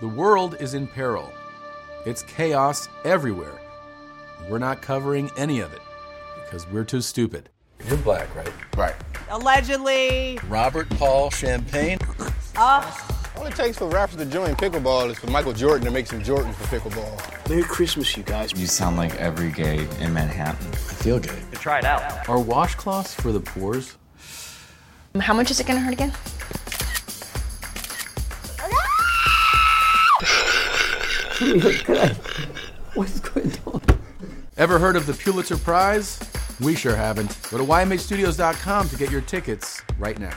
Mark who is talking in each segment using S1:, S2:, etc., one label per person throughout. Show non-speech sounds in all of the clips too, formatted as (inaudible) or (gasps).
S1: The world is in peril. It's chaos everywhere. We're not covering any of it because we're too stupid. You're black, right?
S2: Right.
S3: Allegedly.
S1: Robert Paul Champagne.
S2: All it takes for rappers to join pickleball is for Michael Jordan to make some Jordans for pickleball.
S4: Merry Christmas, you guys.
S5: You sound like every gay in Manhattan.
S1: I feel good.
S6: Try it out.
S1: Are washcloths for the pores?
S7: How much is it gonna hurt again?
S1: Ever heard of the Pulitzer Prize? We sure haven't. Go to ymhstudios.com to get your tickets right now.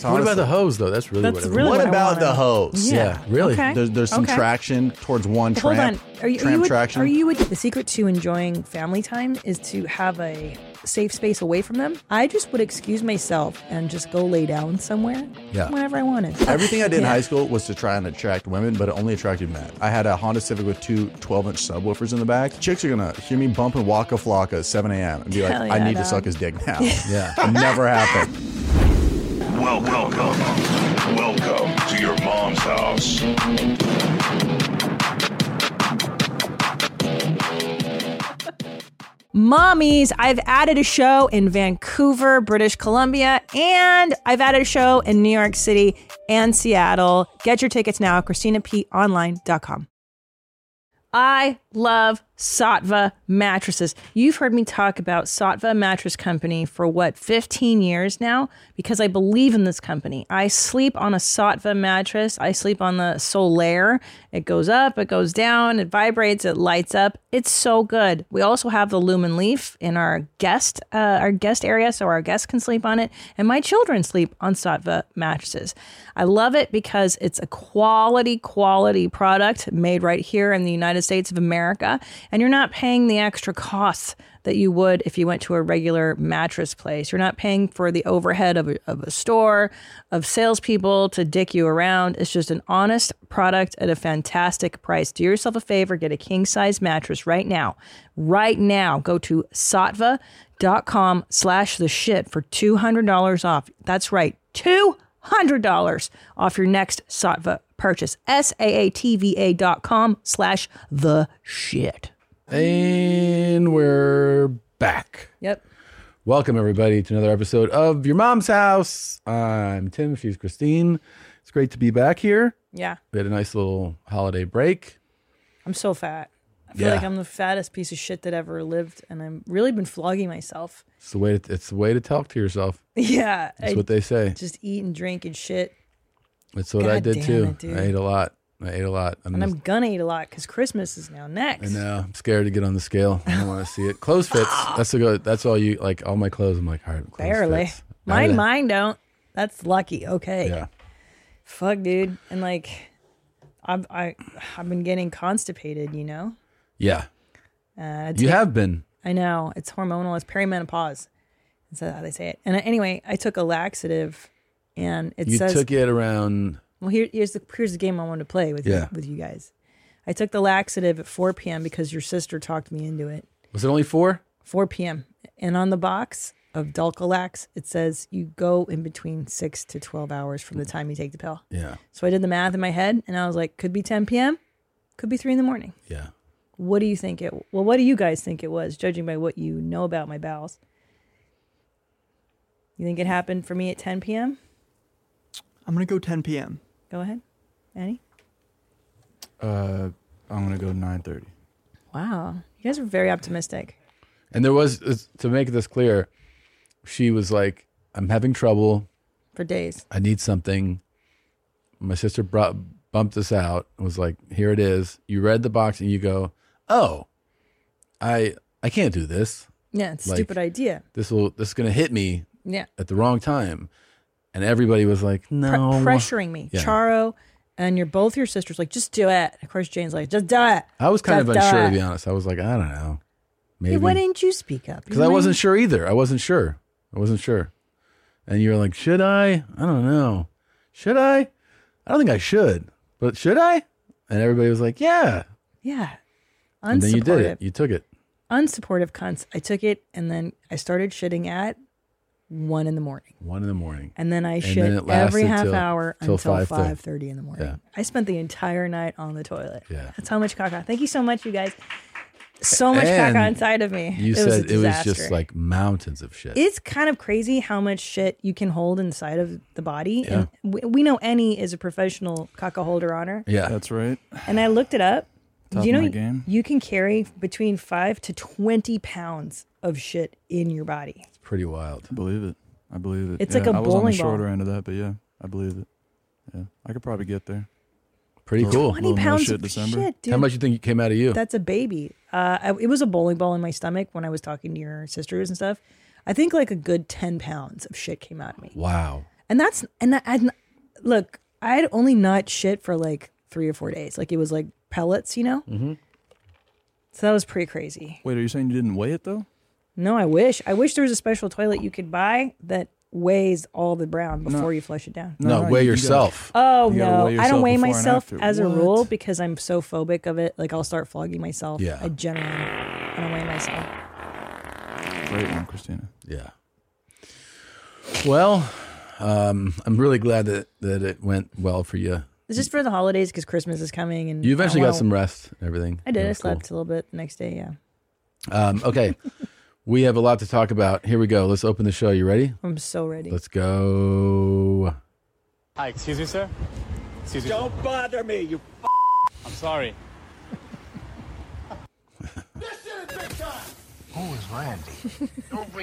S1: What about the hose, though? That's really
S3: That's
S1: what it
S3: really
S8: What
S3: I
S8: about
S3: wanted.
S8: the hose?
S1: Yeah, really.
S3: Okay.
S8: There's, there's some
S3: Okay.
S8: traction towards one
S3: Hold
S8: tramp.
S3: on. Are you,
S8: tramp
S3: are you,
S8: traction.
S9: Are you the secret to enjoying family time is to have a safe space away from them? I just would excuse myself and just go lay down somewhere
S8: Yeah.
S9: whenever I wanted.
S8: Everything I did in
S9: (laughs) Yeah.
S8: high school was to try and attract women, but it only attracted men. I had a Honda Civic with two 12 inch subwoofers in the back. Chicks are going to hear me bump and walk a flock at 7 a.m. and be like,
S9: Hell
S8: I
S9: yeah,
S8: need to
S9: dog.
S8: suck his dick
S9: (laughs)
S8: now. yeah. Never happened.
S10: Well, welcome. Welcome to your mom's house.
S9: Mommies, I've added a show in Vancouver, British Columbia, and I've added a show in New York City and Seattle. Get your tickets now at ChristinaPOnline.com. I love Satva mattresses. You've heard me talk about Satva Mattress Company for what, 15 years now? Because I believe in this company. I sleep on a Satva mattress. I sleep on the Solaire. It goes up, it goes down, it vibrates, it lights up. It's so good. We also have the Lumen Leaf in our guest uh, our guest area so our guests can sleep on it and my children sleep on Satva mattresses. I love it because it's a quality, quality product made right here in the United States of America. And you're not paying the extra costs that you would if you went to a regular mattress place. You're not paying for the overhead of a, of a store, of salespeople to dick you around. It's just an honest product at a fantastic price. Do yourself a favor, get a king size mattress right now. Right now, go to satva.com slash the shit for $200 off. That's right, 200 $100 off your next Satva purchase. S-A-A-T-V-A dot com slash the shit.
S1: And we're back.
S9: Yep.
S1: Welcome, everybody, to another episode of Your Mom's House. I'm Tim. She's Christine. It's great to be back here.
S9: Yeah.
S1: We had a nice little holiday break.
S9: I'm so fat. I feel
S1: Yeah.
S9: like I'm the fattest piece of shit that ever lived. And I've really been flogging myself. (laughs)
S1: It's the way. To, it's the way to talk to yourself.
S9: Yeah.
S1: That's
S9: I
S1: what they say.
S9: just eat and drink and shit.
S1: That's what I
S9: God
S1: did
S9: damn
S1: too.
S9: it, dude.
S1: I ate a lot. I ate a lot. I'm
S9: And
S1: just-
S9: I'm gonna eat a lot because Christmas is now
S1: I
S9: next.
S1: know. I'm scared to get on the scale. I don't want to see it. Clothes
S9: (laughs)
S1: fits. That's the go. That's all you like. All my clothes. I'm like, all right, clothes
S9: Barely.
S1: fits. Now
S9: Mine,
S1: that-
S9: mine don't. That's lucky. Okay.
S1: Yeah.
S9: Fuck, dude. And like, I've I, I've been getting constipated. You know.
S1: Yeah.
S9: Uh, it's
S1: You have been.
S9: I know it's hormonal. It's perimenopause. That's how they say it. And uh, anyway, I took a laxative, and it
S1: You
S9: says,
S1: took it around.
S9: "Well, here, here's the here's the game I wanted to play with
S1: Yeah.
S9: you, with you guys." I took the laxative at 4 p.m. because your sister talked me into it.
S1: Was it only four?
S9: 4 p.m. and on the box of Dulcolax, it says you go in between six to 12 hours from the time you take the pill.
S1: Yeah.
S9: So I did the math in my head, and I was like, could be 10 p.m., could be three in the morning.
S1: Yeah.
S9: What do you think it? Well, what do you guys think it was, judging by what you know about my bowels? You think it happened for me at 10 p.m.?
S4: I'm gonna go 10 p.m.
S9: Go ahead, Annie.
S8: Uh, I'm going to go 9.30.
S9: Wow, you guys are very optimistic.
S1: And there was to make this clear. She was like, I'm having trouble.
S9: For days,
S1: I need something. My sister brought bumped this out and was like, "Here it is." You read the box and you go, "Oh, I I can't do this.
S9: yeah, it's a
S1: Like-
S9: stupid idea.
S1: This will this is going to hit me
S9: Yeah,
S1: at the wrong time. And everybody was like,
S9: Pre-
S1: no.
S9: pressuring me,
S1: Yeah.
S9: Charo, and you're both your sisters. Like, just do it. Of course, Jane's like, just do it.
S1: I was kind of
S9: Just do
S1: unsure, to
S9: it.
S1: be honest. I was like, I don't know.
S9: Hey, why
S1: Maybe.
S9: didn't you speak up?
S1: Because I wasn't sure either. I wasn't sure. I wasn't sure. And you were like, should I? I don't know. Should I? I don't think I should, but should I? And everybody was like, yeah.
S9: Yeah, unsupportive.
S1: And then you did it. You took it.
S9: unsupportive cunts. I took it and then I started shitting at one in the morning.
S1: One in the morning.
S9: And then I
S1: And
S9: shit
S1: then it
S9: every
S1: lasted
S9: half
S1: till-
S9: hour
S1: till
S9: until
S1: 5:30.
S9: five thirty in the morning.
S1: Yeah.
S9: I spent the entire night on the toilet.
S1: Yeah.
S9: That's how much caca. Thank you so much, you guys. So much
S1: And
S9: caca inside of me.
S1: You
S9: (laughs) it was a
S1: said it was
S9: disaster.
S1: just like mountains of shit.
S9: It's kind of crazy how much shit you can hold inside of the body.
S1: Yeah.
S9: And we, we know Annie is a professional caca holder on her.
S1: yeah.
S4: That's right.
S9: And I looked it up.
S4: Top
S9: Do you
S4: of
S9: know
S4: my game.
S9: you can carry between five to 20 pounds of shit in your body?
S1: It's pretty wild.
S4: I believe it. I believe it.
S9: It's
S4: Yeah,
S9: like
S4: I was
S9: a
S4: on the
S9: bowling ball.
S4: shorter end of that, but yeah, I believe it. Yeah, I could probably get there.
S1: Pretty cool.
S9: 20
S4: Little no
S9: pounds
S4: shit
S9: of
S4: December.
S9: shit, dude.
S1: How much you think came out of you?
S9: That's a baby. Uh, I, it was a bowling ball in my stomach when I was talking to your sisters and stuff. I think like a good 10 pounds of shit came out of me.
S1: wow.
S9: And that's, and I, I look, I had only not shit for like three or four days. Like it was like pellets, you know? Mm-hmm. So that was pretty crazy.
S4: Wait, are you saying you didn't weigh it though?
S9: No, I wish. I wish there was a special toilet you could buy that weighs all the brown before you flush it down.
S1: No, weigh
S4: you- you
S1: yourself.
S9: Oh
S4: You gotta
S9: no,
S4: weigh
S9: I don't
S4: yourself before
S9: weigh
S4: and
S9: myself
S4: after.
S9: as a
S4: What?
S9: rule because I'm so phobic of it. Like I'll start flogging myself.
S1: Yeah.
S9: I generally I don't weigh myself.
S4: gotta- Great one, Christina.
S1: Yeah. Well, um, I'm really glad that, that it went well for you.
S9: It's just for the holidays because Christmas is coming and
S1: You eventually
S9: I
S1: got
S9: won't-
S1: some rest and everything.
S9: Oh, I did.
S1: That
S9: I
S1: was cool.
S9: slept a little bit the next day. Yeah,
S1: Um,
S9: (laughs)
S1: okay. we have a lot to talk about. Here we go. Let's open the show. You ready?
S9: I'm so ready.
S1: Let's go.
S11: Hi, excuse me, sir. Excuse me. Don't bother me, you. F- I'm (laughs) sorry.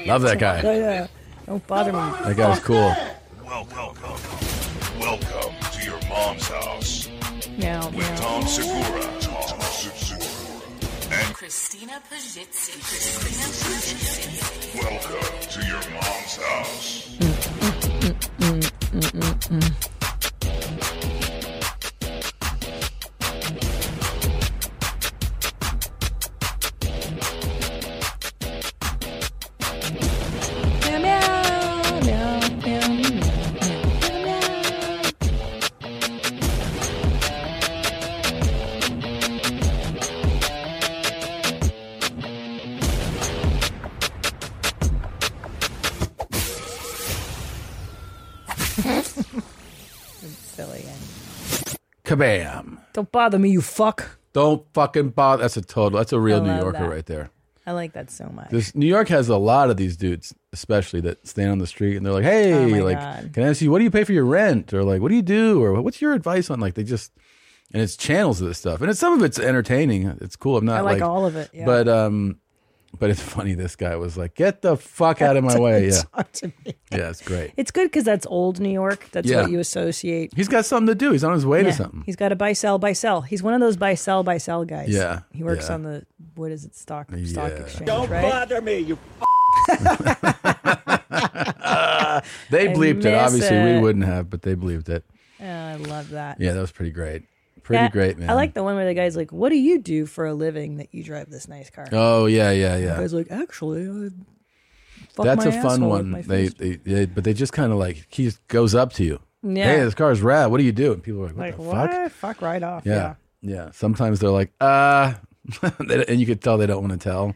S1: Love that guy.
S9: yeah, uh, don't bother me.
S1: That guy's cool.
S10: Welcome. Welcome to your mom's house
S9: Meow,
S10: with
S9: meow.
S10: Tom Segura. Tom Segura.
S12: Christina Pajitsin. Christina Pajitsin.
S10: Welcome to your mom's house.
S9: Meow, meow, meow, meow, meow, meow. Silly.
S1: Kabam.
S9: Don't bother me, you fuck.
S1: Don't fucking bother. That's a total. That's a real
S9: I
S1: New
S9: love
S1: Yorker
S9: that.
S1: right there.
S9: I like that so much.
S1: This New York has a lot of these dudes, especially that stand on the street and they're like, "Hey,
S9: Oh my
S1: like,
S9: God.
S1: can I ask you what do you pay for your rent?" Or like, "What do you do?" Or "What's your advice on?" Like, they just and it's channels of this stuff, and it's some of it's entertaining. It's cool. I'm not
S9: I like, all of it. Yeah.
S1: but um, but it's (laughs) funny. This guy was like, "Get the fuck out of
S9: (laughs)
S1: my way!" Yeah,
S9: Talk to me.
S1: yeah, it's great.
S9: It's good because that's old New York. That's
S1: Yeah.
S9: what you associate.
S1: He's got something to do. He's on his way
S9: Yeah.
S1: to something.
S9: He's got a buy sell buy sell. He's one of those buy sell buy sell guys.
S1: Yeah.
S9: He works
S1: Yeah.
S9: on the what is it stock stock
S1: Yeah.
S9: exchange right?
S11: bother me, you.
S1: They
S9: I
S1: bleeped it.
S9: miss
S1: Obviously, we
S9: it.
S1: wouldn't have, but they bleeped it.
S9: Oh, I love that.
S1: Yeah, that was pretty great. Pretty
S9: Yeah,
S1: great, man.
S9: I like the one where the guy's like, "What do you do for a living that you drive this nice car?"
S1: Oh yeah, yeah,
S9: The
S1: yeah.
S9: guy's like, "Actually, I fuck
S1: That's
S9: my
S1: a fun
S9: asshole with
S1: one.
S9: my
S1: They,
S9: fist."
S1: they, they, but they just kind of like he just goes up to you.
S9: Yeah.
S1: Hey, this car's rad. What do you do? And people are like, what
S9: like
S1: the
S9: what?
S1: fuck?
S9: Fuck? right off.
S1: Yeah. yeah, Sometimes they're like, uh, (laughs) they- and you could tell they don't want to tell.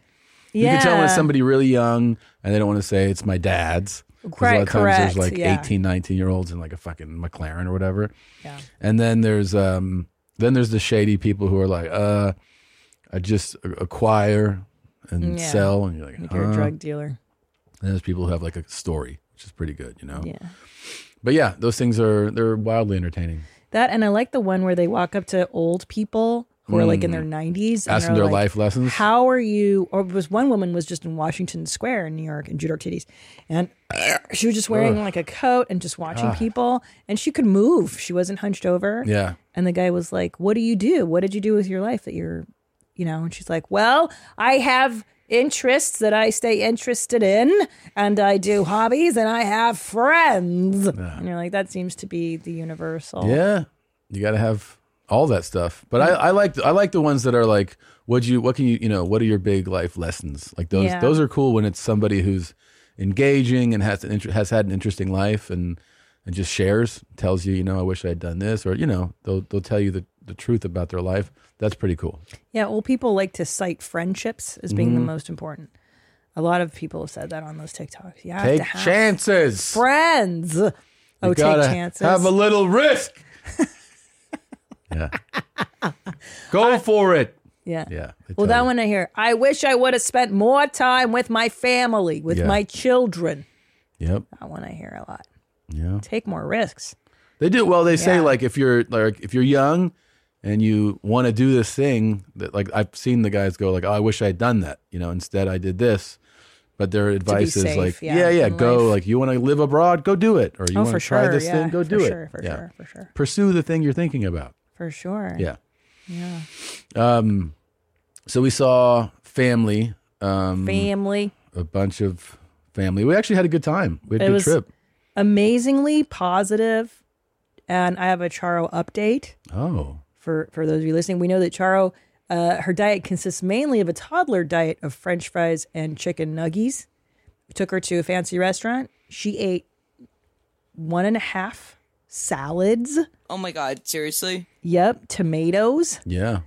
S1: You
S9: yeah.
S1: can tell when somebody really young and they don't want to say it's my dad's. 'Cause A lot of
S9: Correct,
S1: times there's
S9: correct,
S1: like
S9: yeah.
S1: 18, 19 year olds in like a fucking McLaren or whatever.
S9: Yeah.
S1: And then there's um then there's the shady people who are like, uh, I just a- acquire and
S9: Yeah.
S1: sell, and you're like,
S9: You're
S1: huh?
S9: a drug dealer.
S1: And there's people who have like a story, which is pretty good, you know.
S9: Yeah.
S1: But yeah, those things are they're wildly entertaining.
S9: That and I like the one where they walk up to old people who are like in their nineties,
S1: Ask them Hmm. their life lessons.
S9: How are you? Or was one woman was just in Washington Square in New York in Judor Titties, and she was just wearing like a coat and just watching people, and she could move. She wasn't hunched over.
S1: Ah. Yeah.
S9: And the guy was like, "What do you do? What did you do with your life that you're, you know?" And she's like, "Well, I have." Interests that I stay interested in, and I do hobbies, and I have friends. And you're like, that seems to be the universal.
S1: Yeah. You gotta have all that stuff. But I, I like I like the ones that are like, what you what can you you know, what are your big life lessons? Like those
S9: Yeah.
S1: those are cool when it's somebody who's engaging and has an inter- has had an interesting life and and just shares, tells you, you know, I wish I had done this, or you know, they'll they'll tell you the, the truth about their life. That's pretty cool. Mm-hmm.
S9: Yeah, well, people like to cite friendships as being the most important. A lot of people have said that on those TikToks. You have
S1: Take
S9: to have
S1: chances.
S9: friends.
S1: You
S9: oh, take
S1: gotta
S9: chances.
S1: Have a little risk. (laughs)
S9: (laughs)
S1: yeah. Go for it.
S9: Yeah.
S1: Yeah. they tell
S9: Well, that one I hear. I wish I would have spent more time with my family, with
S1: Yeah.
S9: my children.
S1: you. Yep.
S9: That one I hear a lot.
S1: Yeah.
S9: Take more risks.
S1: They do. Well, they say
S9: Yeah.
S1: like if you're like if you're young and you want to do this thing that like I've seen the guys go like, "Oh, I wish I'd done that." You know, instead I did this. But their advice is
S9: safe,
S1: like,
S9: yeah,
S1: yeah, yeah,
S9: in
S1: go.
S9: life.
S1: Like, you want to live abroad, go do it. Or you
S9: Oh,
S1: want
S9: for
S1: to try
S9: sure,
S1: this
S9: yeah,
S1: thing, go
S9: for
S1: do it.
S9: sure, for
S1: yeah.
S9: sure, for sure.
S1: Pursue the thing you're thinking about.
S9: For sure.
S1: Yeah.
S9: Yeah.
S1: Um, so we saw family. Um,
S9: Family.
S1: a bunch of family. We actually had a good time. We had a
S9: it
S1: good
S9: was
S1: trip.
S9: amazingly positive, And I have a Charo update.
S1: Oh,
S9: for for those of you listening, we know that Charo, uh, her diet consists mainly of a toddler diet of French fries and chicken nuggies. We took her to a fancy restaurant. She ate one and a half salads.
S4: Oh my god, seriously?
S9: Yep, tomatoes,
S1: yeah,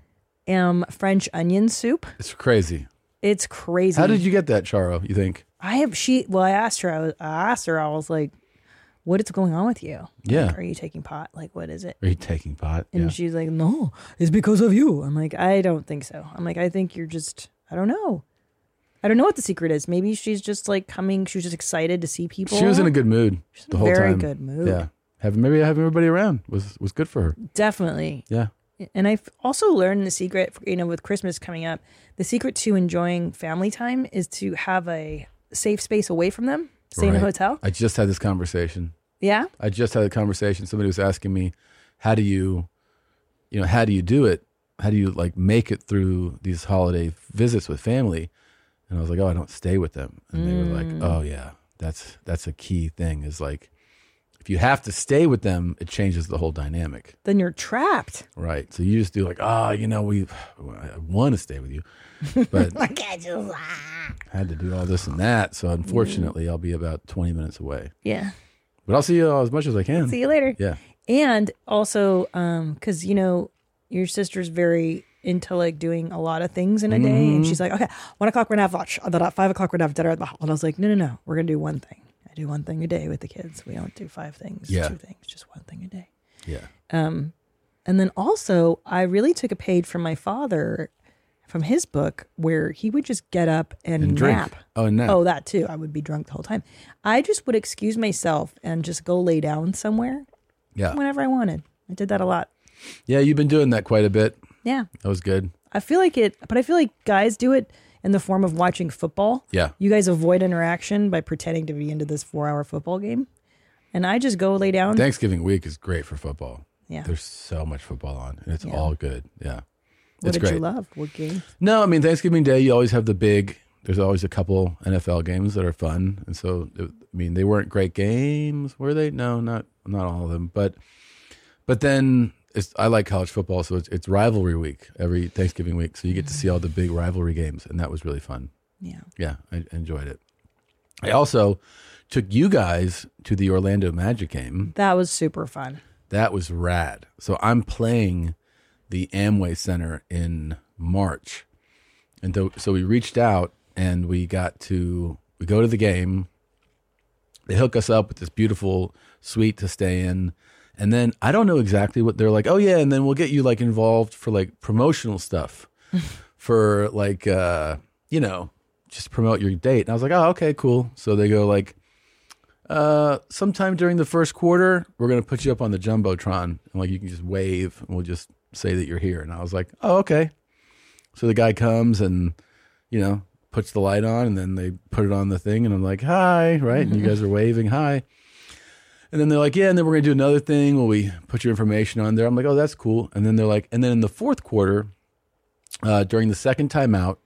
S9: um, French onion soup.
S1: it's crazy.
S9: It's crazy.
S1: How did you get that, Charo? You think?
S9: I have she. Well, I asked her. I, was, I asked her. I was like, "What is going on with you?
S1: Yeah.
S9: Like, are you taking pot? Like, what is it?"
S1: Are you taking pot?
S9: And
S1: yeah.
S9: she's like, "No, it's because of you." I'm like, "I don't think so." I'm like, "I think you're just I don't know. I don't know what the secret is. Maybe she's just like coming, she was just excited to see people."
S1: She was in a good mood
S9: in
S1: the
S9: a
S1: whole
S9: very
S1: time.
S9: good mood.
S1: Yeah, having maybe having everybody around was was good for her.
S9: Definitely.
S1: Yeah,
S9: And I've also learned the secret, you know, with Christmas coming up, the secret to enjoying family time is to have a safe space away from them, stay in a
S1: Right.
S9: hotel.
S1: I just had this conversation.
S9: Yeah.
S1: I just had a conversation. Somebody was asking me, "How do you, you know, how do you do it? How do you like make it through these holiday visits with family?" And I was like, "Oh, I don't stay with them." And they were like,
S13: Mm.
S1: "Oh yeah, that's that's a key thing. Is like, if you have to stay with them, it changes the whole dynamic."
S9: Then you're trapped.
S1: Right. So you just do like, ah, you know, we, I want to stay with you, but
S9: like I just
S1: I had to do all this and that. So unfortunately, I'll be about 20 minutes away.
S9: Yeah.
S1: But I'll see you all as much as I can.
S9: See you later.
S1: Yeah.
S9: And also, um, cause you know, your sister's very into like doing a lot of things in a day. And
S1: Mm-hmm.
S14: Mhm.
S9: she's like, okay, one o'clock, we're gonna have lunch. At the- Five o'clock, we're gonna have dinner at the hall. And I was like, no, no, no, we're gonna do one thing. I do one thing a day with the kids. We don't do five things,
S14: Yeah.
S9: two things, just one thing a day.
S1: Yeah.
S9: Um, and then also, I really took a page from my father, from his book, where he would just get up and,
S1: And drink.
S9: nap.
S1: Oh, nap.
S9: Oh, that too. I would be drunk the whole time. I just would excuse myself and just go lay down somewhere
S1: Yeah.
S9: whenever I wanted. I did that a lot.
S1: Yeah. You've been doing that quite a bit.
S9: Yeah.
S1: That was good.
S9: I feel like it, but I feel like guys do it in the form of watching football.
S1: Yeah.
S9: You guys avoid interaction by pretending to be into this four hour football game. And I just go lay down.
S1: Thanksgiving week is great for football.
S9: Yeah.
S1: There's so much football on and it's
S9: Yeah.
S1: all good. Yeah.
S9: What
S1: it's
S9: did
S1: great.
S9: you love? What game?
S1: No, I mean Thanksgiving Day. You always have the big. There's always a couple NFL games that are fun, and so I mean they weren't great games, were they? No, not not all of them. But but then it's, I like college football, so it's, it's rivalry week every Thanksgiving week, so you get to see all the big rivalry games, and that was really fun.
S9: Yeah.
S1: yeah, I enjoyed it. I also took you guys to the Orlando Magic game.
S9: That was super fun.
S1: That was rad. So I'm playing the Amway Center in March. And tho- so we reached out and we got to we go to the game. They hook us up with this beautiful suite to stay in. And then I don't know exactly what they're like, "Oh yeah, and then we'll get you like involved for like promotional stuff." for like uh, you know, just promote your date. And I was like, "Oh, okay, cool." So they go like uh, sometime during the first quarter, we're gonna put you up on the jumbotron, and like you can just wave, and we'll just say that you're here. And I was like, oh, okay. So the guy comes and, you know, puts the light on, and then they put it on the thing, and I'm like, hi, right?
S13: Mm-hmm.
S1: And you guys are waving, hi. And then they're like, yeah, and then we're gonna do another thing. Will we put your information on there? I'm like, oh, that's cool. And then they're like, and then in the fourth quarter, uh, during the second timeout,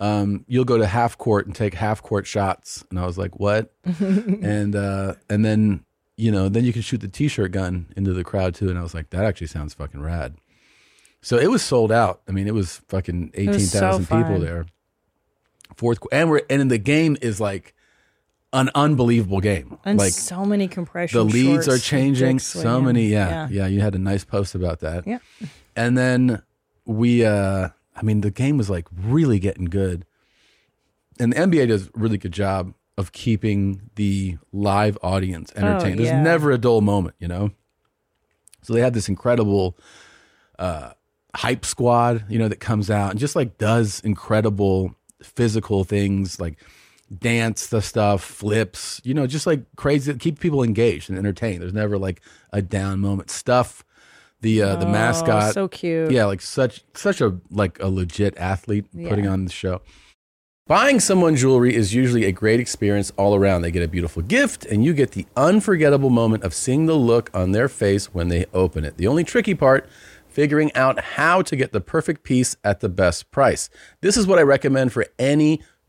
S1: um, you'll go to half court and take half court shots. And I was
S13: (laughs)
S1: like, what? and uh, and then you know, then you can shoot the t-shirt gun into the crowd too. And I was like, that actually sounds fucking rad. So it was sold out. I mean, it was fucking
S13: It
S1: eighteen
S13: was so
S1: thousand people
S13: fun.
S1: there. Fourth, qu- and we're and the game is like an unbelievable game.
S9: And
S1: like
S9: so many compression
S1: the leads
S9: shorts
S1: are
S9: and
S1: changing.
S9: dicks
S1: So
S9: swinging.
S1: many, yeah, yeah, You had a nice post about that.
S9: Yeah.
S1: And then we, uh I mean, the game was like really getting good. and the NBA does a really good job of keeping the live audience
S15: Oh,
S1: entertained. There's
S15: yeah.
S1: never a dull moment, you know. So they had this incredible uh, hype squad, you know, that comes out and just like does incredible physical things like dance the stuff, flips, you know, just like crazy keep people engaged and entertained. There's never like a down moment. Stuff the uh, the
S15: Oh,
S1: mascot,
S15: so cute.
S1: yeah, like such such a like a legit athlete putting
S15: Yeah.
S1: on the show. Buying someone jewelry is usually a great experience all around. They get a beautiful gift, and you get the unforgettable moment of seeing the look on their face when they open it. The only tricky part, figuring out how to get the perfect piece at the best price. This is what I recommend for any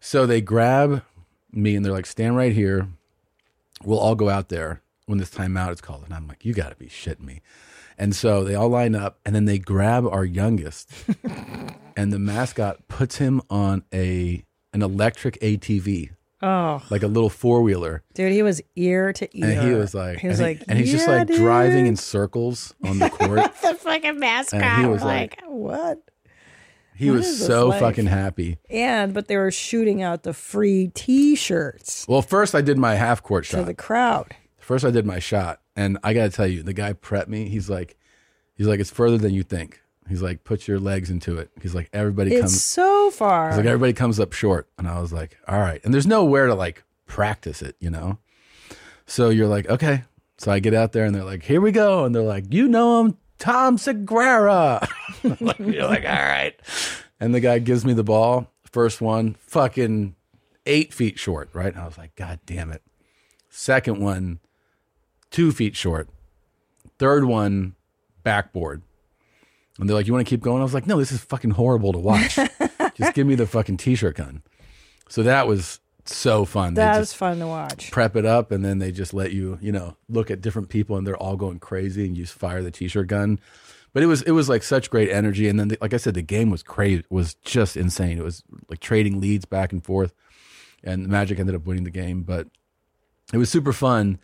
S1: So they grab me and they're like, stand right here. We'll all go out there when this timeout is called. And I'm like, you got to be shitting me. And so they all line up and then they grab our
S9: (laughs)
S1: youngest. and the mascot puts him on a an electric ATV,
S9: Oh.
S1: like a little four wheeler.
S9: Dude, he was ear to ear.
S1: And he was like,
S9: he was
S1: and,
S9: like,
S1: and he's just like driving in circles on the court.
S9: (laughs) the fucking mascot.
S1: And he was like-
S9: what?
S1: he
S9: What
S1: was
S9: is this
S1: so
S9: life?
S1: fucking happy.
S9: And but they were shooting out the free T-shirts
S1: Well, first I did my half court
S9: to
S1: shot.
S9: the crowd.
S1: First, I did my shot, and I got to tell you, the guy prepped me. He's like, he's like, it's further than you think. He's like, put your legs into it. He's like, everybody
S9: it's
S1: comes.
S9: so far.
S1: He's like, everybody comes up short, and I was like, all right. And there's nowhere to like practice it, you know. So you're like, okay. So I get out there, and they're like, here we go, and they're like, you know him, Tom Segura. (laughs) you're like, all right. And the guy gives me the ball. First one, fucking eight feet short, right? And I was like, God damn it. Second one, two feet short. Third one, backboard. And they're like, You want to keep going? I was like, No, this is fucking horrible to
S9: (laughs)
S1: watch. just give me the fucking t shirt gun. So that was so fun. They
S9: that
S1: just
S9: was fun to watch.
S1: prep it up and then they just let you, you know, look at different people and they're all going crazy and you just fire the t shirt gun. But it was it was like such great energy, and then the, like I said, the game was crazy, was just insane. It was like trading leads back and forth, and the Magic ended up winning the game. But it was super fun.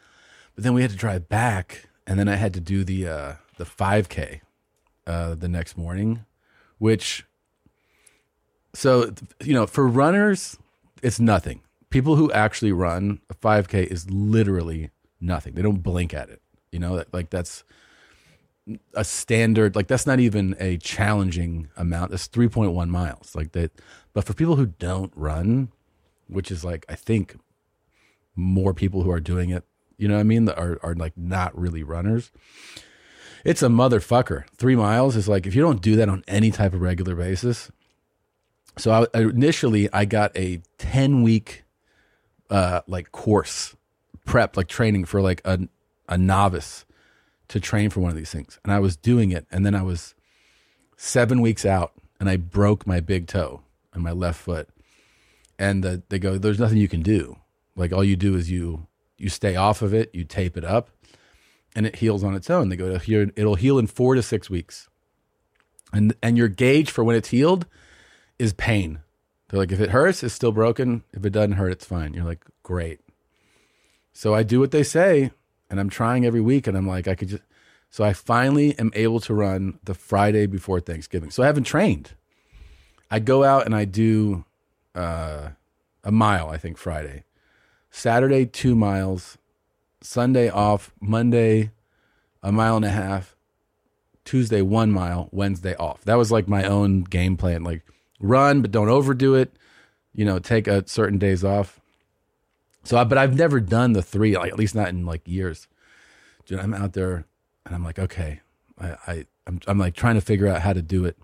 S1: But then we had to drive back, and then I had to do the uh, the five k uh, the next morning, which so you know for runners it's nothing. People who actually run a five k is literally nothing. They don't blink at it. You know, that- like that's a standard like that's not even a challenging amount that's 3.1 miles like that but for people who don't run which is like i think more people who are doing it you know what i mean that are, are like not really runners it's a motherfucker three miles is like if you don't do that on any type of regular basis so I, I- initially i got a 10 week uh like course prep like training for like a, a novice to train for one of these things and i was doing it and then i was seven weeks out and I broke my big toe and my left foot. And the, they go, there's nothing you can do. Like all you do is you you stay off of it, you tape it up, and it heals on its own. They go to here, it'll heal in four to six weeks, and and your gauge for when it's healed is pain. They're like, if it hurts, it's still broken. If it doesn't hurt, it's fine. You're like, great. So I do what they say, and I'm trying every week, and I'm like, I could just. So I finally am able to run the Friday before Thanksgiving. So I haven't trained. I go out and I do uh, a mile, I think, Friday. Saturday, two miles. Sunday off. Monday, a mile and a half. Tuesday, one mile. Wednesday off. That was like my own game plan. Like run, but don't overdo it. You know, take a certain days off. So, I, but I've never done the three, like at least not in like years. Dude, I'm out there and I'm like, okay, I, I I'm, I'm like trying to figure out how to do it.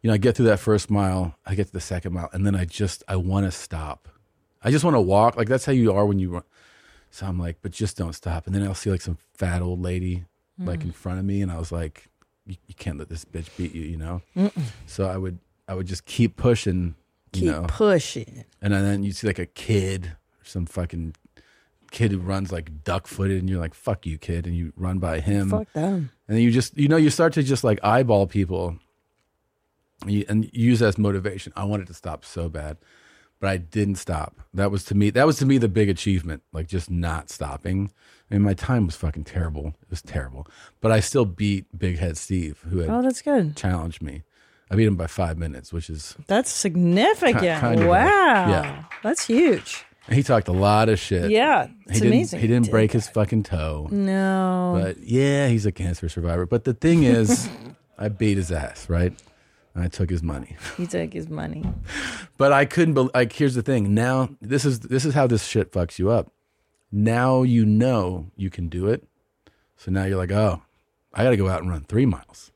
S1: You know, I get through that first mile, I get to the second mile, and then I just I want to stop. I just want to walk. Like that's how you are when you run. So I'm like, but just don't stop. And then I'll see like some fat old lady like
S16: Mm.
S1: in front of me, and I was like, you, you can't let this bitch beat you, you know.
S16: Mm-mm.
S1: So I would I would just keep pushing, you
S16: Keep
S1: know,
S16: pushing.
S1: and then you see like a kid, some fucking kid who runs like duck footed, and you're like, "Fuck you, kid!" and you run by him.
S16: Fuck them.
S1: And then you just, you know, you start to just like eyeball people, and, you, and you use that as motivation. I wanted to stop so bad, but I didn't stop. That was to me, that was to me the big achievement, like just not stopping. I mean, my time was fucking terrible. It was terrible, but I still beat Big Head Steve, who had
S9: Oh, that's good.
S1: challenged me. I beat him by five minutes, which is
S9: That's significant.
S1: kind of a-
S9: wow.
S1: yeah.
S9: That's huge.
S1: He talked a lot of shit.
S9: Yeah, it's
S1: he didn't,
S9: amazing
S1: He
S9: he
S1: didn't
S9: did
S1: break his fucking toe.
S9: No.
S1: But yeah, he's a cancer survivor. But the thing
S9: (laughs)
S1: is, I beat his ass, right? And I took his money. (laughs)
S9: He took his money.
S1: But I couldn't believe. Like, here's the thing. Now, this is this is how this shit fucks you up. Now you know you can do it. So now you're like, oh, I got to go out and run three miles.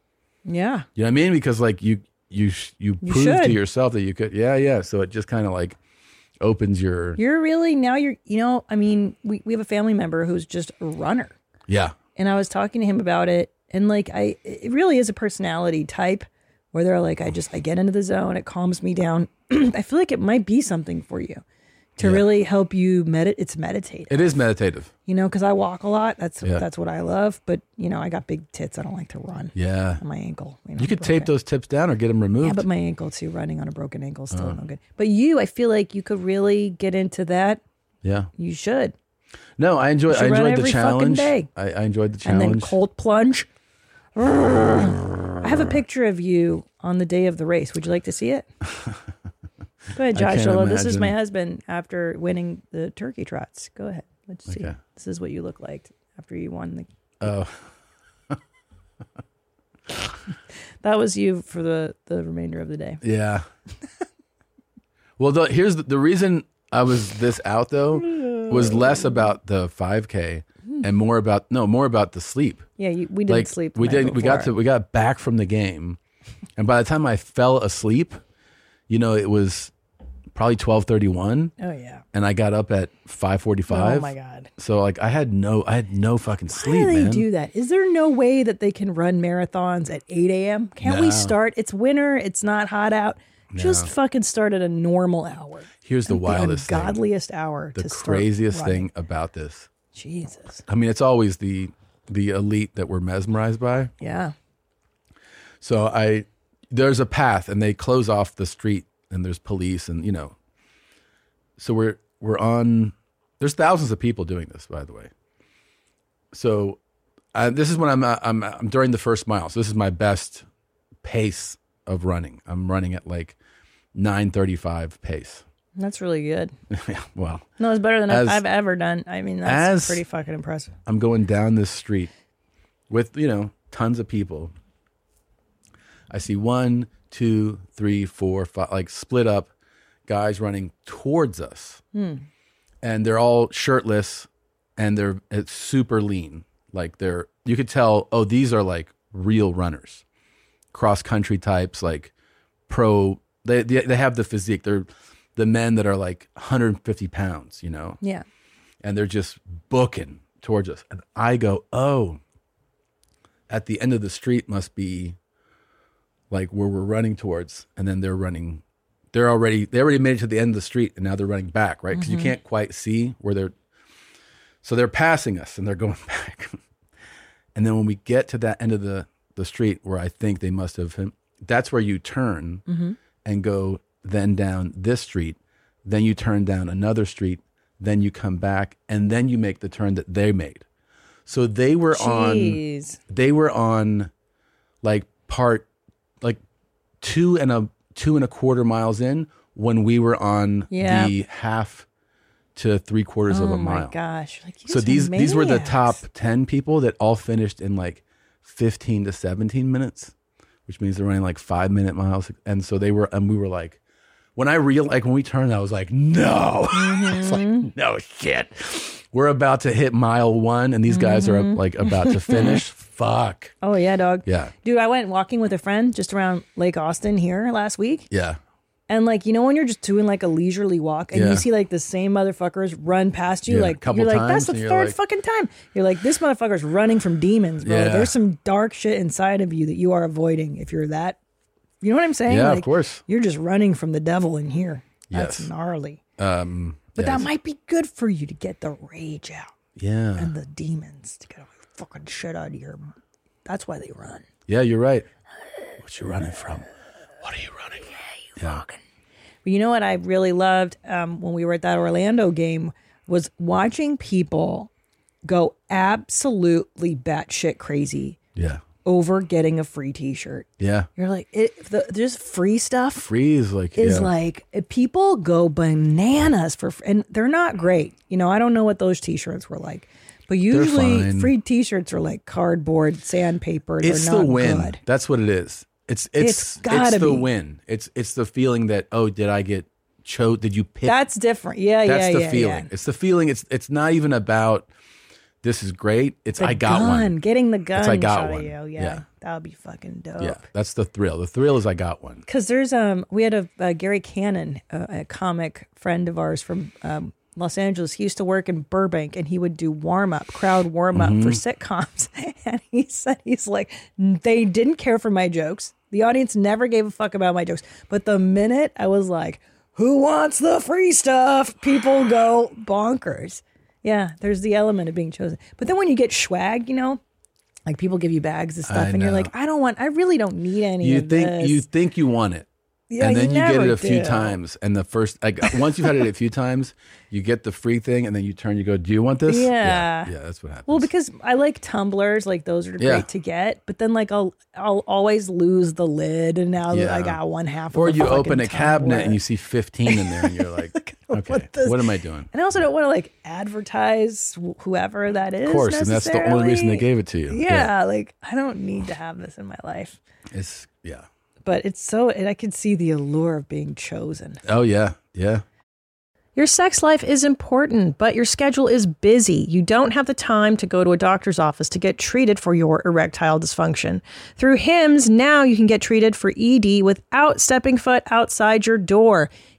S9: Yeah.
S1: You know what I mean? Because like you you sh- you
S9: You
S1: prove to
S9: should.
S1: yourself that you could. Yeah, yeah. So it just kind of like opens your
S9: You're really now you're you know, I mean, we, we have a family member who's just a runner.
S1: yeah.
S9: And I was talking to him about it and like I it really is a personality type where they're like, I just I get into the zone, it calms me down. (clears throat) I feel like it might be something for you to really help you medit it's meditative.
S1: It is meditative.
S9: You know, because I walk a lot. That's
S1: Yeah.
S9: that's what I love. But you know, I got big tits. I don't like to run.
S1: Yeah.
S9: on Oh my ankle. You, know,
S1: You could
S9: broken.
S1: tape those tips down or get them removed.
S9: Yeah, but my ankle too. Running on a broken ankle still
S1: Uh.
S9: no good. But you, I feel like you could really get into that.
S1: Yeah.
S9: You should.
S1: No, I enjoy.
S9: You should
S1: I enjoyed
S9: run
S1: the
S9: every fucking
S1: challenge. I,
S9: day.
S1: I enjoyed the
S9: And then
S1: challenge.
S9: cold plunge. I have a picture of you on the day of the race. Would you like to
S1: (laughs)
S9: see it? Go ahead,
S1: I can't
S9: Joshua. This is
S1: imagine.
S9: my husband after winning the turkey trots. Go ahead. Let's see.
S1: Okay.
S9: This is what you look like after you won the
S1: oh,
S9: That was you for the the remainder of the day.
S1: yeah. (laughs) well, the, here's the, the reason I was this out though was less about the 5K and more about no more about the sleep.
S9: Yeah, you, we Hmm. didn't
S1: Like,
S9: sleep. the
S1: We
S9: night
S1: didn't. We got
S9: before.
S1: to. We got back from the
S9: (laughs)
S1: game, and by the time I fell asleep, you know, it was probably twelve thirty one.
S9: Oh, yeah.
S1: And I got up at five forty five.
S9: Oh, my God.
S1: So like I had no, I had no fucking sleep.
S9: Why do they
S1: man.
S9: do that? Is there no way that they can run marathons at 8 a.m.? Can't
S1: No.
S9: we start? It's winter. It's not hot out. Just
S1: No.
S9: fucking start at a normal hour.
S1: Here's the
S9: The
S1: wildest, thing.
S9: ungodliest hour
S1: the
S9: to start
S1: craziest
S9: running.
S1: thing about this.
S9: Jesus.
S1: I mean, it's always the the elite that we're mesmerized by.
S9: Yeah.
S1: So I there's a path and they close off the street and there's police and you know. So we're we're on there's thousands of people doing this by the way. So uh, this is when I'm, uh, I'm I'm during the first mile. So this is my best pace of running. I'm running at like 9:35 pace. (laughs)
S9: That's really good.
S1: yeah, well.
S9: No, it's better than I've-
S1: As-
S9: I've ever done. I mean, that's
S1: as-
S9: pretty fucking impressive.
S1: I'm going down this street with, you know, tons of people. I see one, two, three, four, five, like split up guys running towards us.
S16: Hmm.
S1: And they're all shirtless and they're it's super lean. Like they're, you could tell, oh, these are like real runners, cross country types, like pro, they, they, they have the physique. They're the men that are like 150 pounds, you know?
S9: Yeah.
S1: and they're just booking towards us. And I go, oh, at the end of the street must be like where we're running towards, and then they're running. They're already they already made it to the end of the street, and now they're running back, right? Because
S17: Mhm.
S1: you can't quite see where they're. So they're passing us, and they're going (laughs) back. and then when we get to that end of the the street where I think they must have, that's where you turn
S18: Mhm.
S1: and go then down this street, then you turn down another street, then you come back, and then you make the turn that they made. So they were
S9: Jeez.
S1: on they were on like part like two and a two and a quarter miles in when we were on
S9: Yeah.
S1: the half to three quarters of
S9: Oh
S1: a
S9: my
S1: mile.
S9: gosh, like, you
S1: so
S9: guys are
S1: these these were the
S9: maniacs.
S1: top ten people that all finished in like fifteen to seventeen minutes, which means they're running like five minute miles. And so they were and we were like when I real like when we turned, I was like, no. (laughs) I was
S9: Mm-hmm.
S1: like, no shit. We're about to hit mile one and these guys are
S9: Mhm.
S1: like about to
S9: (laughs)
S1: finish. Fuck.
S9: Oh yeah, dog.
S1: Yeah.
S9: Dude, I went walking with a friend just around Lake Austin here last week.
S1: Yeah.
S9: And like, you know, when you're just doing like a leisurely walk and
S1: Yeah.
S9: you see like the same motherfuckers run past you,
S1: Yeah,
S9: like
S1: a couple
S9: you're like,
S1: times,
S9: that's the
S1: and you're
S9: third
S1: like-
S9: fucking time. You're like, this motherfucker's running from demons, bro.
S1: Yeah.
S9: There's some dark shit inside of you that you are avoiding if you're that you know what I'm saying?
S1: Yeah, of
S9: Like,
S1: course.
S9: You're just running from the devil in here. That's
S1: Yes.
S9: gnarly.
S1: Um
S9: But
S1: yeah,
S9: that might be good for you to get the rage out
S1: Yeah.
S9: and the demons to get all your fucking shit out of your that's why they run.
S1: Yeah, you're right. What you running from? What are you running from? Yeah.
S9: But you know what I really loved um, when we were at that Orlando game was watching people go absolutely batshit crazy
S1: Yeah.
S9: over getting a free T-shirt.
S1: Yeah.
S9: You're like, it, the, there's free stuff
S1: Freeze like
S9: is
S1: yeah.
S9: like eh, people go bananas for, and they're not great. You know, I don't know what those T-shirts were like, but usually
S1: fine.
S9: free T-shirts are like cardboard, sandpaper.
S1: it's
S9: they're
S1: the
S9: not
S1: win.
S9: good.
S1: That's what it is. It's it's
S9: It's
S1: it's,
S9: gotta
S1: the
S9: be.
S1: win. It's it's the feeling that oh, did I get chose? Did you pick?
S9: That's different. Yeah,
S1: That's
S9: yeah,
S1: the
S9: yeah,
S1: feeling.
S9: yeah.
S1: It's the feeling. It's it's not even about this is great. It's
S9: The
S1: I got
S9: gun,
S1: one.
S9: Getting the gun.
S1: It's I got
S9: shot at
S1: one.
S9: you. Yeah,
S1: Yeah.
S9: that would be fucking dope.
S1: Yeah, that's the thrill. The thrill is I got one.
S9: Because there's um, we had a, uh Gary Cannon, uh, a, a comic friend of ours from um, Los Angeles. He used to work in Burbank, and he would do warm up, crowd warm up
S1: Mm-hmm.
S9: for
S19: Mhm.
S9: sitcoms. (laughs) And he said he's like, they didn't care for my jokes. The audience never gave a fuck about my jokes. But the minute I was like, "Who wants the free stuff?" people go bonkers. Yeah, there's the element of being chosen. But then when you get swag, you know. Like people give you bags of stuff,
S1: I
S9: and you're
S1: know.
S9: like, I don't want. I really don't need any.
S1: You
S9: of
S1: think
S9: this.
S1: you think you want it,
S9: Yeah,
S1: and
S9: you
S1: then you, get
S9: never
S1: it a few
S9: do.
S1: times, and the first
S9: (laughs)
S1: like once you've had it a few times, you get the free thing, and then you turn. You go, do you want this?
S9: Yeah.
S1: yeah, that's what happens.
S9: Well, because I like tumblers, like those are
S1: Yeah.
S9: great to get, but then like I'll I'll always lose the lid, and now that I
S1: Yeah.
S9: got one half.
S1: Or
S9: of the
S1: you open
S9: fucking
S1: a cabinet
S9: tumbler.
S1: and you see fifteen in there, and
S9: (laughs)
S1: you're like, okay,
S9: this-
S1: what am I doing?
S9: and I also don't want to like advertise wh- whoever that is.
S1: Of course, and that's the only reason they
S9: necessarily.
S1: gave it to you.
S9: Yeah, like I don't need to have this in my life,
S1: it's yeah.
S9: but it's so and I can see the allure of being chosen.
S1: Oh yeah, yeah.
S9: Your sex life is important, but your schedule is busy. You don't have the time to go to a doctor's office to get treated for your erectile dysfunction. Through HIMS, now you can get treated for ED without stepping foot outside your door.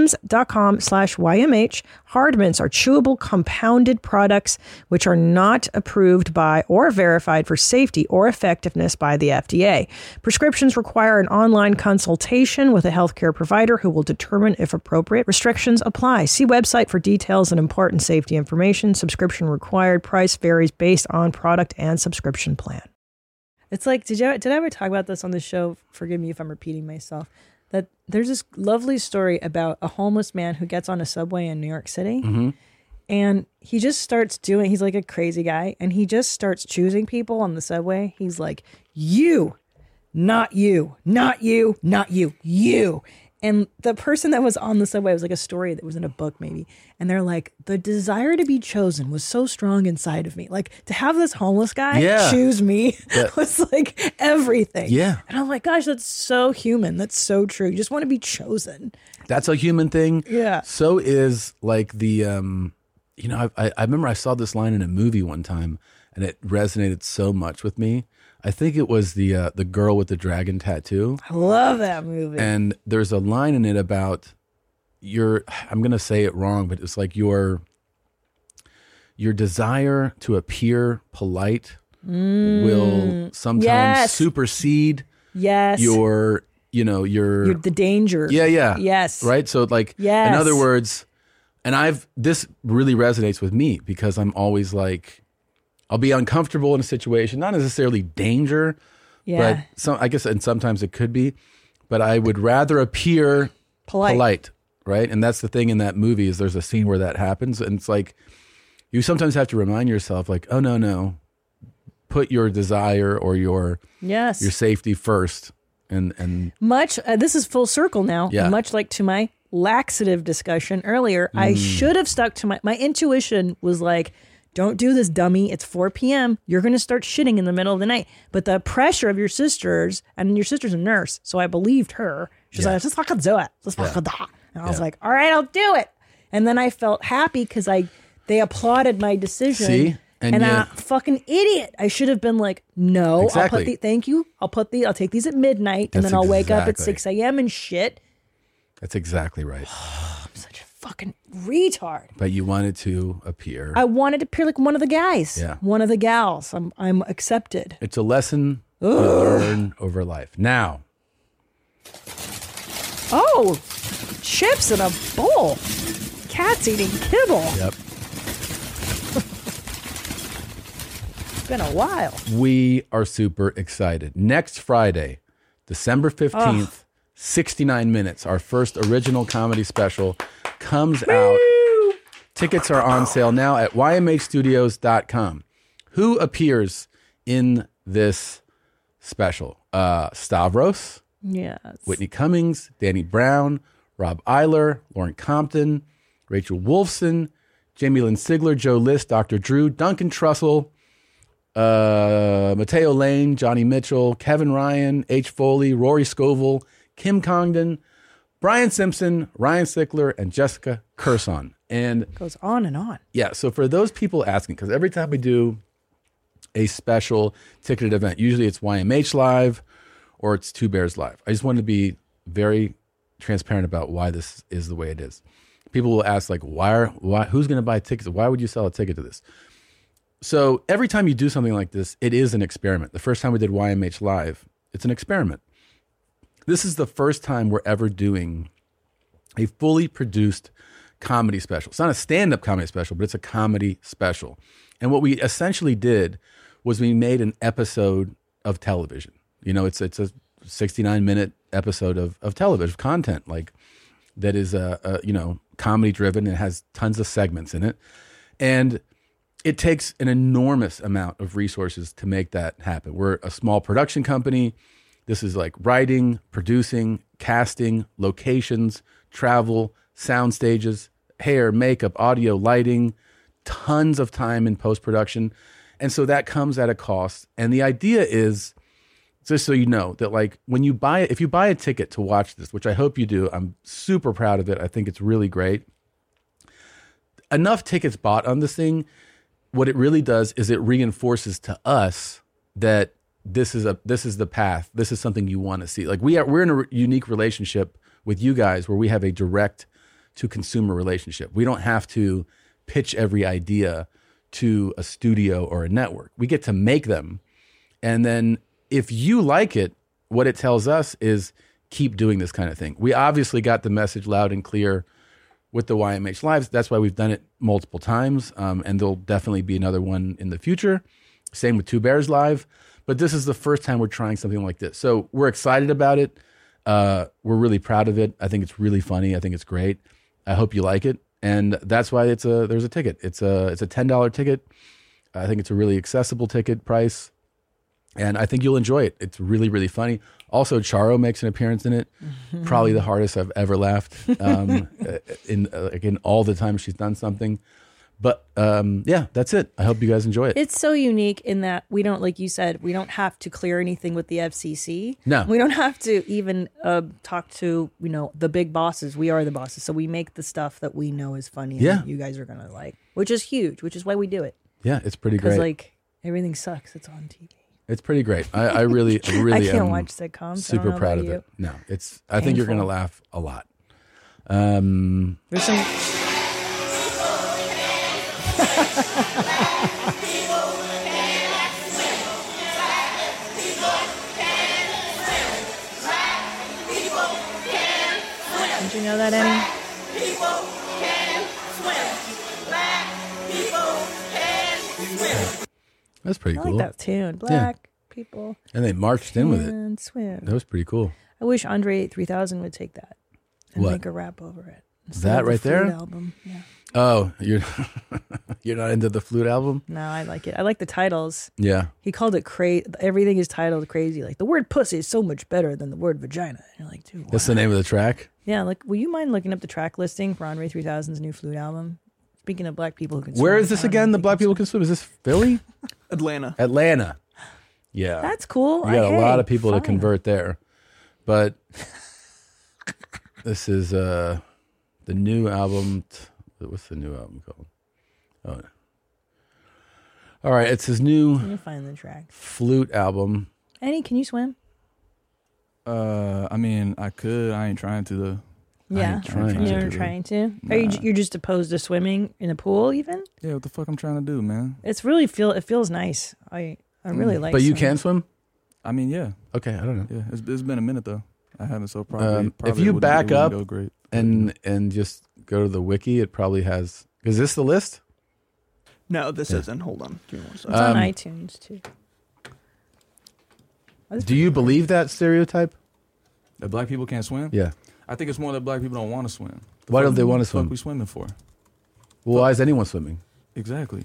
S9: HIMS.com slash YMH. Hardmints are chewable compounded products which are not approved by or verified for safety or effectiveness by the FDA. Prescriptions require an online consultation with a healthcare provider who will determine if appropriate. Restrictions apply. See website for details and important safety information. Subscription required. Price varies based on product and subscription plan. It's like, did you did I ever talk about this on the show? Forgive me if I'm repeating myself. That there's this lovely story about a homeless man who gets on a subway in New York City,
S1: Mhm.
S9: and he just starts doing. He's like a crazy guy, and he just starts choosing people on the subway. He's like, you, not you, not you, not you, you. And the person that was on the subway it was like a story that was in a book, maybe. And they're like, the desire to be chosen was so strong inside of me. Like to have this homeless guy
S20: Yeah.
S9: choose me
S20: That-
S9: (laughs) was like everything.
S1: Yeah.
S9: And I'm like, gosh, that's so human. That's so true. You just want to be chosen.
S1: That's a human thing.
S9: Yeah.
S1: So is like the, um, you know, I, I, I remember I saw this line in a movie one time, and it resonated so much with me. I think it was the uh, the girl with the dragon tattoo.
S9: I love that movie.
S1: And there's a line in it about your I'm going to say it wrong, but it's like your your desire to appear polite will
S9: Mm.
S1: sometimes
S9: Yes.
S1: supersede
S9: Yes.
S1: your you know your
S9: You're the danger.
S1: yeah yeah
S9: Yes.
S1: right so like in
S9: Yes.
S1: other words and i've this really resonates with me because i'm always like i'll be uncomfortable in a situation not necessarily danger
S9: Yeah.
S1: but some i guess and sometimes it could be but i would rather appear
S9: Polite.
S1: polite right and that's the thing in that movie is there's a scene where that happens and it's like you sometimes have to remind yourself like oh no no put your desire or your
S9: Yes.
S1: your safety first and and
S9: much uh, this is full circle now
S1: Yeah.
S9: much like to my laxative discussion earlier i
S1: Mm.
S9: should have stuck to my my intuition was like don't do this dummy it's 4 p.m you're going to start shitting in the middle of the night but the pressure of your sisters and your sister's a nurse so i believed her she's
S20: Yeah.
S9: like just fucking do it just
S20: Yeah.
S9: fucking do it." and i was
S20: Yeah.
S9: like all right i'll do it and then i felt happy because i they applauded my decision
S20: See?
S9: and,
S20: And
S9: I
S20: yet-
S9: fucking idiot. I should have been like, no, I'll
S20: Exactly.
S9: put the thank you. I'll put the I'll take these at midnight and
S1: That's
S9: then I'll wake up at
S1: exactly.
S9: 6 a.m. and shit.
S1: that's exactly right
S9: Fucking retard.
S1: but you wanted to appear
S9: I wanted to appear like one of the guys.
S1: Yeah.
S9: One of the gals. I'm I'm accepted.
S1: It's a lesson you
S9: Ugh.
S1: learn over life. Now,
S9: Oh, chips in a bowl. Cats eating kibble.
S1: yep,
S9: It's been a while.
S1: we are super excited. Next Friday, December 15th, 69 minutes, our first original comedy special comes out. Tickets are on sale now at ymhstudios.com. Who appears in this special? Uh, Stavros.
S9: Yes.
S1: Whitney Cummings, Danny Brown, Rob Eiler, Lauren Compton, Rachel Wolfson, Jamie Lynn Sigler, Joe List, Dr. Drew, Duncan Trussell, uh, Mateo Lane, Johnny Mitchell, Kevin Ryan, H. Foley, Rory Scovel, Kim Congdon, Brian Simpson, Ryan Sickler, and Jessica Curson. And
S9: Goes on and on.
S1: yeah, so for those people asking, because every time we do a special ticketed event, usually it's YMH Live or it's Two Bears Live. I just wanted to be very transparent about why this is the way it is. People will ask, like, why are why who's gonna buy tickets? Why would you sell a ticket to this? So every time you do something like this, it is an experiment. The first time we did YMH Live, it's an experiment. This is the first time we're ever doing a fully produced comedy special. It's not a stand up comedy special, but it's a comedy special. And what we essentially did was we made an episode of television. You know, it's it's a 69 minute episode of, of television of content like that is uh, uh, you know comedy driven and has tons of segments in it and it takes an enormous amount of resources to make that happen we're a small production company this is like writing, producing, casting, locations, travel, sound stages, hair, makeup, audio, lighting, tons of time in post production. And so that comes at a cost. And the idea is just so you know that like when you buy if you buy a ticket to watch this, which I hope you do, I'm super proud of it. I think it's really great enough tickets bought on this thing, what it really does is it reinforces to us that this is a this is the path. This is something you want to see. Like we are we're in a re- unique relationship with you guys where we have a direct to consumer relationship. We don't have to pitch every idea to a studio or a network. We get to make them. And then if you like it, what it tells us is keep doing this kind of thing. We obviously got the message loud and clear with the YMH Lives. That's why we've done it multiple times, um, and there'll definitely be another one in the future. Same with Two Bears Live, but this is the first time we're trying something like this. So we're excited about it. Uh, we're really proud of it. I think it's really funny. I think it's great. I hope you like it, and that's why it's a there's a ticket. It's a it's a ten dollar ticket. I think it's a really accessible ticket price and I think you'll enjoy it. It's really, really funny. Also, Charo makes an appearance in it.
S9: Mm-hmm.
S1: Probably the hardest I've ever laughed um, (laughs) uh, in uh, again all the time she's done something. But um, yeah, that's it. I hope you guys enjoy it.
S9: It's so unique in that we don't, like you said, we don't have to clear anything with the FCC.
S1: No.
S9: we don't have to even uh, talk to you know the big bosses. We are the bosses, so we make the stuff that we know is funny. and
S1: Yeah.
S9: that you guys are gonna like, which is huge, which is why we do it.
S1: yeah, it's pretty
S9: Because
S1: great.
S9: like everything sucks. It's on TV.
S1: it's pretty great. I, I really, I really
S9: (laughs) I can't
S1: am
S9: watch sitcoms. I
S1: Super
S9: don't know
S1: proud
S9: about
S1: of it.
S9: you.
S1: No, it's. I think you're
S9: Painful.
S1: gonna laugh a lot. Um,
S9: There's some. Did you know that, Annie?
S1: that's pretty
S9: I
S1: cool.
S9: like that tune.
S1: Yeah.
S9: Black people
S1: And they marched in with it.
S9: can swim.
S1: That was pretty cool.
S9: I wish Andre 3000 would take that and
S1: What?
S9: make a rap over it. instead
S1: That
S9: of the
S1: right there?
S9: Flute album. Yeah.
S1: Oh, you're (laughs) you're not into the flute album?
S9: No, I like it. I like the titles.
S1: Yeah.
S9: He called it crazy. Everything is titled crazy. Like the word pussy is so much better than the word vagina. And you're like, dude.
S1: That's the name of the track.
S9: Yeah, like, will you mind looking up the track listing for Andre 3000's new flute album? Speaking of black people who can
S1: Where
S9: swim,
S1: is this
S9: I don't know.
S1: again? The Black People Can Swim. Is this
S9: (gasps)
S1: Philly?
S4: Atlanta.
S1: Atlanta. Yeah.
S9: That's cool.
S1: You got
S9: Hey,
S1: a lot of people
S9: fine.
S1: to convert there.
S9: (laughs)
S1: But this is uh the new album. T- what's the new album called? Oh. All right, it's his
S9: Let me
S1: new
S9: find the track.
S1: flute album.
S9: Annie, can you swim?
S7: Uh, I mean, I could. I ain't trying to though.
S9: Yeah. You're
S7: though.
S9: trying to. Are you? You're just opposed to swimming in a pool, even?
S7: Yeah, what the fuck I'm trying to do, man?
S9: It's really feel. It feels nice. I I really like.
S1: Mm. But you
S9: swimming.
S1: can swim?
S7: I mean, yeah.
S1: Okay, I don't know.
S7: Yeah, it's, it's been a minute though. I haven't so probably.
S1: Um,
S7: probably
S1: if
S7: it
S1: you
S7: wouldn't- it
S1: back
S7: wouldn't
S1: up
S7: go great.
S1: and and just go to the wiki, it probably has. Is this the list?
S4: No, this
S1: Yeah.
S4: isn't. Hold on. Give me one second.
S9: It's on
S1: Um,
S9: iTunes too.
S1: Do you believe that stereotype?
S7: That black people can't swim.
S1: Yeah.
S7: I think it's more that black people don't want to swim. The
S1: Why
S7: fuck-
S1: don't they wanna
S7: the
S1: swim?
S7: Fuck we swimming for?
S1: Well, why is anyone swimming?
S7: Exactly.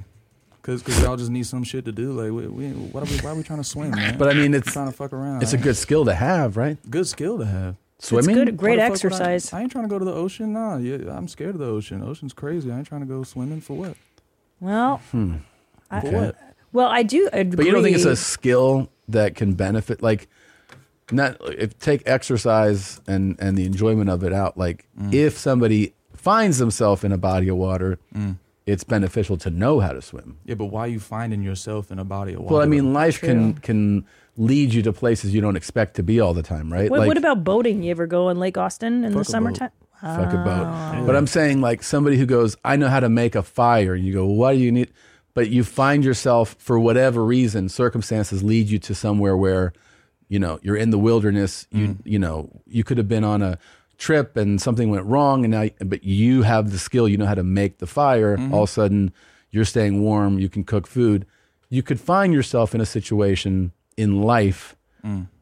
S7: Cause, cause y'all just need some shit to do. Like, we, we, what are we, why are we trying to swim,
S1: (laughs)
S7: man?
S1: But I mean, it's
S7: trying to fuck around.
S1: It's a good skill to have, right?
S7: good skill to have.
S1: Swimming.
S9: good- great
S7: Why the fuck would
S9: exercise.
S7: I, I ain't trying to go to the ocean. Nah, yeah, I'm scared of the ocean. Ocean's crazy. I ain't trying to go swimming for what?
S9: Well,
S1: Hmm.
S9: I-
S1: Okay.
S7: what?
S9: well, I do. Agree.
S1: But you don't think it's a skill that can benefit, like, not if take exercise and and the enjoyment of it out. Like,
S7: Mm.
S1: if somebody finds themselves in a body of water,
S7: Mm.
S1: it's beneficial to know how to swim.
S7: Yeah, but why you finding yourself in a body of water?
S1: Well, I mean, life can can lead you to places you don't expect to be all the time, right?
S9: What,
S1: like,
S9: what about boating? You ever go in Lake Austin
S1: Fuck a
S9: in the
S1: boat.
S9: summertime?
S1: fuck a boat.
S9: Oh.
S1: But I'm saying like somebody who goes, I know how to make a fire, and you go, what do you need? But you find yourself for whatever reason, circumstances lead you to somewhere where, you know, you're in the wilderness. You you know, you could have been on a trip and something went wrong, and now but you have the skill, you know how to make the fire. All of a sudden, you're staying warm. You can cook food. You could find yourself in a situation in life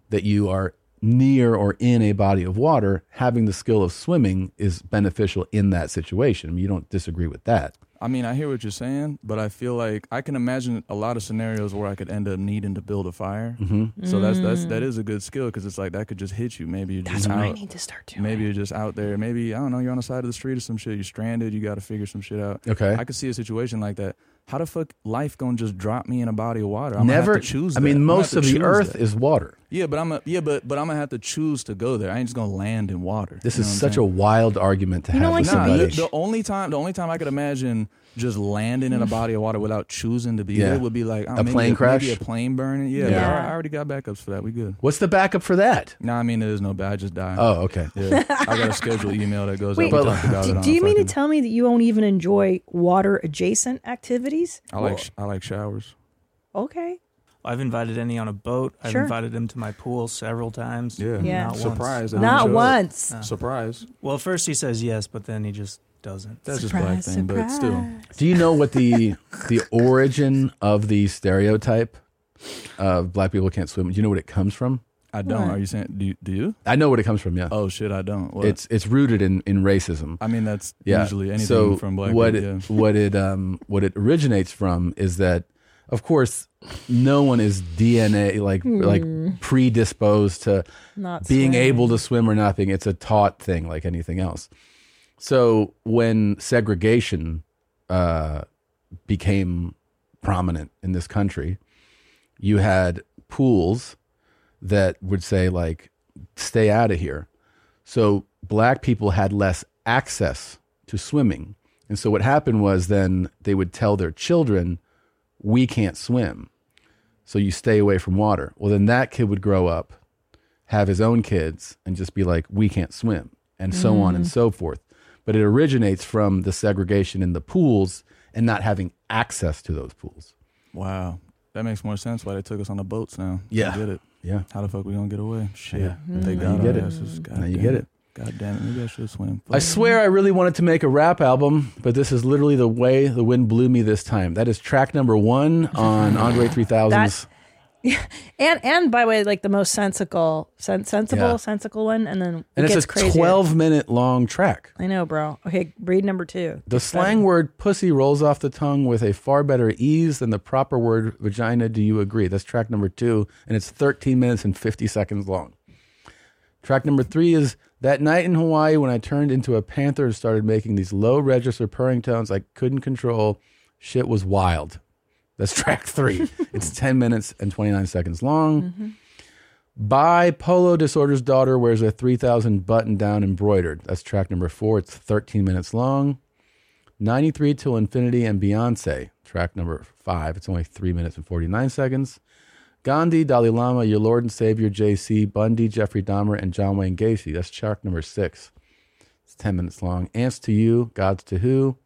S1: that you are near or in a body of water, having the skill of swimming is beneficial in that situation. I mean, you don't disagree with that.
S7: I mean, I hear what you're saying, but I feel like I can imagine a lot of scenarios where I could end up needing to build a fire.
S1: Mhm.
S7: So that's that's
S9: Mm.
S7: that is a good skill because it's like that could just hit you. Maybe you're
S9: That's
S7: just
S9: what
S7: out,
S9: I need to start doing.
S7: Maybe you're just out there. Maybe I don't know. You're on the side of the street or some shit. You're stranded. You got to figure some shit out.
S1: Okay.
S7: I could see a situation like that. How the fuck life gonna just drop me in a body of water? I'm
S1: Never
S7: gonna have to choose.
S1: I
S7: that.
S1: mean,
S7: I'm gonna have
S1: most
S7: to
S1: of the
S7: choose
S1: earth
S7: that.
S1: is water.
S7: Yeah, but I'm a, yeah, but but I'm gonna have to choose to go there. I ain't just gonna land in water.
S1: This
S7: You
S1: is
S7: know what I'm
S1: such a
S7: saying?
S1: wild argument to have with
S7: Nah,
S1: somebody.
S7: the, the only time the only time I could imagine just landing in a body of water without choosing to be
S1: Yeah.
S7: there would be like oh,
S1: A
S7: maybe
S1: plane
S7: maybe
S1: crash?
S7: a plane burning. Yeah,
S1: Yeah.
S7: but I, I already got backups for that. We good.
S1: What's the backup for that?
S7: No, I mean there's no bad. I just die.
S1: Oh, okay. uh,
S7: Yeah, I got a scheduled email that goes.
S9: Wait,
S7: out. We talked about it
S9: do,
S7: on
S9: do you mean to
S7: fucking-
S9: tell me that you won't even enjoy water adjacent activities?
S7: I like sh- I like showers.
S9: Okay.
S3: I've invited any on a boat. I've
S9: Sure.
S3: invited him to my pool several times.
S7: Yeah.
S9: Yeah.
S3: Not
S7: Surprise,
S3: Once.
S7: they Not don't show up.
S9: once.
S7: Surprise.
S3: Well, first he says yes, but then he just doesn't.
S7: That's just black Surprise, thing, but still. surprise.
S1: Do you know what the the origin of the stereotype of black people can't swim? Do you know what it comes from?
S7: I don't. Are you saying do you, do you?
S1: I know what it comes from. Yeah.
S7: Oh shit, I don't. What?
S1: It's it's rooted in in racism.
S7: I mean that's usually anything
S1: so
S7: from black
S1: What
S7: people,
S1: it,
S7: yeah.
S1: what it um what it originates from is that of course, no one is DNA like
S7: Hmm.
S1: like predisposed to
S7: Not
S1: being
S7: swimming.
S1: able to swim or nothing. It's a taught thing, like anything else. So when segregation uh, became prominent in this country, you had pools that would say like, "Stay out of here." So black people had less access to swimming. And so what happened was then they would tell their children, we can't swim. So you stay away from water. Well, then that kid would grow up, have his own kids, and just be like, we can't swim, and so on and
S10: Mm.
S1: so forth. But it originates from the segregation in the pools and not having access to those pools.
S6: Wow. That makes more sense why they took us on the boats now.
S1: Yeah.
S6: I get it.
S1: Yeah.
S6: How the fuck we gonna get away? Shit.
S1: Yeah.
S6: They
S1: Mm.
S6: got
S1: You get
S6: our
S1: it.
S6: asses. God
S1: Now you
S6: damn
S1: get it.
S6: God damn it. Maybe I should swim.
S1: I swear I really wanted to make a rap album, but this is literally the way the wind blew me this time. That is track number one on Andre 3000's.
S7: and and by the way, like the most sensical, sen- sensible,
S1: Yeah.
S7: sensical one, and then
S1: And
S7: it
S1: it's
S7: gets
S1: a
S7: crazy.
S1: 12 minute long track.
S7: I know, bro. Okay, read number two.
S1: The slang word pussy rolls off the tongue with a far better ease than the proper word vagina. Do you agree? That's track number two, and it's 13 minutes and 50 seconds long. Track number three is That Night in Hawaii When I Turned Into a Panther and Started Making These Low Register Purring Tones I Couldn't Control. Shit was wild. That's (laughs) track three. it's 10 minutes and 29 seconds long. Bipolar disorder's daughter wears a 3000 button down embroidered. That's track number four. It's 13 minutes long. 93 Till Infinity and Beyonce, track number five. It's only three minutes and 49 seconds. Gandhi, Dalai Lama, Your Lord and Savior, J.C. Bundy, Jeffrey Dahmer, and John Wayne Gacy. That's track number six. It's 10 minutes long. Ants to You, Gods to Who,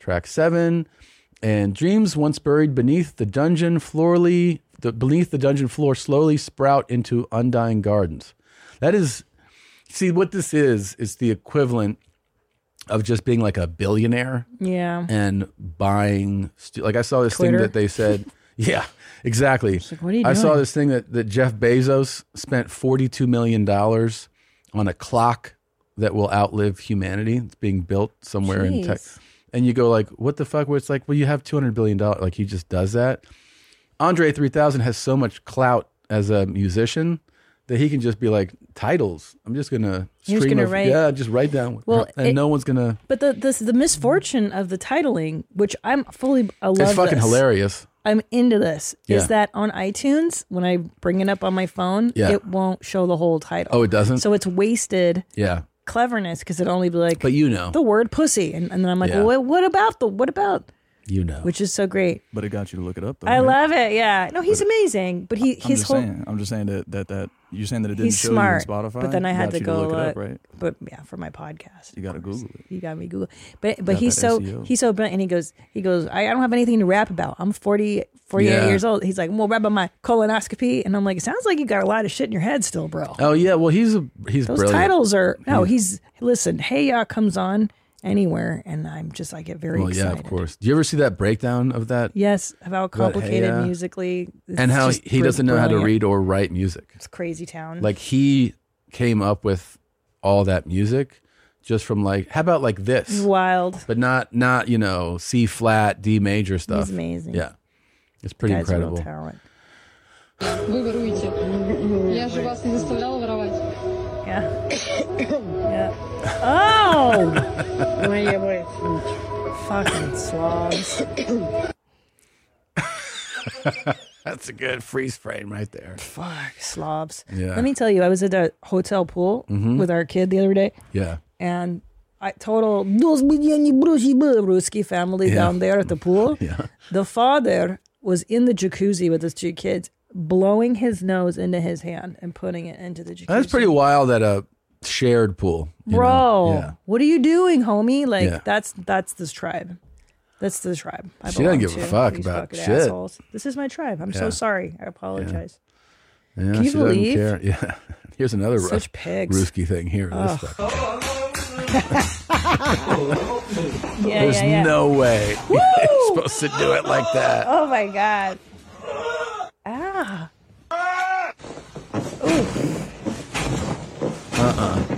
S1: track seven. And dreams once buried beneath the dungeon floorly, the, beneath the dungeon floor slowly sprout into undying gardens. That is, see, what this is, is the equivalent of just being like a billionaire
S7: Yeah.
S1: and buying stu- like I saw this
S7: Twitter.
S1: thing that they
S7: (laughs)
S1: said yeah exactly
S7: what are you
S1: I saw
S7: doing?
S1: this thing that, that Jeff Bezos spent 42 million dollars on a clock that will outlive humanity it's being built somewhere in tech
S10: Jeez.
S1: and you go like what the fuck where it's like well you have 200 billion dollars like he just does that Andre 3000 has so much clout as a musician that he can just be like titles I'm just going to
S7: You're just
S1: stream
S7: gonna
S1: of-
S7: write-
S1: yeah just write down
S7: Well,
S1: and
S7: it-
S1: no one's going to
S7: But the this the misfortune of the titling, which I'm fully I love.
S1: it's fucking
S7: this.
S1: hilarious
S7: I'm into this.
S1: Yeah.
S7: Is that on iTunes when I bring it up on my phone,
S1: Yeah.
S7: it won't show the whole title.
S1: Oh, it doesn't?
S7: So it's wasted
S1: yeah
S7: cleverness because it'd only be like,
S1: But you know.
S7: the word pussy, and, and then I'm like,
S1: Yeah.
S7: well, what about the what about?
S1: You know.
S7: Which is so great.
S6: But it got you to look it up though.
S7: I
S6: right?
S7: love it. Yeah, no, he's amazing, but he
S6: I'm
S7: his
S6: just
S7: whole
S6: saying. I'm just saying that that that you're saying that it didn't
S7: he's
S6: show
S7: smart.
S6: you on Spotify.
S7: But then I had
S6: got
S7: to
S6: you
S7: go
S6: look, it up,
S7: look-
S6: right?
S7: But yeah, for my podcast.
S6: You got to Google it.
S7: You got me Google. But but
S6: Got
S7: he's
S6: that E
S7: so
S6: SEO.
S7: he's so brilliant. And he goes he goes. I, I don't have anything to rap about. I'm 40, 48
S1: Yeah.
S7: years old. He's like, well, rap about my colonoscopy, and I'm like, it sounds like you got a lot of shit in your head still, bro.
S1: Oh yeah, well he's a, he's
S7: Those
S1: brilliant.
S7: titles are no.
S1: Yeah.
S7: He's listen. Hey ya comes on anywhere, and I'm just I get very
S1: well,
S7: excited.
S1: yeah, of course. Do you ever see that breakdown of that?
S7: Yes, of how
S1: About
S6: uh,
S7: complicated
S1: Heya?
S7: musically it's
S1: and how
S7: just
S1: he doesn't know how to
S7: brilliant.
S1: read or write music.
S7: It's crazy town.
S1: Like he came up with all that music just from like how about like this?
S7: Wild.
S1: But not not, you know, C flat, D major stuff.
S7: amazing.
S1: Yeah. It's pretty
S7: Guy's a real
S1: incredible.
S7: talent.
S21: Вы воруете. Я же вас не заставляла воровать.
S7: Oh!
S21: Моя мать.
S7: Fucking slobs.
S1: That's a good freeze frame right there.
S7: Fuck, slobs.
S1: Yeah.
S7: Let me tell you, I was at a hotel pool
S6: Mm-hmm.
S1: Mhm.
S7: with our kid the other day,
S1: Yeah.
S7: and I total "Dos milioni brusi bruski" family
S1: Yeah.
S7: down
S1: (laughs)
S7: there at the pool. The father was in the jacuzzi with his two kids, blowing his nose into his hand and putting it into the jacuzzi.
S1: That's pretty wild at a shared pool. you know?
S7: Bro,
S1: Yeah.
S7: what are you doing, homie? Like
S1: Yeah.
S7: that's that's this tribe. That's the tribe. I
S1: She doesn't
S7: belong
S1: give a
S7: to,
S1: fuck
S7: these
S1: about
S7: fucking
S1: shit.
S7: Assholes. This is my tribe. I'm so
S1: Yeah.
S7: sorry. I apologize.
S1: Yeah,
S7: Can you
S1: she doesn't
S7: believe?
S1: care. (laughs) Yeah. Here's another Ru-
S7: Such pigs.
S1: Ruski thing here. This
S7: Ugh.
S1: stuff.
S7: (laughs) Yeah,
S1: There's
S7: yeah, yeah.
S1: no way (laughs)
S7: Woo!
S1: you're supposed to do it like that.
S7: Oh my god. Ah.
S1: Uh-uh.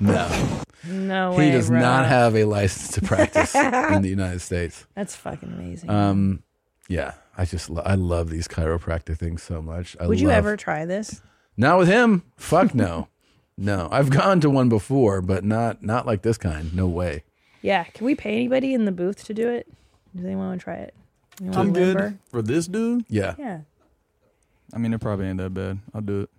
S1: No.
S7: No way.
S1: he does
S7: bro. (laughs)
S1: not have a license to practice in the United States.
S7: That's fucking amazing.
S1: Um, Yeah, I just lo- I love these chiropractic things so much. I
S7: Would you
S1: love-
S7: ever try this?
S1: Not with him. Fuck no, no. I've gone to one before, but not not like this kind. No way.
S7: Yeah. Can we pay anybody in the booth to do it? Does anyone want to try it? Anyone
S6: I'm
S7: remember?
S6: good for this dude.
S1: Yeah.
S7: Yeah.
S6: I mean, it probably ain't that bad. I'll do it.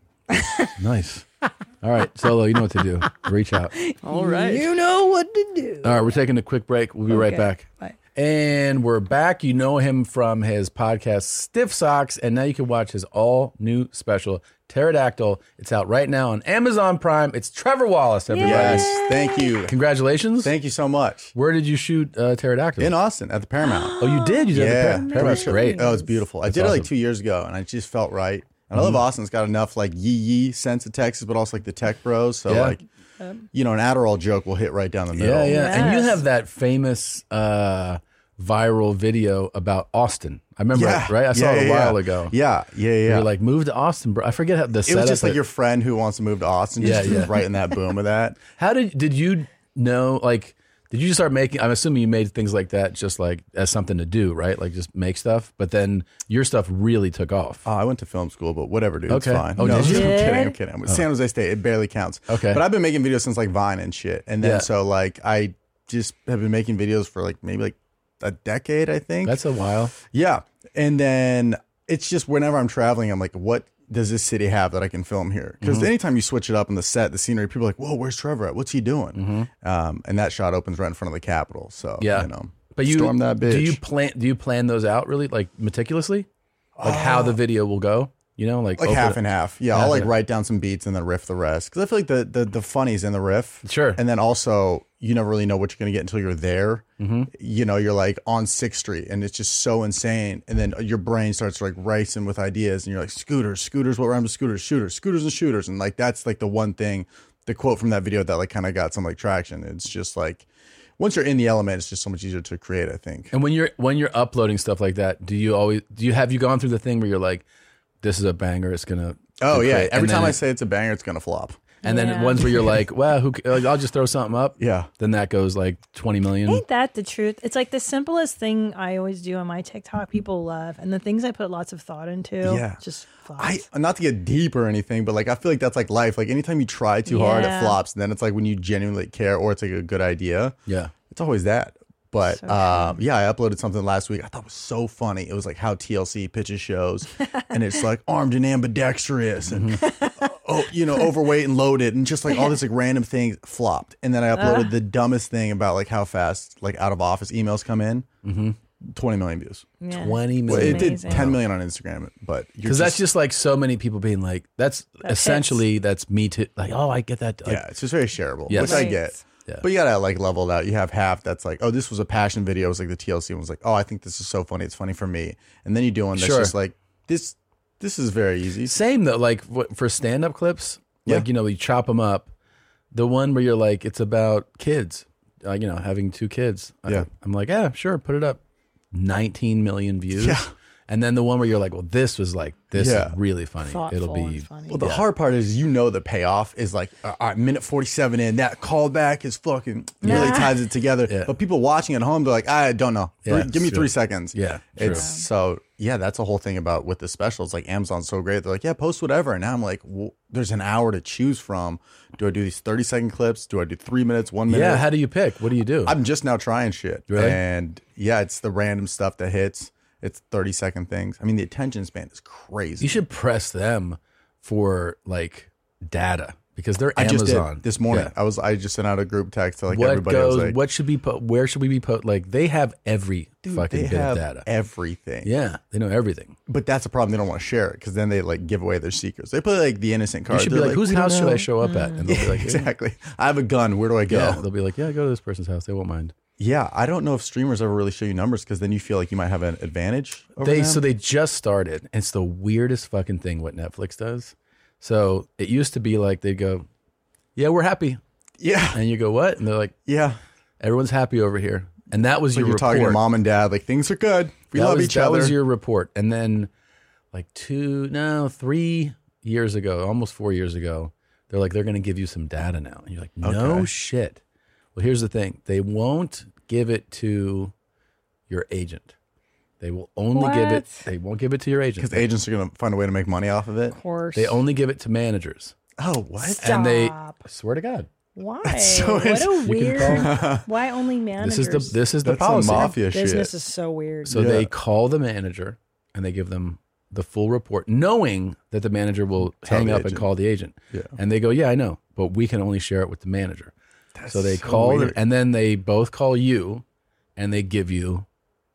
S1: Nice. All right, Solo, you know what to do. Reach out.
S6: All right.
S7: You know what to do.
S1: All right, we're taking a quick break. We'll be right
S7: Okay.
S1: back.
S7: Bye.
S1: And we're back. You know him from his podcast, Stiff Socks. And now you can watch his all new special, Pterodactyl. It's out right now on Amazon Prime. It's Trevor Wallace, everybody.
S9: Yes, thank you.
S1: Congratulations.
S9: Thank you so much.
S1: Where did you shoot uh, Pterodactyl?
S9: In Austin at the
S1: (gasps)
S9: Paramount.
S1: oh, you did? You did
S9: yeah,
S1: yeah. the Paramount's great.
S9: Oh, it's beautiful. I
S1: That's
S9: did it like
S1: awesome.
S9: two years ago, and I just felt right. And I love
S1: Mhm.
S9: Austin. It's got enough like yee yee sense of Texas, but also like the tech bros. So
S1: Yeah.
S9: like, you know, an Adderall joke will hit right down the
S1: Yeah,
S9: middle.
S1: yeah. And you have that famous uh, viral video about Austin. I remember
S9: Yeah.
S1: it, right? I saw
S9: Yeah,
S1: it a
S9: yeah,
S1: while
S9: yeah.
S1: ago.
S9: Yeah, yeah, yeah.
S1: You're like, move to Austin, bro. I forget how the
S9: it was just like
S1: your.
S9: your friend who wants to move to Austin. Just
S1: Yeah, yeah.
S9: right in that boom of that.
S1: How did did you know? Like, did you just start making? I'm assuming you made things like that just like as something to do, right? Like just make stuff. But then your stuff really took off.
S9: Oh, I went to film school, but whatever, dude.
S1: Okay.
S9: It's fine.
S1: Oh,
S9: no,
S1: did you?
S9: I'm kidding.
S1: Yeah.
S9: I'm kidding. I'm-
S1: Oh.
S9: San Jose State. It barely counts.
S1: Okay.
S9: But I've been making videos since like Vine and shit, and then
S1: Yeah.
S9: so like I just have been making videos for like maybe like a decade, I think.
S1: That's a while.
S9: Yeah, and then it's just whenever I'm traveling, I'm like, what does this city have that I can film here? Because
S1: Mhm.
S9: anytime you switch it up on the set, the scenery, people are like, whoa, where's Trevor at? What's he doing? Um, and that shot opens right in front of the Capitol. So
S1: Mm-hmm. Yeah.
S9: you know,
S1: But you
S9: storm that bitch.
S1: Do you plan? Do you plan those out really like meticulously? Like how the video will go? You know, like
S9: Uh, like
S1: open
S9: half
S1: it-
S9: and half. Yeah,
S1: Half
S9: I'll like
S1: and-
S9: write down some beats and then riff the rest because I feel like the the the funny's in the riff.
S1: Sure.
S9: And then also you never really know what you're gonna get until you're there.
S1: Mm-hmm.
S9: You know, you're like on Sixth Street and it's just so insane, and then your brain starts like racing with ideas, and you're like scooters, scooters, what rhymes with scooters, shooters, scooters and shooters, and like that's like the one thing, the quote from that video that like kind of got some like traction. It's just like once you're in the element, it's just so much easier to create. I think.
S1: And when you're when you're uploading stuff like that, do you always do you have you gone through the thing where you're like, this is a banger, it's gonna
S9: Oh
S1: be
S9: yeah!
S1: great,
S9: Every
S1: and then
S9: time I
S1: it-
S9: say it's a banger, it's gonna flop.
S1: and then
S7: Yeah.
S1: ones where
S7: (laughs)
S1: you're like, wow, who, ca- like, I'll just throw something up.
S9: Yeah.
S1: Then that goes like 20 million.
S7: Ain't that the truth? It's like the simplest thing I always do on my TikTok. People love, and the things I put lots of thought into.
S9: Yeah.
S7: Just flop.
S9: I not to get deep or anything, but like I feel like that's like life. Like anytime you try too hard, it
S7: Yeah.
S9: flops. And then it's like when you genuinely care or it's like a good idea.
S1: Yeah.
S9: It's always that. But
S7: So
S9: um, yeah, I uploaded something last week I thought was so funny. It was like how TLC pitches
S7: (laughs)
S9: shows and it's like armed and ambidextrous and oh, you know, overweight and loaded and just like all this like random things flopped. And then I uploaded the dumbest thing about like how fast like out of office emails come in. Mm-hmm. 20 million views.
S7: Yeah.
S1: 20
S9: Well,
S1: million.
S9: it did 10 million on Instagram, but you're
S1: Because that's just like so many people being like, that's
S7: That
S1: essentially that's me too. Like, oh, I get that. Like,
S9: yeah, it's just very shareable,
S1: Yes.
S9: which I
S1: Right.
S9: get.
S1: Yeah.
S9: But you gotta like level it out. You have half that's like, oh, this was a passion video. It was like the TLC one was like, oh, I think this is so funny. It's funny for me. And then you do one that's
S1: Sure.
S9: just like this. This is very easy.
S1: Same though, like what, for stand up clips, like,
S9: Yeah.
S1: you know, you chop them up. The one where you're like, it's about kids, uh, you know, having two kids. I-
S9: Yeah.
S1: I'm like, yeah, sure, put it up. 19 million views.
S9: Yeah.
S1: And then the one where you're like, well, this was like, this
S9: Yeah.
S1: is really funny. It'll
S7: Thoughtful
S1: be.
S7: and funny.
S9: Well, the
S1: Yeah.
S9: hard part is you know the payoff is like, uh, all right, minute forty-seven in that callback is fucking really
S7: Yeah.
S9: ties it together.
S1: Yeah.
S9: But people watching at home, they're like, I don't know. Three-
S1: Yeah,
S9: give me
S1: sure.
S9: three seconds.
S1: Yeah, true.
S9: It's so yeah, that's a whole thing about with the specials. Like Amazon's so great, they're like, yeah, post whatever. And now I'm like, well, there's an hour to choose from. Do I do these thirty second clips? Do I do three minutes? One minute?
S1: Yeah. How do you pick? What do you do?
S9: I'm just now trying shit.
S1: Really?
S9: And yeah, it's the random stuff that hits. It's thirty second things. I mean, the attention span is crazy.
S1: you should press them for like data because they're
S9: I just
S1: Amazon.
S9: did this morning.
S1: Yeah.
S9: I was I just sent out a group text to like
S1: what
S9: everybody. I was
S1: goes?
S9: like,
S1: what should we put? Where should we be put? Like they have every
S9: dude,
S1: fucking
S9: they
S1: bit of
S9: have
S1: data.
S9: everything.
S1: yeah, they know everything.
S9: But that's a problem. They don't want to share it because then they like give away their secrets. They play like the innocent
S1: You
S9: card.
S1: should be
S9: They're
S1: like, whose
S9: "We don't
S1: house should I
S9: know."
S1: show up at? And they'll
S9: (laughs)
S1: be like, "Yeah."
S9: exactly. I have a gun. Where do I go?
S1: Yeah,
S9: Yeah.
S1: they'll be like, yeah, go to this person's house. They won't mind.
S9: I don't know if streamers ever really show you numbers because then you feel like you might have an advantage. Over
S1: They
S9: them.
S1: so they just started. and It's the weirdest fucking thing what Netflix does. So it used to be like they'd go, yeah, we're happy, (laughs)
S9: yeah,
S1: and you go what? And they're like,
S9: yeah.
S1: everyone's happy over here. And that was
S9: So
S1: your
S9: you're talking to
S1: report.
S9: mom and dad like things are good. We
S1: that
S9: love
S1: was,
S9: each
S1: that
S9: other.
S1: was
S9: (laughs)
S1: your report. And then like two, no, three years ago, almost four years ago, they're like, they're going to give you some data now. And you're like, no
S9: Okay.
S1: shit. Well, here's the thing. They won't give it to your agent. They will only give it. They won't give it to your agents
S9: because agents are going to find a way to make money off of it. Of
S7: course,
S1: They only give it to managers.
S9: Oh, what?
S1: And they I swear to God. (laughs)
S7: Why?
S1: So
S7: what
S1: it's- You
S7: a
S1: can call-
S7: weird. (laughs) why only managers?
S1: This is the this is the
S9: That's some
S1: policy.
S9: mafia shit.
S7: Business is so weird.
S1: So they call the manager and they give them the full report, knowing that the manager will
S9: Tell
S1: hang
S9: the
S1: up and
S9: agent.
S1: call the agent.
S9: Yeah.
S1: And they go, "Yeah, I know, but we can only share it with the manager." so they
S9: so
S1: call, the,
S9: weird.
S1: and then they both call you, and they give you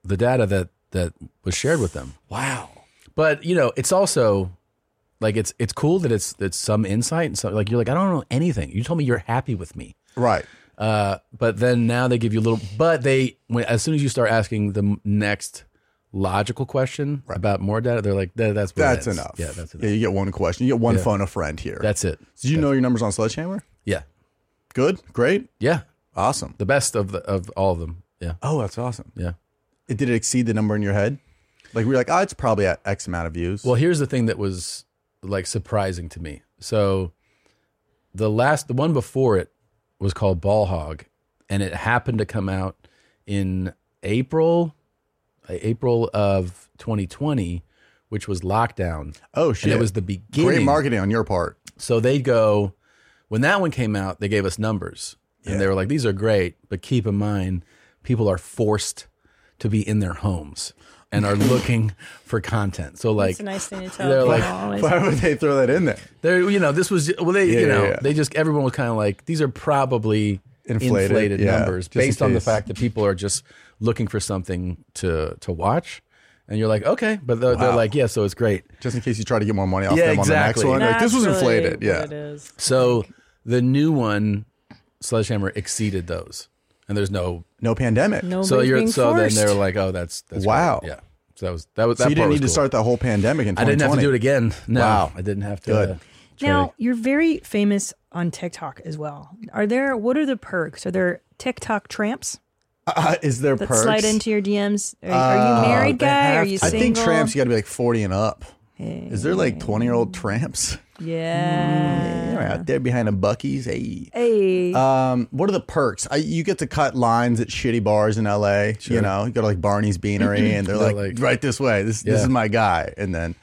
S1: the data that that was shared with them.
S9: Wow.
S1: But you know, it's also like it's it's cool that it's it's some insight and so like you're like I don't know anything. You told me you're happy with me.
S9: Right.
S1: Uh, but then now they give you a little. But they when as soon as you start asking the m- next logical question about more data, they're like, "That- that's where it
S9: That's
S1: ends."
S9: enough.
S1: Yeah, that's enough.
S9: Yeah, you get one question. You get one
S1: Yeah.
S9: phone a friend here.
S1: That's it.
S9: Do you know your numbers on Sledgehammer?
S1: Yeah.
S9: Good. Great.
S1: Yeah.
S9: Awesome.
S1: The best of the of all of them. Yeah.
S9: Oh, that's awesome.
S1: Yeah.
S9: It, did it exceed the number in your head? Like we were like, oh, it's probably at X amount of views.
S1: Well, here's the thing that was like surprising to me. So the last the one before it was called Ball Hog and it happened to come out in April April of 2020 which was lockdown.
S9: Oh
S1: And
S9: shit.
S1: it was the beginning.
S9: Great marketing on
S7: (laughs)
S9: your part.
S1: So they go when that one came out, they gave us numbers and they were like, "These are great, but keep in mind, people are forced to be in their homes and
S9: (laughs)
S1: are looking for content." So like,
S7: That's a nice thing to tell
S1: they're
S7: people
S1: like,
S7: always.
S9: Why would they throw that in there?
S1: they you know this was well they you
S9: Yeah,
S1: know
S9: yeah, yeah.
S1: they just everyone was kind of like these are probably
S9: Inflated,
S1: inflated,
S9: yeah,
S1: numbers
S9: just in
S1: based on the
S9: case.
S1: fact that people are just looking for something to to watch. And you're like, okay, but they're, they're
S9: Wow.
S1: like, yeah, so it's great.
S9: Just in case you try to get more money off
S1: Yeah,
S9: them
S1: exactly.
S9: on the next one. Like, this was
S7: That's really
S9: inflated. Yeah.
S7: what it is.
S1: So the new one, Sledgehammer, exceeded those, and there's no
S9: No pandemic.
S1: so
S7: Nobody's
S1: you're
S7: being
S1: so
S7: forced.
S1: then they're like, oh, that's, that's great.
S9: Wow.
S1: yeah. So that was that was that
S9: so you
S1: part
S9: didn't
S1: was
S9: need to
S1: cool.
S9: start the whole pandemic in
S1: I
S9: 2020.
S1: didn't have to do it again. No,
S9: Wow.
S1: I didn't have to.
S9: Good.
S1: uh, try
S7: Now
S1: to-
S7: you're very famous on TikTok as well. Are there? What are the perks? Are there TikTok tramps
S9: Uh, (laughs) is there
S7: that
S9: perks?
S7: slide into your DMs? Are, are you
S9: Uh,
S7: married
S9: they
S7: guy? Are
S9: have
S7: you
S9: to.
S7: single?
S9: I think tramps, you got to be like 40 and up. Is there like 20 year old tramps?
S7: Yeah.
S9: They're out there behind a Bucky's. Hey.
S7: Hey.
S9: Um, what are the perks? I, you get to cut lines at shitty bars in LA. You know, you go to like Barney's Beanery and they're
S1: (laughs) They're
S9: like,
S1: like-
S9: right this way. This this
S1: Yeah.
S9: is my guy. And then,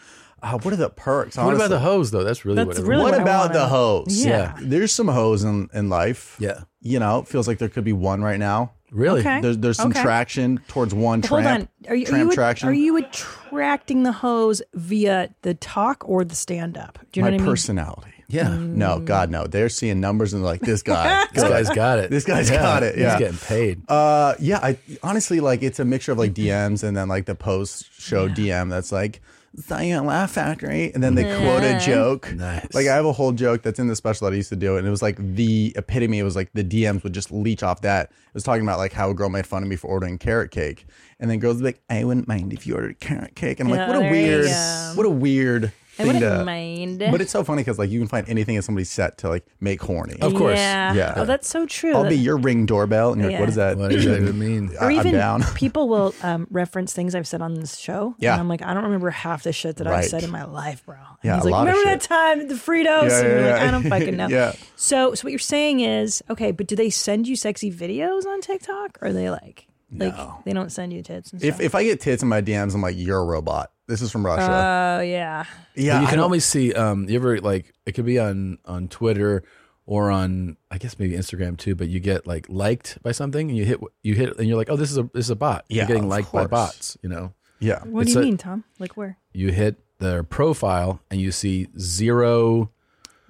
S9: uh, what are the perks?
S1: what about
S9: honestly?
S1: the hose though? That's really
S7: That's
S1: what. it
S7: really
S1: was.
S9: what,
S7: what I
S9: about
S7: wanted.
S9: the hoes?
S1: Yeah.
S9: There's some hoes in, in life.
S1: Yeah.
S9: You know, it feels like there could be one right now.
S1: Really?
S7: Okay.
S9: There's, there's some
S7: Okay.
S9: traction towards one
S7: Hold
S9: tramp.
S7: on. Are you, are,
S9: tramp
S7: you at-
S9: traction.
S7: are you attracting the hose via the talk or the stand up? Do you
S9: my
S7: know what
S9: personality.
S1: Yeah.
S9: No, God, no. They're seeing numbers and they're like,
S7: (laughs)
S9: this guy.
S1: This
S9: (laughs) good.
S1: guy's got it.
S9: This guy's got it, yeah.
S1: he's getting paid.
S9: Uh, yeah. I honestly like it's a mixture of like DMs and then like the post show DM that's like Zion Laugh Factory, and then they quote a joke.
S1: Nice.
S9: Like I have a whole joke that's in the special that I used to do, and it was like the epitome. It was like the DMs would just leech off that. It was talking about like how a girl made fun of me for ordering carrot cake, and then girls would be like, I wouldn't mind if you ordered carrot cake, and I'm
S7: Yeah,
S9: like, what a
S7: there you
S9: weird,
S7: go.
S9: what a weird.
S7: I
S9: Thing
S7: mean?
S9: to,
S7: wouldn't mind.
S9: but it's so funny because like you can find anything in somebody's set to like make horny.
S1: Of course.
S7: Yeah.
S9: Yeah.
S7: Oh, that's so true.
S9: I'll be your ring doorbell, and you're like,
S7: Yeah.
S9: what is that?
S1: What does that even mean?
S9: I-
S7: or
S9: I'm
S7: even
S9: down. (laughs)
S7: people will um, reference things I've said on this show.
S9: Yeah.
S7: And I'm like, I don't remember half the shit that I've
S9: Right.
S7: said in my life, bro. And
S9: Yeah,
S7: he's
S9: a
S7: like,
S9: lot of
S7: remember that
S9: shit.
S7: time the Fritos?
S9: Yeah,
S7: and you're
S9: yeah,
S7: like,
S9: yeah.
S7: I don't fucking know.
S9: (laughs) Yeah.
S7: So, so what you're saying is, okay, but do they send you sexy videos on TikTok? Or are they like, like they don't send you tits and
S9: If
S7: stuff?
S9: if I get tits in my DMs, I'm like, you're a robot. This is from
S7: Oh
S9: Russia.
S7: yeah.
S9: yeah,
S1: you
S9: I
S1: can
S9: don't-
S1: always see. Um, you ever like it could be on on Twitter or on I guess maybe Instagram too. But you get like liked by something, and you hit you hit, and you're like, oh, this is a this is a bot.
S9: Yeah,
S1: you're getting
S9: of
S1: liked by
S9: course.
S1: bots. You know,
S9: yeah.
S7: What
S1: It's
S7: do you
S1: a-
S7: mean, Tom? Like where?
S1: you hit their profile, and you see zero,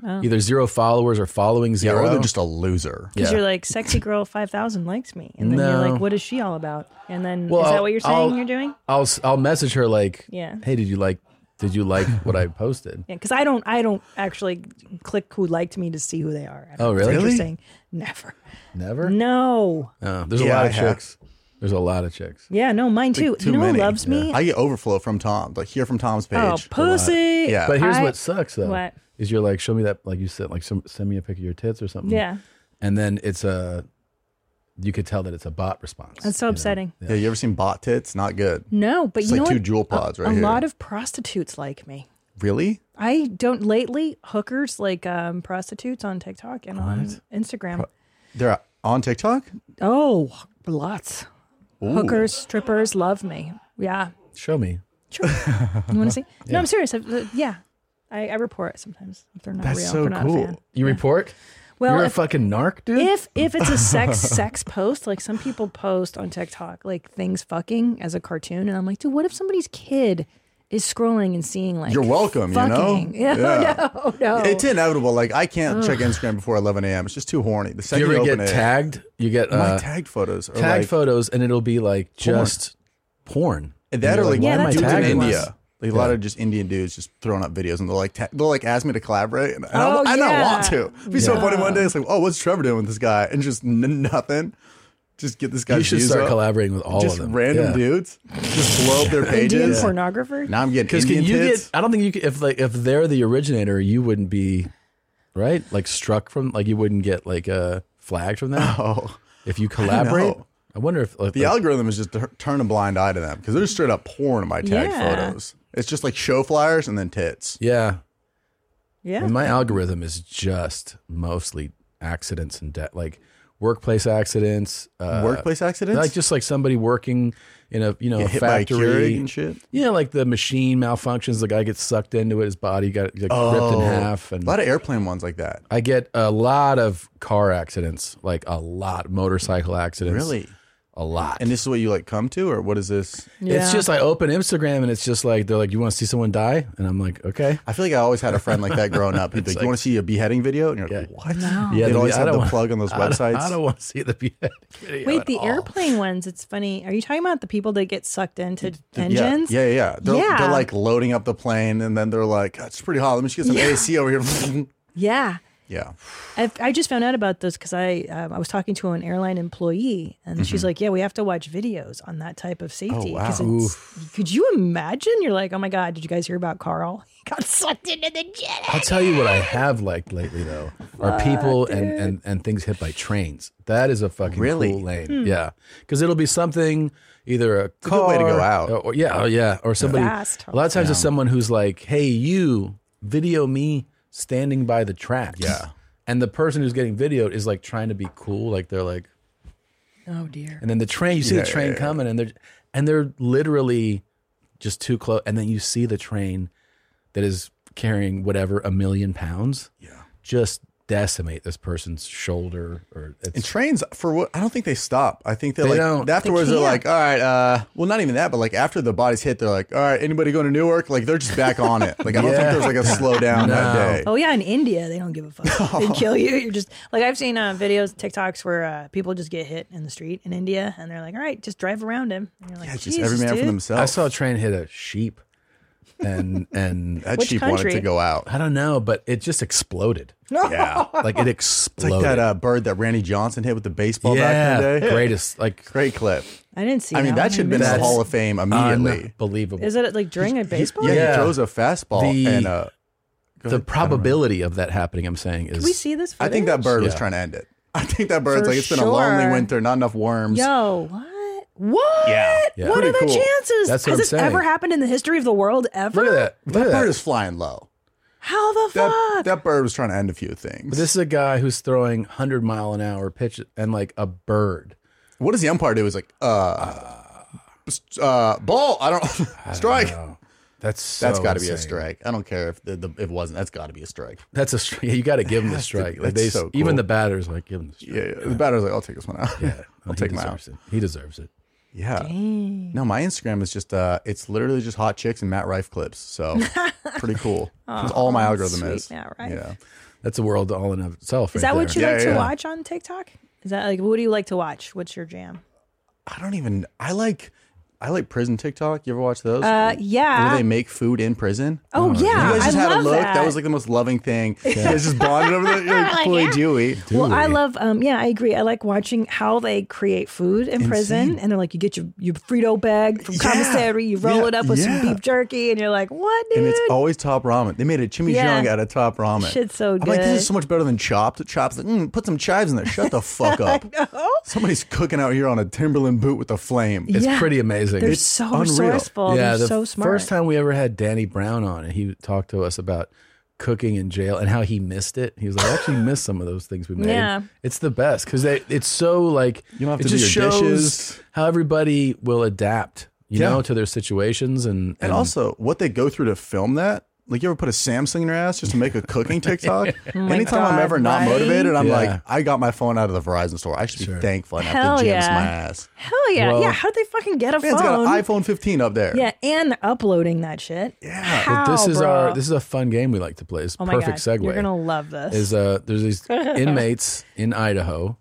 S7: Oh.
S1: either zero followers or following
S9: Yeah, oh.
S1: zero.
S9: or they're just a loser.
S7: Because
S1: Yeah.
S7: you're like, sexy girl 5,000 likes me. And then you're
S1: No.
S7: like, what is she all about? And then
S1: Well,
S7: is that
S1: I'll-
S7: what you're saying
S1: I'll-
S7: you're doing?
S1: I'll s- I'll message her like,
S7: Yeah.
S1: hey, did you like did you like what I posted?
S7: Yeah, because I don't, I don't actually click who liked me to see who they are. I don't
S1: Oh,
S7: know if
S1: really?
S7: that's what you're
S1: Really?
S7: saying never,
S1: Never.
S7: no.
S1: Uh, there's
S9: Yeah,
S1: a lot
S9: I
S1: of
S9: have.
S1: chicks. There's a lot of chicks.
S7: Yeah, no, mine too.
S9: Like, too
S7: you know
S9: many.
S7: who loves me?
S9: I get overflow from Tom. Like hear from Tom's page.
S7: oh, pussy.
S9: Yeah.
S1: But here's
S7: I-
S1: what sucks though.
S7: What?
S1: Is you're like, show me that, like you said, like some, send me a pic of your tits or something.
S7: Yeah,
S1: And then it's a, you could tell that it's a bot response.
S7: that's so
S1: you know?
S7: upsetting.
S9: yeah. you ever seen bot tits? Not good.
S7: No, but
S9: It's
S7: you
S9: like
S7: know
S9: two
S7: what?
S9: jewel pods
S7: a,
S9: right
S7: a
S9: here.
S7: lot of prostitutes like me.
S9: Really?
S7: I don't lately hookers like um, prostitutes on TikTok and on Instagram.
S9: They're on TikTok.
S7: oh, lots.
S9: Ooh.
S7: Hookers, strippers love me. Yeah,
S1: Show me.
S7: Sure. You
S9: Uh-huh.
S7: want to see? No, I'm serious. I, uh, yeah, I, I report it sometimes if they're not
S1: That's
S7: real.
S1: so
S7: if they're Not a fan.
S1: cool. You report?
S7: Well,
S1: you're
S7: if-
S1: a fucking narc, dude.
S7: If if it's a sex sex post, like some people post on TikTok, like things fucking as a cartoon, and I'm like, dude, what if somebody's kid is scrolling and seeing like
S9: You're welcome,
S7: fucking? (laughs)
S9: you know?
S7: Yeah, no, no.
S9: It's inevitable. Like, I can't
S7: Oh. Ugh.
S9: check Instagram before 11 a.m. It's just too horny. The
S1: Do you
S9: second
S1: ever
S9: open
S1: get
S9: it,
S1: tagged? You get
S9: My
S1: uh,
S9: tagged photos are
S1: Tagged
S9: like-
S1: photos, and it'll be like
S9: Porn.
S1: just porn.
S9: And that
S1: You're
S9: are like,
S1: why am I
S9: dudes in
S1: tagged in
S9: India.
S1: this?
S9: Like, a lot of just Indian dudes just throwing up videos and they're like, ta- they'll like ask me to collaborate. And I
S7: Oh,
S9: don't, I don't
S7: yeah.
S9: want to. It'd be so
S1: Yeah.
S9: funny one day. It's like, oh, what's Trevor doing with this guy? And just n- nothing. Just get this guy.
S1: You should start collaborating with all of
S9: just
S1: them.
S9: Random
S1: Yeah.
S9: dudes. Just blow up their pages.
S7: (laughs) Indian pornographer.
S9: Now I'm getting
S1: Because can
S9: Indian
S1: you
S9: tits.
S1: get? I don't think you could, if like if they're the originator, you wouldn't be right. Like struck from like you wouldn't get like uh, flagged from that.
S9: (laughs) Oh,
S1: if you collaborate,
S9: know.
S1: I wonder if like,
S9: the algorithm is just to turn a blind eye to them because they're straight up porn in my tag
S1: Yeah.
S9: photos. It's just like show flyers and then tits.
S1: Yeah.
S7: Yeah.
S1: And my algorithm is just mostly accidents and debt, like workplace accidents, uh,
S9: Workplace accidents?
S1: like just like somebody working in a you know
S9: Get
S1: a
S9: hit by a
S1: factory
S9: Keurig and shit?
S1: Yeah, like the machine malfunctions, the guy gets sucked into it, his body got like, ripped
S9: Oh.
S1: in half, and
S9: A lot of airplane ones like that.
S1: I get a lot of car accidents, like a lot motorcycle accidents,
S9: Really?
S1: a lot.
S9: And this is what you like come to, or what is this?
S1: It's just I open Instagram and it's just like they're like, you want to see someone die, and I'm like, okay.
S9: I feel like I always had a friend like that growing
S1: (laughs)
S9: up. He'd
S1: It's
S9: be like,
S1: like-
S9: "You want to see a beheading video?" And you're like, "What?"
S7: No.
S1: Yeah,
S9: They'd
S1: the-
S9: always
S1: I
S9: have
S1: don't
S9: the
S1: wanna-
S9: plug on
S1: (laughs)
S9: those
S1: I don't-
S9: websites.
S1: I don't want to see the (laughs) beheading video.
S7: Wait,
S1: at
S7: the
S1: all.
S7: airplane ones. It's funny. Are you talking about the people that get sucked into engines?
S9: Yeah, yeah, yeah. They're,
S7: yeah.
S9: they're like loading up the plane, and then they're like, "God, "It's pretty hot. Let me just get some
S7: Yeah.
S9: AC over here." (laughs)
S7: yeah.
S9: yeah,
S7: I've, I just found out about this because I um, I was talking to an airline employee, and she's
S9: Mhm.
S7: like, "Yeah, we have to watch videos on that type of safety." 'cause
S9: Oh, wow.
S7: it's- Could you imagine? You're like, "Oh my god, did you guys hear about Carl? He got (laughs) sucked into the jet."
S1: I'll tell you what I have liked lately though are people and, and and things hit by trains. That is a fucking
S9: Really?
S1: cool lane.
S9: Hmm.
S1: Yeah, because it'll be something either a
S9: a
S1: car
S9: good way to go out.
S1: or, or- yeah, oh yeah, or somebody.
S7: Fast.
S1: A lot of times it's
S9: Yeah.
S1: someone who's like, "Hey, you video me standing by the tracks."
S9: Yeah.
S1: and the person who's getting videoed is like trying to be cool, like they're like,
S7: Oh dear.
S1: and then the train, you see
S9: Yeah,
S1: the train
S9: yeah, yeah.
S1: coming, and they're and they're literally just too close. And then you see the train that is carrying whatever a million pounds. Yeah, just decimate this person's shoulder or
S9: and
S1: it's,
S9: trains for what? I don't think they stop. I think they're
S1: They
S9: like
S1: don't. They
S9: afterwards. They are
S1: can't.
S9: like, "All right, uh, well, not even that, but like after the body's hit, they're like, "All right, anybody going to Newark?" Like they're just back on it. Like I don't
S1: Yeah.
S9: think there's like a
S1: (laughs)
S9: slowdown that
S1: No.
S9: day.
S7: Oh yeah, in India they don't give a
S9: (laughs)
S7: fuck. they kill you. You're just like I've seen uh, videos, TikToks where uh, people just get hit in the street in India, and they're like, "All right, just drive around him." And you're like,
S9: Yeah, just
S7: Jesus,
S9: every man for
S7: dude.
S9: themselves.
S1: I saw a train hit a sheep,
S9: (laughs)
S1: and and
S9: that
S7: Which
S9: sheep wanted
S7: country?
S9: to go out.
S1: I don't know, but it just
S9: (laughs)
S1: exploded.
S7: (laughs)
S9: Yeah.
S1: Like it
S9: It's like
S1: exploded.
S9: that uh, bird that Randy Johnson hit with the baseball
S1: yeah,
S9: back in the day.
S1: (laughs) greatest like
S9: Great clip.
S7: I didn't see.
S9: I mean, that
S7: one.
S9: should have been in the
S1: That's
S9: Hall of Fame (laughs) immediately.
S1: unbelievable.
S7: Is it like during a baseball?
S9: Yeah,
S1: Uh, Yeah.
S9: he throws a fastball
S1: The-
S9: and uh, go
S1: the
S9: ahead.
S1: probability of that happening, I'm saying, is
S7: Did we see this?
S9: I think that
S7: footage?
S9: bird was
S1: Yeah.
S9: trying to end it. I think that bird's
S7: For
S9: like, it's been a lonely
S7: sure.
S9: winter, not enough worms.
S7: Yo, what? What?
S9: Yeah. Yeah.
S7: What
S9: Pretty
S7: are the
S9: cool.
S7: chances?
S1: That's what
S7: Has
S1: I'm
S7: this
S1: saying.
S7: ever happened in the history of the world ever?
S1: Look at that. Look
S9: That
S1: at that.
S9: bird is flying low.
S7: How the
S9: That,
S7: fuck?
S9: that bird was trying to end a few things.
S1: But this is a guy who's throwing 100 mile an hour pitch and like a bird.
S9: what does the umpire do? He's like, uh, uh, ball. I don't, (laughs) strike.
S1: Wow. That's so
S9: That's got to be a
S1: insane.
S9: strike. I don't care if the, the, it wasn't. That's got to be a strike.
S1: That's a strike. Yeah, you got to give him the
S9: (laughs) That's the-
S1: strike. like
S9: that's
S1: they,
S9: so
S1: even
S9: cool.
S1: the batters like give him the strike.
S9: Yeah, yeah. The batter's like, I'll take this one out.
S1: Yeah.
S9: (laughs)
S1: Oh,
S9: I'll
S1: he
S9: take my out.
S1: deserves it. He deserves it.
S9: Yeah. No, my Instagram is just uh it's literally just hot chicks and Matt Rife clips.
S7: (laughs)
S9: So pretty cool. That's all my algorithm
S7: sweet
S9: is.
S7: Matt Rife.
S9: Yeah.
S1: That's a world all in of itself.
S7: Is
S1: right
S7: that what you
S1: there.
S9: Yeah,
S7: like to
S9: yeah.
S7: watch on TikTok? Is that like what do you like to watch? What's your jam?
S9: I don't even I like I like prison TikTok. You ever watch those?
S7: Uh, yeah.
S9: Where they make food in prison.
S7: Oh, yeah,
S9: You guys just
S7: I
S9: had
S7: love
S9: a look. That.
S7: that.
S9: was like the most
S7: (laughs)
S9: loving thing. You guys just bonded over there. You're like,
S7: Like,
S9: Chloe
S7: yeah.
S9: Dewey.
S7: Well, I love. Um, yeah, I agree. I like watching how they create food in prison,
S9: Insane.
S7: and they're like, you get your your Frito bag from
S9: Yeah.
S7: commissary, you roll
S9: Yeah,
S7: it up with
S9: yeah.
S7: some beef jerky, and you're like, what, dude?
S9: And it's always top ramen. They made a chimichurri
S7: Yeah.
S9: out of top ramen.
S7: Shit's so
S9: I'm like, this
S7: good.
S9: is so much better than chopped. Chops, like, mm, put some chives in there. Shut the
S7: (laughs)
S9: fuck up.
S7: (laughs) no,
S9: Somebody's cooking out here on a Timberland boot with a flame.
S1: It's
S7: Yeah.
S1: pretty amazing.
S7: they're
S1: It's-
S7: so
S9: unreal.
S7: resourceful.
S1: yeah,
S7: they're
S1: the
S7: so smart.
S1: first time we ever had Danny Brown on, and he talked to us about cooking in jail and how he missed it. He was like, I
S7: (laughs)
S1: actually missed some of those things we made.
S7: Yeah.
S1: It's the best because it's so like,
S9: You don't have
S1: it
S9: to do
S1: just
S9: your
S1: shows
S9: dishes.
S1: how everybody will adapt you
S9: Yeah.
S1: know, to their situations and
S9: And also, what they go through to film that. Like you ever put a Samsung in your ass just to make
S1: (laughs)
S9: a cooking TikTok?
S1: Oh my
S9: Anytime I'm
S1: God,
S9: ever not
S1: right?
S9: motivated, I'm
S1: Yeah.
S9: like, I got my phone out of the Verizon store. I should be thankful I have
S7: Hell
S9: to jams
S7: yeah.
S9: my ass.
S7: Hell yeah.
S9: Well-
S7: yeah. How did they fucking get a
S9: Man's got
S7: phone?
S9: an iPhone 15 up there.
S7: Yeah, and they're uploading that shit. Yeah. How,
S1: But this is
S7: bro?
S1: our this is a fun game we like to play. It's a
S7: Oh my
S1: perfect
S7: God,
S1: segue.
S7: you're gonna love this.
S1: Is uh there's
S7: (laughs)
S1: these inmates in Idaho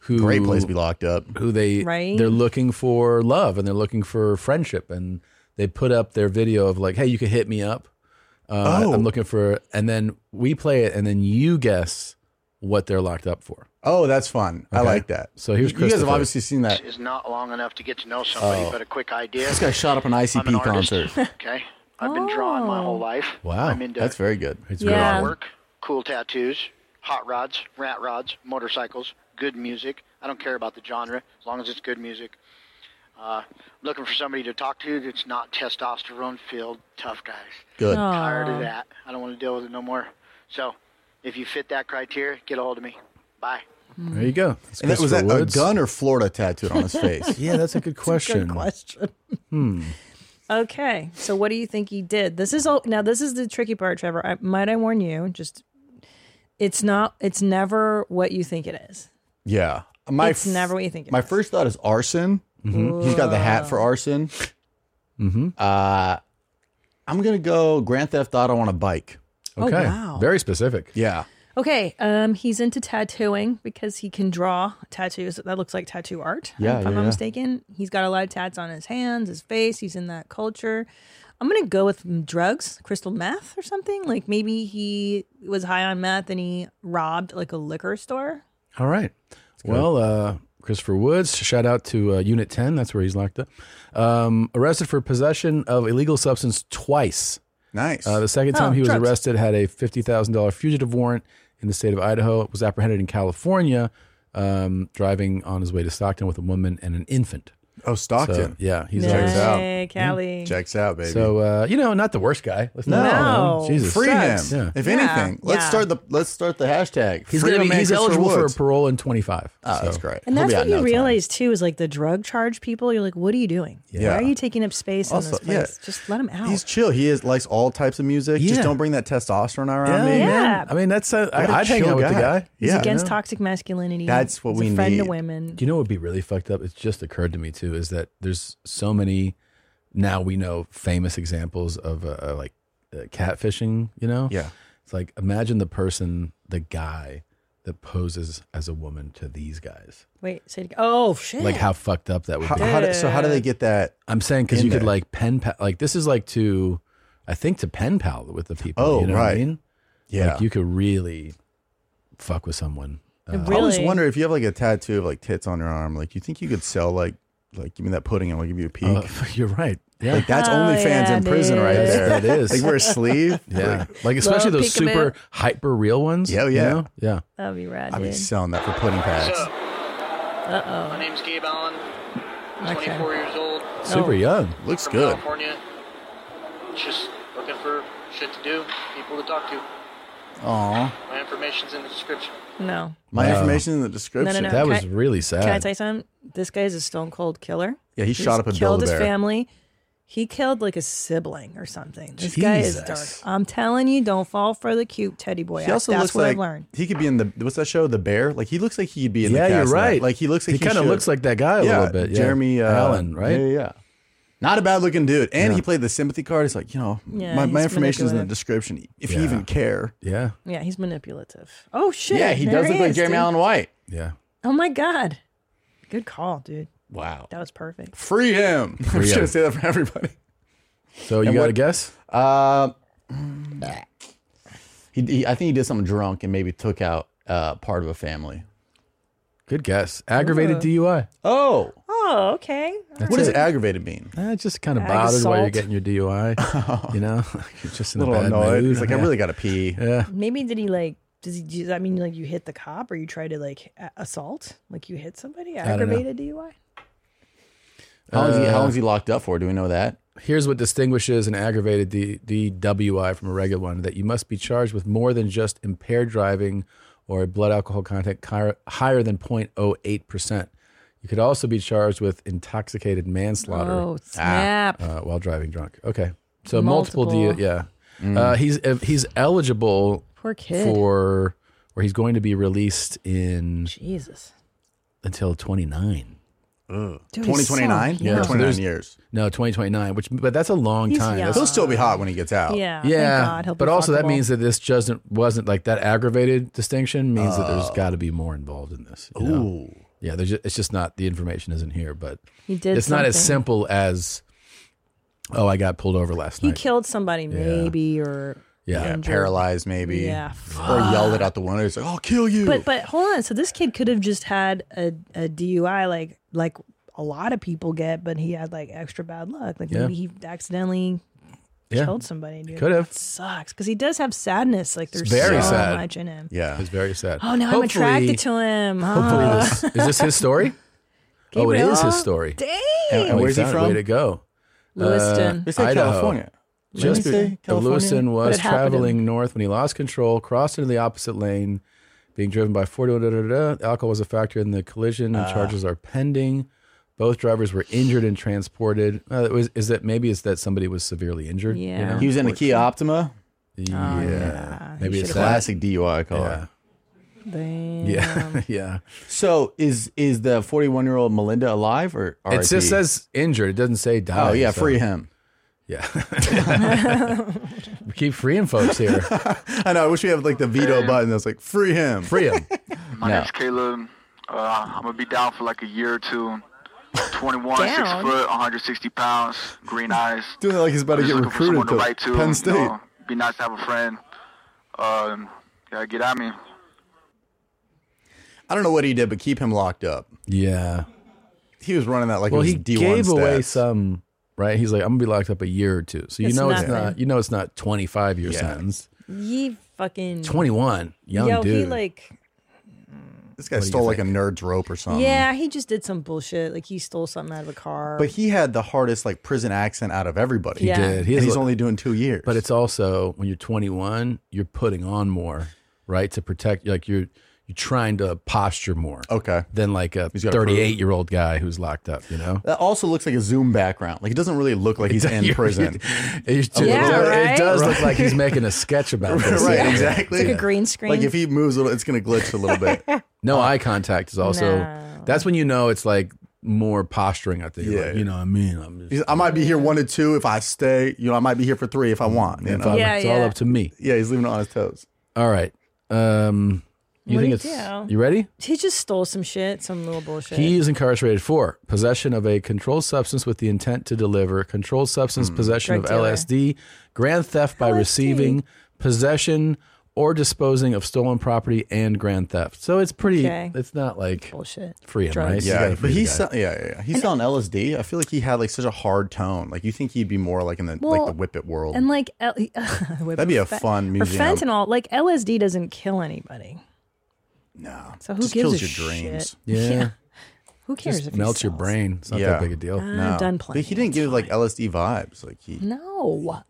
S1: who
S9: Great place to be
S1: locked up. Who they
S7: Right?
S1: they're looking for love and they're looking for friendship and they put up their video of like, hey, you can hit me up. Uh,
S9: Oh.
S1: I'm looking for and then we play it and then you guess what they're locked up for.
S9: Oh, that's fun. I
S1: Okay.
S9: like that.
S1: So here's
S9: you guys have
S1: Christopher.
S9: obviously seen that.
S10: Is not long enough to get to know somebody,
S9: Oh.
S10: but a quick idea.
S9: This guy shot up an
S10: I'm
S9: ICP
S10: an artist,
S9: concert.
S10: okay, I've been drawing my whole life.
S9: Wow,
S10: I'm into
S9: that's very good.
S10: good artwork, cool tattoos, hot rods, rat rods, motorcycles, good music. I don't care about the genre as long as it's good music. Uh, looking for somebody to talk to that's not testosterone filled tough guys.
S9: Good.
S7: Oh.
S10: I'm tired
S9: Aw.
S10: of that. I don't want to deal with it no more. So, if you fit that criteria, get a hold of me. Bye.
S1: There you go.
S9: And that was that
S1: Christopher
S9: a
S1: Woods.
S9: gun or Florida tattooed on
S1: (laughs)
S9: his face?
S1: Yeah,
S7: (laughs)
S1: that's a good question.
S7: question.
S1: Hmm.
S7: Okay, so what do you think he did? This is all now. This is the tricky part, Trevor. I, might I warn you? Just it's not. It's never what you think it is.
S9: Yeah. My
S7: It's never what you think it
S9: My first thought is arson.
S7: Mhm.
S9: He's got the hat for arson.
S1: Mm-hmm.
S9: Uh, I'm gonna go Grand Theft Auto on a bike.
S7: Oh, Okay. wow.
S1: Very specific.
S9: Yeah.
S7: Okay, um, he's into tattooing because he can draw tattoos. That looks like tattoo art.
S9: Yeah,
S7: if
S9: yeah,
S7: I'm not
S9: yeah.
S7: mistaken. He's got a lot of tats on his hands, his face. He's in that culture. I'm gonna go with drugs, crystal meth or something. Like maybe he was high on meth and he robbed like a liquor store.
S1: All right. Well, uh, Christopher Woods, shout out to uh, Unit 10. That's where he's locked up. Um, arrested for possession of illegal substance twice.
S9: Nice.
S1: Uh, the second
S9: Oh,
S1: time he was
S9: drugs.
S1: arrested, had a $50,000 fugitive warrant in the state of Idaho, was apprehended in California, um, driving on his way to Stockton with a woman and an infant.
S9: Oh, Stockton.
S1: So, yeah, he's
S7: Checks
S1: arrested.
S7: out. Yay, Cali.
S9: Checks out, baby.
S1: So uh, you know, not the worst guy. Let's
S9: no,
S1: not- you know, Jesus,
S9: free him.
S1: Yeah.
S9: If anything, let's start the let's start the hashtag.
S1: He's
S9: Free
S1: gonna
S9: our
S1: be,
S9: man
S1: he's
S9: Christopher
S1: eligible
S9: Woods.
S1: for a parole in 25. Oh,
S9: that's great.
S7: And that's what you realize too is like the drug charge people. You're like, what are you doing?
S9: Yeah.
S7: Why are you taking up space in
S9: Also,
S7: this
S9: yeah.
S7: place? Just let him out.
S9: He's chill. He is likes all types of music. Just
S1: Yeah.
S9: don't bring that testosterone around
S1: Yeah,
S9: me.
S1: man. Yeah. I mean, that's a,
S9: What a
S1: I'd hang
S9: chill
S1: out with the guy.
S7: He's
S1: Yeah.
S7: against
S1: Yeah.
S7: toxic masculinity.
S1: That's what
S7: He's
S1: we
S7: a friend
S1: need.
S7: to women.
S1: Do you know what would be really fucked up? It just occurred to me too is that there's so many now we know famous examples of uh, uh, like uh, catfishing. You know,
S9: Yeah.
S1: It's like imagine the person, the guy that poses as a woman to these guys.
S7: Wait, say it again. Oh shit!
S1: Like how fucked up that would
S9: How-
S1: be.
S9: how do- so how do they get that?
S1: I'm saying because
S9: in
S1: you could
S9: there?
S1: like pen pal. Like this is like to, I think to pen pal with the people.
S9: Oh,
S1: you know What I
S9: right.
S1: mean?
S9: Yeah.
S1: like you could really fuck with someone. Uh,
S9: I always wonder if you have like a tattoo of like tits on your arm. Like, you think you could sell like, like give me that pudding and I'll give you a peek.
S1: Oh, (laughs) you're right. Yeah.
S9: Like that's
S1: Oh,
S9: OnlyFans
S1: yeah,
S9: in prison right
S1: dude.
S7: (laughs)
S9: there.
S1: That is.
S9: Like wear a sleeve.
S1: (laughs) Yeah, like especially those super hyper real ones.
S9: Yeah,
S1: you
S9: yeah.
S1: know? yeah.
S7: That'd be rad.
S9: I'd be
S7: dude.
S9: selling that for pudding packs.
S7: Uh
S10: My name's Gabe Allen. I'm
S7: Okay.
S10: 24 years old.
S9: Super Oh. young.
S10: From
S9: Looks good.
S10: California. Just looking for shit to do, people to talk to.
S9: Aw.
S10: My information's in the description.
S7: oh. No.
S9: My
S1: Wow.
S9: information in the
S7: No, no,
S9: description.
S7: no. Can I- Can I tell you something? This guy's a stone cold killer.
S9: Yeah, he
S7: He's
S9: shot up a
S7: killed his
S9: Build-A-Bear.
S7: family. He killed like a sibling or something. This guy is dark.
S9: Jesus.
S7: I'm telling you, don't fall for the cute teddy boy.
S9: He
S7: act.
S9: also
S7: That's
S9: looks
S7: what
S9: like
S7: I've learned.
S9: he could be in the what's that show? The Bear. Like he looks like he'd be in
S1: Yeah,
S9: the.
S1: you're
S9: cast of that.
S1: right.
S9: Like he looks like
S1: He kinda
S9: should.
S1: looks like that guy a
S9: Yeah,
S1: little bit, yeah.
S9: Jeremy uh,
S1: Allen, right?
S9: Yeah, yeah. Not a bad looking dude, and he played the sympathy card. It's like you know,
S7: Yeah,
S9: my,
S7: he's
S9: my information is in the
S7: manipulative.
S9: description. If
S1: Yeah.
S9: you even care.
S1: Yeah.
S7: Yeah, he's manipulative. Oh shit!
S9: Yeah, he
S7: there
S9: does look like
S7: is,
S9: Jeremy
S7: dude.
S9: Allen White.
S1: Yeah.
S7: Oh my god, good call, dude.
S9: Wow.
S7: That was perfect.
S9: Free him. (laughs) I'm
S1: him.
S9: just gonna say that for everybody.
S1: So you
S9: And
S1: got
S9: what-
S1: a guess?
S9: Uh, mm, he, he, I think he did something drunk and maybe took out uh, part of a family.
S1: Good guess. Aggravated
S7: Ooh.
S1: DUI.
S9: Oh,
S7: Oh, okay.
S1: That's
S9: what does
S1: it.
S9: aggravated mean?
S1: Eh, just kind of
S7: Ag
S1: bothered while you're
S7: assault.
S1: getting your (laughs) DUI. you know, you're just in a,
S9: little
S1: bad
S9: annoyed.
S1: mood.
S9: He's like, I really gotta pee.
S1: Yeah.
S7: (laughs) Maybe did he like? Does he? Does that mean like you hit the cop or you try to like a- assault? Like you hit somebody?
S1: I don't know.
S7: Aggravated DUI?
S9: How long's he,
S1: Uh,
S9: how long's he locked up for? Do we know that?
S1: Here's what distinguishes an aggravated D- DWI from a regular one that you must be charged with more than just impaired driving or a blood alcohol content chi- higher than 0.08%. You could also be charged with intoxicated manslaughter.
S7: Oh, snap.
S1: Uh, while driving drunk. Okay. So multiple,
S7: Multiple.
S1: D. Yeah. Uh, he's uh, he's eligible
S7: Poor kid.
S1: for, or he's going to be released in
S7: Jesus.
S1: until 29. Ugh.
S7: Dude, he's so 2029? young. Yeah,
S9: 29
S1: years. No, 2029, which but that's a long
S7: He's
S1: time.
S7: young.
S1: That's-
S7: He'll
S9: still be hot when he gets out.
S7: Yeah, thank
S1: Oh, Yeah.
S7: God, he'll be
S1: but also that
S7: fuckable.
S1: means that this doesn't wasn't like that aggravated distinction means that
S9: Oh.
S1: there's got to be more involved in this. you know? Yeah, there's ju- it's just not the information isn't here, but
S7: He did
S1: it's not as
S7: something.
S1: simple as oh, I got pulled over last
S7: He
S1: night.
S7: killed somebody, maybe, or
S1: Yeah,
S7: injured.
S9: paralyzed maybe.
S7: Yeah,
S9: Or yelled it out the window. He's like, I'll kill you.
S7: But but hold on. So this kid could have just had a, a DUI, like like a lot of people get, but he had like extra bad luck. Like
S1: Yeah.
S7: maybe he accidentally
S1: Yeah.
S7: killed somebody. Dude.
S1: Could have.
S7: It sucks because he does have sadness. Like there's
S1: It's very
S7: so
S1: sad.
S7: much in him.
S1: Yeah, it's very sad.
S7: Oh, now I'm
S1: Hopefully-
S7: attracted to
S1: (laughs)
S7: him.
S1: Hopefully,
S7: Ah.
S1: this is this his story. oh, it is
S7: Gabriel?
S1: his story.
S7: Dang.
S1: And,
S9: And
S1: where's
S9: where's he
S1: he
S9: from?
S1: Way to go, Uh,
S9: Lewiston. They say
S1: Idaho.
S9: California.
S1: Just
S9: Didn't they say
S1: be-
S9: California?
S1: Lewiston
S9: But
S1: was
S9: it happened in-
S1: traveling north when he lost control, crossed into the opposite lane, being driven by 40. Da, da, da, da. Alcohol was a factor in the collision, and
S9: Ah.
S1: charges are pending. Both drivers were injured and transported. Uh, it was, is that maybe it's that somebody was severely injured? you know?
S9: He was oh, in a Kia Optima.
S1: Yeah. Maybe it's that.
S9: classic DUI car.
S1: Yeah. (laughs) yeah.
S9: So is is the 41 year old Melinda alive or
S1: It just says injured. It doesn't say died.
S9: Oh yeah,
S1: so-
S9: free him.
S1: Yeah. (laughs) we keep freeing folks
S9: (laughs)
S1: here.
S9: I know. I wish we had like the veto button that's like free him.
S1: Free him.
S22: My
S9: No.
S22: name's Caleb. Uh, I'm gonna be down for like a year or
S9: (laughs)
S22: two. 21, six
S9: Down?
S22: foot, 160 pounds,
S9: (laughs)
S22: green eyes.
S9: (laughs) Doing it like he's about to
S22: Just
S9: get
S22: looking for
S9: recruited
S22: someone
S9: to
S22: write
S9: Penn
S22: you know,
S9: State.
S22: be nice to have a friend. Um, yeah, get at me.
S9: I don't know what he did, but keep him locked up.
S1: Yeah.
S9: He was running that like
S1: well,
S9: it was
S1: he
S9: D1
S1: gave away
S9: stats.
S1: some, right? He's like, I'm gonna be locked up a year or two. So you
S7: It's
S1: know it's
S7: nothing.
S1: not, you know it's not 25 year sentence.
S7: Ye fucking
S1: 21, young
S7: Yo, he
S1: dude.
S7: like
S9: This guy
S1: What do you
S9: stole like a nerd's rope or something.
S7: yeah, he just did some bullshit. Like he stole something out of a car.
S9: But he had the hardest like prison accent out of everybody.
S7: He Yeah. did. He
S9: And
S1: is
S9: he's
S1: a-
S9: only doing two years.
S1: But it's also when you're 21, you're putting on more, right? To protect, like you're you're trying to posture more,
S9: okay,
S1: than like a
S9: gotta prove-
S1: 38 year old guy who's locked up, you know.
S9: That also looks like a Zoom background. Like it doesn't really look like
S1: (laughs)
S9: he's in
S1: You're-
S9: prison.
S1: you're too- It does look like
S7: (laughs)
S1: he's making a sketch about this.
S9: right,
S1: Yeah.
S9: exactly. (laughs)
S1: Yeah.
S7: green screen.
S9: Like if he moves, a little, it's going to glitch a little
S7: (laughs)
S9: bit.
S1: No
S7: Uh,
S1: eye contact is also. That's when you know it's like more posturing. I think.
S9: Yeah.
S1: Like, you know what I mean? I'm just,
S9: He's, I might be here one to two if I stay. You know, I might be here for three if I want. You
S1: if
S9: know?
S1: I'm- it's all up to me.
S9: Yeah, he's leaving it on his toes.
S1: All right. Um, you
S7: What do
S1: think
S7: you
S1: it's
S7: do?
S1: you ready?
S7: he just stole some shit, some little bullshit.
S1: He is incarcerated for possession of a controlled substance with the intent to deliver, controlled substance
S9: Hmm.
S1: possession
S7: Drug
S1: of
S7: dealer.
S1: LSD, grand theft by receiving, possession or disposing of stolen property, and grand theft. So it's pretty.
S9: Okay.
S1: It's not like
S7: bullshit.
S1: Free him, right? You gotta
S9: Yeah,
S1: free
S9: but
S1: the
S9: he's
S1: guy.
S9: sell- yeah, yeah, yeah. He's selling LSD. I feel like he had like such a hard tone. Like you think he'd be more like in the like
S7: Well,
S9: the whip it world.
S7: and like L- (laughs) that'd
S9: be a fun museum.
S7: Or fentanyl, like LSD doesn't kill anybody.
S9: No,
S7: so who
S9: Just
S7: gives
S9: kills
S7: a
S9: your
S7: shit?
S9: dreams.
S7: (laughs)
S1: Yeah.
S7: Who cares
S1: Just
S7: if he Uh.
S1: melts your brain. It's not that big a deal.
S7: I've done
S9: But he didn't give like LSD vibes. Like he.
S7: No.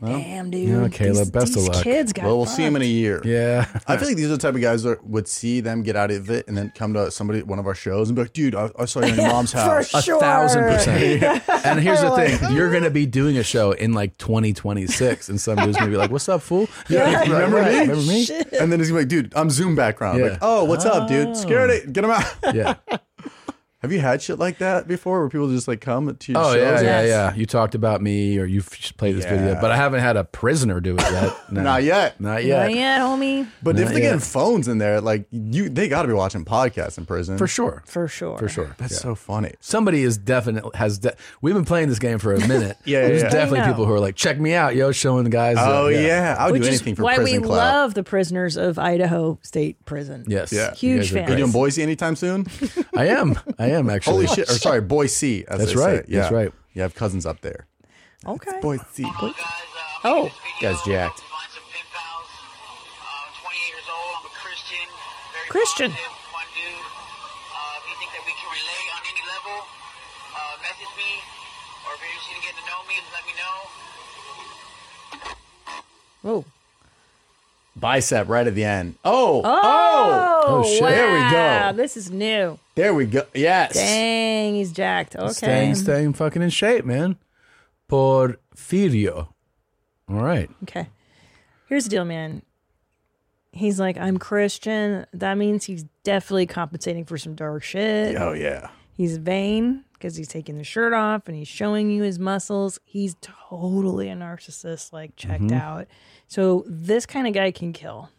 S9: Well,
S7: Damn, dude. These- these Kids got
S9: well, we'll see him in a
S7: fucked.
S9: year.
S1: Yeah,
S9: I feel like these are the type of guys that would see them get out of it and then come to somebody at one of our shows and be like, "Dude, I, I saw you in your
S7: (laughs)
S9: mom's
S7: For
S9: house."
S7: sure.
S1: A thousand percent.
S9: Yeah.
S1: (laughs) And here's the
S9: Like-
S1: thing: you're gonna be doing a show in like 2026, and some dude's gonna be like, "What's up, fool?
S9: Yeah,
S1: Right,
S9: remember
S1: right.
S9: me?
S1: Remember me?
S9: And then he's gonna be like, "Dude, I'm Zoom background."
S1: Yeah.
S9: Like, oh, what's up, dude? Scared it? Get him out. (laughs)
S1: Yeah.
S9: Have you had shit like that before, where people just like come to your
S1: Oh
S9: shows?
S1: yeah,
S9: and-
S1: yeah, yeah. You talked about me, or you've played this video,
S9: Yeah.
S1: but I haven't had a prisoner do it yet. No.
S9: (laughs) Not yet.
S1: Not yet.
S7: Not yet, homie.
S9: But if
S1: Not
S9: they're
S1: yet.
S9: getting phones in there, like you, they got to be watching podcasts in prison
S1: For sure.
S7: For sure.
S1: For sure.
S9: That's so funny.
S1: Somebody is definitely has. De- We've been playing this game for a minute.
S9: (laughs) Yeah, yeah,
S1: There's
S9: yeah.
S1: definitely
S7: I know.
S1: people who are like, check me out, yo, showing the guys. uh,
S9: Oh, yeah. I would
S7: Which
S9: do
S7: is
S9: anything for
S7: why
S9: prison
S7: we
S9: clout.
S7: love the prisoners of Idaho State Prison.
S1: Yes. Yeah. You
S7: Huge
S1: guys are
S7: fan.
S1: great.
S9: You doing Boise anytime soon?
S1: I am. I am actually.
S9: (laughs) Holy shit! Or sorry, Boise. As
S1: That's
S9: they say.
S1: right.
S9: Yeah.
S1: That's right.
S9: You have cousins up there.
S7: Okay.
S9: Boise.
S7: Oh.
S9: Guys, jacked.
S7: Christian.
S9: Uh, Uh, bicep right at the end. Oh, oh, There we
S7: wow,
S9: go.
S7: This is new.
S9: There we go. Yes.
S7: Dang, he's jacked. Okay.
S1: Staying, staying fucking in shape, man. Porfirio. All right.
S7: Okay. Here's the deal, man. He's like, I'm Christian. That means he's definitely compensating for some dark shit.
S9: Oh, yeah.
S7: He's vain because he's taking the shirt off and he's showing you his muscles. He's totally a narcissist, like checked
S9: Mhm.
S7: out. So this kind of guy can kill.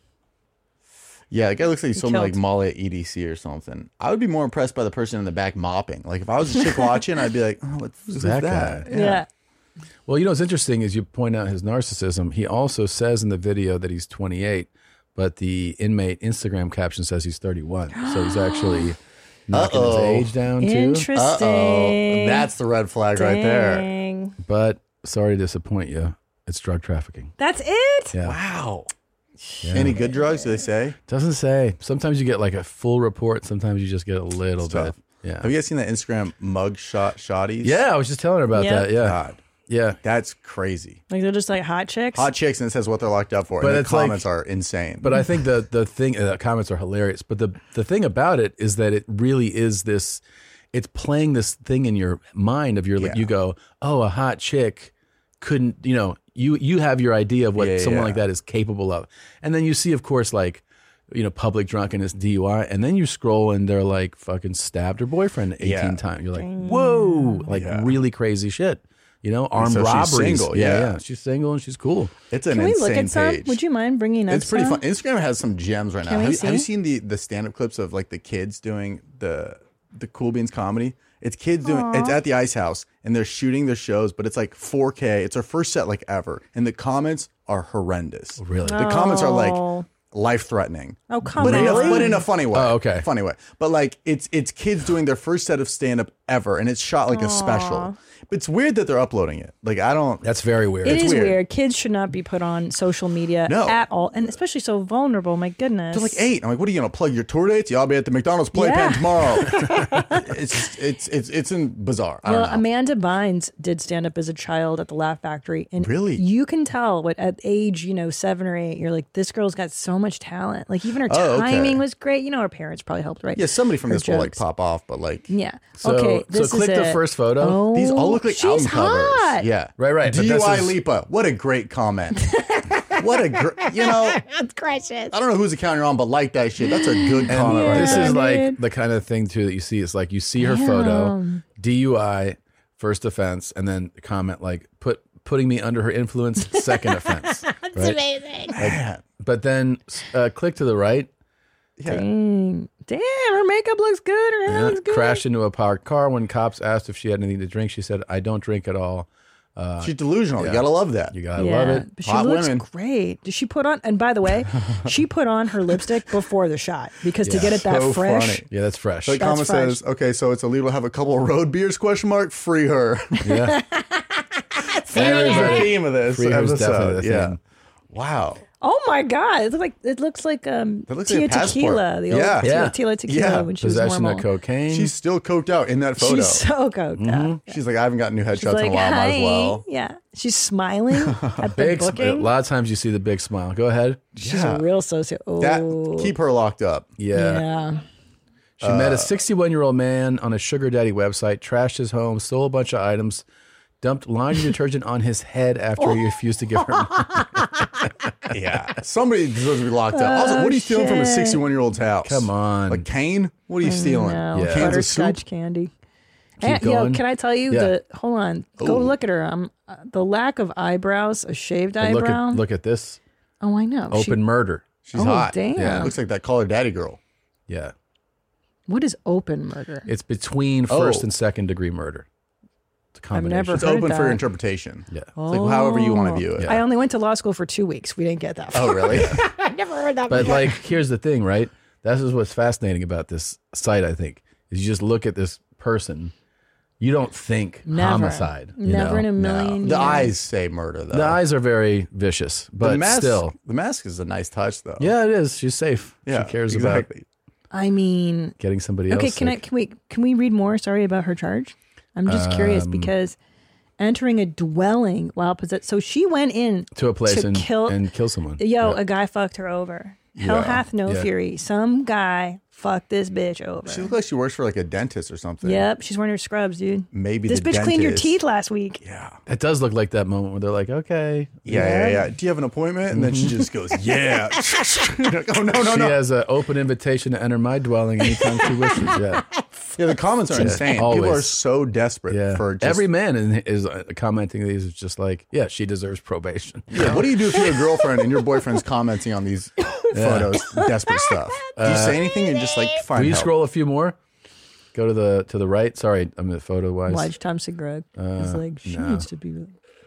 S9: Yeah, the guy looks like he's
S7: He
S9: sold me like
S7: killed.
S9: Molly at EDC or something. I would be more impressed by the person in the back mopping. Like if I was a chick watching, I'd be like, oh, what's, who's
S1: that
S9: that?
S1: guy? Well, you know what's interesting is you point out his narcissism. He also says in the video that he's 28, but the inmate Instagram caption says he's 31. So he's
S9: (gasps)
S1: actually knocking
S9: Uh-oh.
S1: his age down too.
S7: Interesting. Uh-oh. That's
S9: the red flag
S7: right there. Dang.
S1: But sorry to disappoint you. It's drug trafficking.
S7: That's it.
S1: Yeah.
S9: Wow. Any good drugs? Do they say?
S1: Doesn't say. Sometimes you get like a full report. Sometimes you just get a little bit.
S9: Stuff.
S1: Yeah.
S9: Have you guys seen that Instagram mug shot shotties?
S1: Yeah, I was just telling her about
S7: Yeah.
S1: that. Yeah.
S9: God.
S1: Yeah.
S9: That's crazy.
S7: Like they're just like hot chicks.
S9: Hot chicks and it says what they're locked up for.
S1: But
S9: and the
S1: it's like-
S9: comments are insane.
S1: But I think the the thing uh, the comments are hilarious. But the the thing about it is that it really is this. It's playing this thing in your mind of your like you go oh a hot chick couldn't you know you you have your idea of what
S9: Yeah,
S1: someone
S9: yeah.
S1: like that is capable of, and then you see of course like you know public drunkenness DUI, and then you scroll and they're like fucking stabbed her boyfriend eighteen
S9: Yeah.
S1: times. You're like whoa like really crazy shit. You know, armed
S9: so she's
S1: robberies.
S9: single,
S1: yeah,
S9: yeah.
S1: yeah, she's single and she's cool.
S9: It's an
S7: Can we
S9: insane
S7: look at some?
S9: page.
S7: Would you mind bringing up
S9: it's pretty
S7: some?
S9: fun. Instagram has some gems right
S7: Can
S9: now.
S7: we
S9: Have, you- have you
S7: see?
S9: seen the the stand up clips of like the kids doing the the Cool Beans comedy? It's kids doing.
S7: Aw.
S9: It's at the Ice House, and they're shooting their shows, but it's like 4K. It's our first set like ever, and the comments are horrendous.
S1: Oh, Really,
S9: the comments are like
S7: Oh.
S9: life threatening.
S7: Oh, come
S9: but In a,
S7: on.
S9: but in a funny way.
S1: Oh, okay.
S9: Funny way. But like it's it's kids doing their first set of stand up ever, and it's shot like a special. But it's weird that they're uploading it. Like I don't.
S1: That's very weird.
S7: It is weird. Kids should not be put on social media
S9: No.
S7: at all, and especially so vulnerable. My goodness.
S9: They're like eight. I'm like, what are you gonna plug your tour dates? Y'all be at the McDonald's playpen
S7: Yeah.
S9: tomorrow. it's it's it's it's in bizarre. I don't
S7: Well,
S9: know.
S7: Amanda Bynes did stand up as a child at the Laugh Factory, and
S9: Really?
S7: you can tell what at age you know seven or eight, you're like, this girl's got so much talent. Like even her
S9: Oh, okay.
S7: timing was great. You know, her parents probably helped, right?
S9: yeah, somebody from
S7: Her
S9: this will like
S7: jokes.
S9: pop off, but like
S7: Yeah.
S1: So-
S7: okay.
S1: so
S7: This
S1: click
S7: is
S1: the
S7: it.
S1: first photo.
S7: Oh,
S9: these all look like
S7: she's
S9: album
S7: hot.
S9: covers. Yeah,
S1: Right, right, but this
S9: DUI
S1: is-
S9: Lipa. What a great comment. (laughs) what a great. You know,
S7: That's precious.
S9: I don't know whose account you're on, but like that shit. That's a
S1: And
S9: good comment. right
S1: this
S9: there.
S1: is like
S7: dude.
S1: the kind of thing too that you see. It's like you see her photo,
S7: Damn.
S1: DUI, first offense, and then comment like put putting me under her influence,
S7: (laughs)
S1: second offense. That's
S7: amazing.
S9: Man.
S1: But then uh, click to the right,
S7: Dang. Damn, her makeup looks good. Her hair
S1: yeah,
S7: looks good.
S1: crashed into a parked car. When cops asked if she had anything to drink, she said, "I don't drink at all." Uh,
S9: She's delusional.
S1: yeah.
S9: You gotta love that.
S1: you gotta love it.
S7: But she
S9: Hot
S7: looks
S9: women.
S7: great. Did she put on? And by the
S9: (laughs)
S7: way, she put on her lipstick before the shot because to
S1: Yeah.
S7: get it that
S9: So
S7: fresh.
S9: funny.
S1: Yeah, that's fresh.
S7: (laughs)
S9: So the comment
S7: fresh.
S9: says, "Okay, so it's illegal to have a couple of road beers?" Question mark. Free her.
S1: yeah,
S9: That's the
S1: Everybody-
S9: theme of this
S1: Free her's definitely
S9: episode.
S1: the
S9: Yeah.
S1: thing.
S9: Wow.
S7: Oh my god! It looks like it looks like um
S9: That looks like
S7: Tia
S9: a passport.
S7: Tequila, the old
S9: Yeah.
S7: Tia,
S1: Yeah.
S7: Tila Tequila
S9: Yeah.
S7: when she was
S1: possession
S7: normal.
S1: of cocaine.
S9: She's still coked out in that photo.
S7: She's so coked out.
S9: She's like, I haven't gotten new headshots
S7: She's like,
S9: in a while.
S7: Hi.
S9: Might as well.
S7: Yeah, she's smiling at the
S1: (laughs) big. sm- A
S7: booking.
S1: lot of times you see the big smile. Go ahead.
S7: she's a real socio. Oh,
S9: That keep her locked up.
S1: yeah.
S7: yeah.
S1: She met a 61 year old man on a sugar daddy website, trashed his home, stole a bunch of items, dumped laundry detergent on his head after
S7: (laughs) Oh.
S1: he refused to give her money.
S9: Yeah. (laughs) Somebody deserves to be locked up. Also, what are you stealing from a
S7: Oh, shit.
S9: 61 year old's house?
S1: Come on.
S9: A cane? What are you stealing?
S7: No,
S1: Yeah.
S9: Cans of soup?
S7: butterscotch candy.
S1: Keep
S7: And, yo,
S1: going.
S7: can I tell you
S1: Yeah.
S7: the? Hold on, go
S9: Ooh.
S7: look at her. Um, uh, the lack of eyebrows, a shaved
S1: And look,
S7: eyebrow.
S1: at, look at this
S7: oh, I know. She-
S1: open murder.
S9: She's
S7: Oh,
S9: hot.
S7: damn.
S1: Yeah.
S9: Looks like that caller daddy girl.
S1: Yeah.
S7: what is open murder?
S1: It's between first
S9: Oh.
S1: and second degree murder. It's a combination.
S7: never-
S9: It's
S7: Heard
S9: open for your
S7: that.
S9: interpretation.
S1: Yeah.
S9: It's like however you want
S7: Oh.
S9: to view it.
S7: I only went to law school for two weeks. We didn't get that.
S9: (laughs) Oh,
S7: far. (laughs)
S9: really?
S7: I never heard that.
S1: But
S7: before.
S1: like, here's the thing, right? This is what's fascinating about this site. I think is you just look at this person, you don't think
S7: Never.
S1: homicide. you
S7: Never
S1: know?
S7: in a million.
S9: the
S7: years.
S9: eyes say murder, though.
S1: The eyes are very vicious, but
S9: Uh, the mask,
S1: still,
S9: The mask is a nice touch, though.
S1: Yeah, it is. She's safe.
S9: Yeah,
S1: she cares
S9: exactly.
S7: I mean,
S1: about getting somebody else.
S7: okay. Can I?
S1: sick.
S7: Can we? Can we read more? Sorry about her charge. I'm just curious
S1: Um,
S7: because entering a dwelling while possessed. So she went in
S1: to a place
S7: to
S1: and
S7: kill
S1: and kill someone.
S7: Yo, a guy fucked her over. Hell
S9: Yeah.
S7: hath no
S9: Yeah.
S7: fury. Some guy fucked this bitch over.
S9: She looked like she works for like a dentist or something.
S7: Yep, she's wearing her scrubs, dude.
S9: Maybe
S7: this
S9: the
S7: bitch cleaned your
S9: dentist.
S7: teeth last week.
S9: Yeah.
S1: It does look like that moment where they're like, okay.
S9: Yeah, yeah, yeah. Do you have an appointment? And then she just goes, yeah.
S1: (laughs)
S9: oh, no, no,
S1: Mm-hmm. she
S9: no.
S1: has an open invitation to enter my dwelling anytime she
S9: (laughs)
S1: wishes. Yeah.
S9: Yeah, the comments are
S1: Yeah,
S9: insane. People
S1: always.
S9: are so desperate for just.
S1: Every man in, is uh, commenting these is just like, yeah, she deserves probation.
S9: (laughs) yeah, what do you do if you're a girlfriend and your boyfriend's commenting on these photos, desperate stuff? Do you
S1: Uh,
S9: say anything and just like find
S1: Will you
S9: help?
S1: scroll a few more? Go to the to the right. Sorry, I'm the photo wise.
S7: Watch Thompson Greg. It's
S1: Uh,
S7: like she
S1: no.
S7: needs to be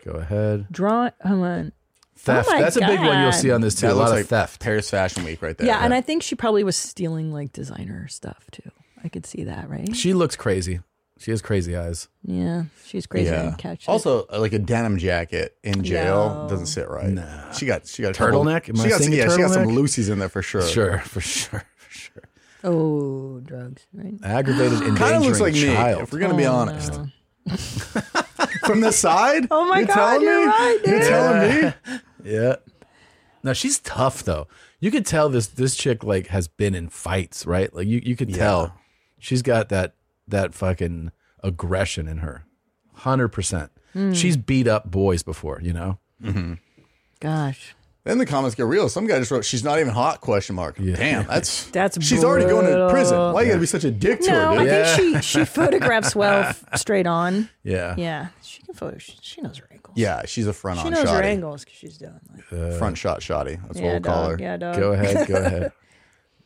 S1: Go ahead.
S7: drawn. Hold on.
S1: Theft.
S7: Oh my
S1: That's a big one you'll
S7: God.
S1: see on this too. a
S9: That
S1: lot
S9: looks
S1: of
S9: like
S1: theft.
S9: Paris Fashion Week right
S7: Yeah, and I think she probably was stealing like designer stuff too. I could see that, right?
S1: she looks crazy. She has crazy eyes.
S7: yeah, she's crazy. I didn't catch it.
S9: Also, uh, like a denim jacket in jail doesn't sit right. She got she got a couple-
S1: Turtleneck? Am I
S9: she got some,
S1: thinking
S9: yeah, she got some
S1: turtleneck?
S9: Lucy's in there for sure.
S1: Sure, (laughs) for sure.
S7: oh, drugs, right?
S1: Aggravated endangering
S9: Kind of looks like
S1: child.
S9: me, if we're gonna be honest. (laughs) From the side?
S7: Oh my
S9: You're
S7: God,
S9: telling
S7: you're
S9: me?
S7: right,
S9: You're
S7: dude.
S9: telling me?
S1: Yeah. Now she's tough though. You could tell this this chick like has been in fights, right? Like you you could tell she's got that that fucking aggression in her, hundred percent.
S7: Mm.
S1: She's beat up boys before, you know. Mm-hmm.
S7: Gosh,
S9: Then the comments get real. Some guy just wrote, "She's not even hot?" Question mark. Damn,
S1: (laughs)
S9: that's
S7: That's
S9: She's already going to
S7: brutal.
S9: prison. Why you gotta be such a dick to her?
S7: no,
S9: Dude?
S7: I think she she photographs well f- straight on.
S9: Yeah.
S7: yeah, she can photo. She, she knows her angles.
S9: Yeah, she's a front
S7: She
S9: on
S7: knows her
S9: shoddy.
S7: angles because she's doing. Like,
S9: front shot shoddy. That's
S7: Yeah,
S9: what we'll call
S7: dog.
S9: her.
S7: Yeah, dog. (laughs)
S1: Go ahead, go ahead.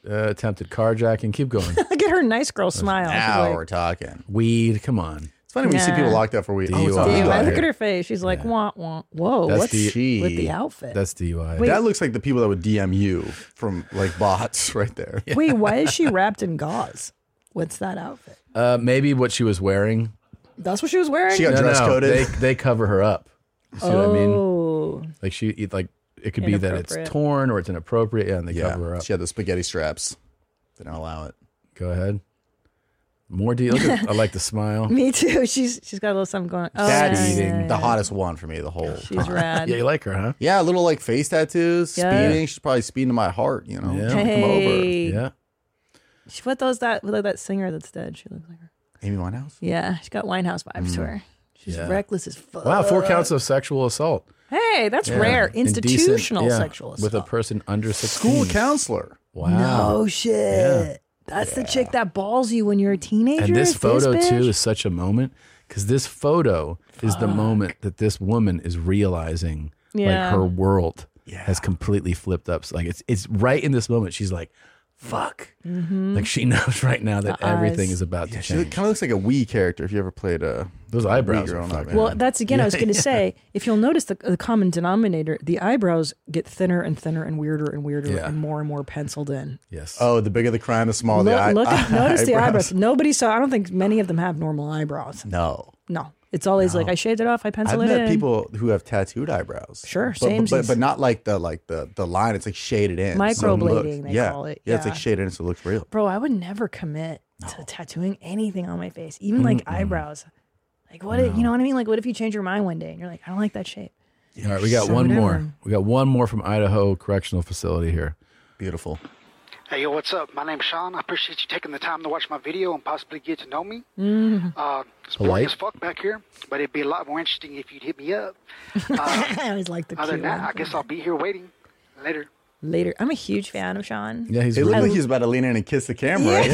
S1: Uh, attempted carjacking. Keep going.
S7: Look at her nice girl smile. She's
S9: Now
S7: like,
S9: we're talking.
S1: Weed. Come on.
S9: It's funny when you see
S7: Nah.
S9: people locked up for weed.
S1: DUI.
S9: it's not
S1: DUI.
S9: legal
S7: look
S9: here.
S7: at her face. She's like, wah, wah. Whoa,
S9: That's
S7: what's
S9: the-
S7: with the outfit?
S1: That's DUI.
S7: Wait.
S9: That looks like the people that would DM you from like bots (laughs) right there.
S7: (laughs) Wait, why is she wrapped in gauze? What's that outfit?
S1: Uh, maybe what she was wearing.
S7: That's what she was wearing.
S1: No, no,
S9: coded.
S1: They they cover her up. You see what I mean?
S7: Oh,
S1: Like she it- like it could be that it's
S7: Inappropriate.
S1: torn or it's inappropriate, yeah, and they
S9: Yeah,
S1: cover her up.
S9: She had the spaghetti straps. They don't allow it.
S1: Go ahead. More deal. look at- I like the
S7: (laughs)
S1: smile.
S7: me too. She's she's got a little something going. Oh,
S9: That's
S7: yeah, yeah, yeah.
S9: the hottest one for me the whole She's time.
S1: (laughs)
S7: rad. Yeah, you
S1: like her, huh?
S9: Yeah, little like face tattoos,
S7: Yeah.
S9: speeding. She's probably speeding to my heart, you know.
S1: Yeah.
S9: trying to come over.
S7: Hey. Yeah. She- What those that what that singer that's dead? She looks like her.
S9: Amy Winehouse?
S7: Yeah, she's got Winehouse vibes to her. She's
S1: Hmm. Yeah.
S7: reckless as fuck.
S1: Wow, four counts of sexual assault.
S7: Hey, that's
S1: Yeah.
S7: Uh, rare.
S1: Indecent-
S7: Institutional
S1: yeah,
S7: sexual assault.
S1: With a person under 16.
S9: School counselor.
S1: Wow.
S7: No shit.
S1: Yeah.
S7: That's the chick that balls you when you're a teenager.
S1: And this
S7: It's
S1: photo,
S7: bitch?
S1: too, is such a moment because this photo is the moment that this woman is realizing
S7: Yeah.
S1: like her world has completely flipped up. So, like it's it's right in this moment. She's like, fuck.
S7: Mhm.
S1: Like she (laughs) knows right now that
S7: The
S1: everything
S7: eyes.
S1: is about to
S9: She
S1: change.
S9: kind of looks like a Wii character if you ever played uh
S1: Those eyebrows
S9: Wii
S1: are
S9: growing up,
S1: fucking-
S9: yeah.
S7: Well, that's again. I
S1: (laughs)
S7: was
S1: Yeah,
S7: going to
S1: yeah.
S7: say, if you'll notice the, the common denominator, the eyebrows get thinner and thinner and weirder and weirder
S9: Yeah.
S7: and more and more penciled in.
S1: Yes.
S9: Oh, the bigger the crime, the smaller
S7: look,
S9: the
S1: (laughs)
S9: eye. (laughs)
S7: look at, notice the eyebrows. Nobody saw. I don't think many of them have normal eyebrows.
S9: No.
S7: No, it's always like I shaved it off. I
S9: I've
S7: penciled it
S9: met
S7: in.
S9: people who have tattooed eyebrows.
S7: Sure,
S9: but, but, but,
S7: samesies.
S9: but not like the like the the line. It's like shaded in. so it looks-
S7: Microblading, they
S9: yeah,
S7: call it,
S9: Yeah. it's like
S7: yeah.
S9: shaded in, so it looks real.
S7: Bro, I would never commit to tattooing anything on my face, even like eyebrows. Like what? If, you know what I mean? Like what if you change your mind one day and you're like, I don't like that shape. (laughs)
S1: All right, we got
S7: So
S1: one more.
S7: whatever.
S1: We got one more from Idaho Correctional Facility here.
S9: Beautiful.
S23: Hey, yo, what's up? My name's Sean. I appreciate you taking the time to watch my video and possibly get to know me.
S7: Mm.
S23: Uh, it's
S1: Polite.
S23: boring as fuck back here, but it'd be a lot more interesting if you'd hit me up. Uh,
S7: I always like the
S23: other
S7: cute
S23: than that,
S7: one.
S23: I guess I'll be here waiting. Later.
S7: Later, I'm a huge fan of Sean.
S9: It looked
S7: I-
S9: (laughs) like he's about to lean in and kiss the camera.
S1: (laughs)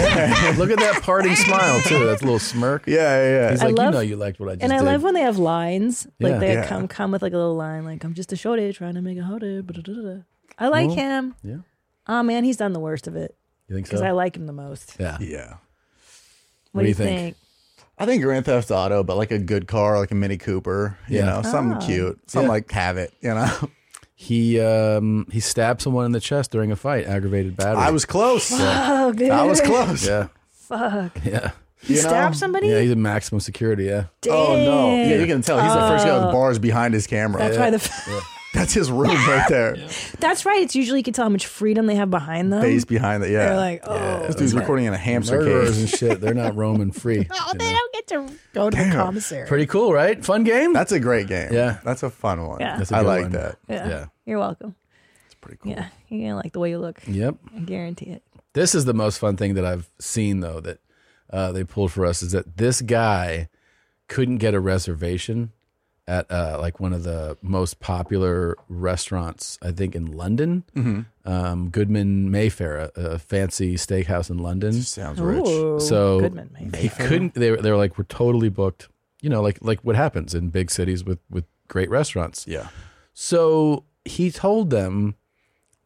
S1: Look at that parting smile too. That little smirk.
S9: (laughs) Yeah, yeah. yeah.
S1: He's
S7: I
S1: like, you
S7: love-
S1: know, you liked what I just
S7: and I
S1: did.
S7: love when they have lines.
S1: Yeah.
S7: Like they
S1: Yeah.
S7: come come with like a little line, like I'm just a shorty trying to make a hoodie. I like
S1: Well,
S7: him.
S1: yeah.
S7: Oh man, he's done the worst of it.
S1: You think
S7: Because
S1: so?
S7: I like him the most.
S1: Yeah.
S9: Yeah.
S7: What, do you think?
S9: I think Grand Theft Auto, but like a good car, like a Mini Cooper, you
S1: Yeah.
S9: know, something
S7: Ah.
S9: cute, something
S1: Yeah.
S9: like have it,
S1: (laughs)
S9: you know.
S1: He um he stabbed someone in the chest during a fight, aggravated battery.
S9: I was close.
S7: Wow, dude.
S9: I was close.
S1: Yeah,
S7: Fuck.
S1: yeah.
S7: He You know? stabbed somebody?
S1: Yeah, he's in maximum security. Yeah.
S7: Damn.
S9: Oh no! Yeah, you can tell he's the first guy
S7: Oh.
S9: with bars behind his camera.
S7: That's why the
S1: Yeah.
S9: That's his room right there.
S7: (laughs) That's right. It's usually you can tell how much freedom they have behind them.
S9: Face behind it. Yeah.
S7: They're like, oh,
S9: this dude's recording in a hamster
S1: Murderers
S9: cage
S1: and shit. They're not roaming free.
S7: oh, they don't get to go to the commissary.
S1: Pretty cool, right? Fun game.
S9: (laughs) That's a great game.
S1: Yeah.
S9: That's a fun one.
S7: Yeah.
S9: I
S7: That's a
S1: good
S9: like
S1: one.
S9: that.
S7: Yeah.
S1: Yeah.
S7: You're welcome. It's pretty cool. Yeah. You're going to like the way you look.
S1: Yep.
S7: I guarantee it.
S1: This is the most fun thing that I've seen though that uh, they pulled for us is that this guy couldn't get a reservation at uh, like one of the most popular restaurants I think in London,
S9: Mhm.
S1: um, Goodman Mayfair, a, a fancy steakhouse in London.
S9: sounds rich. Ooh,
S1: so
S7: Goodman
S1: they
S7: Mayfair.
S1: couldn't. They were, they were like, we're totally booked. You know, like like what happens in big cities with with great restaurants.
S9: Yeah.
S1: So he told them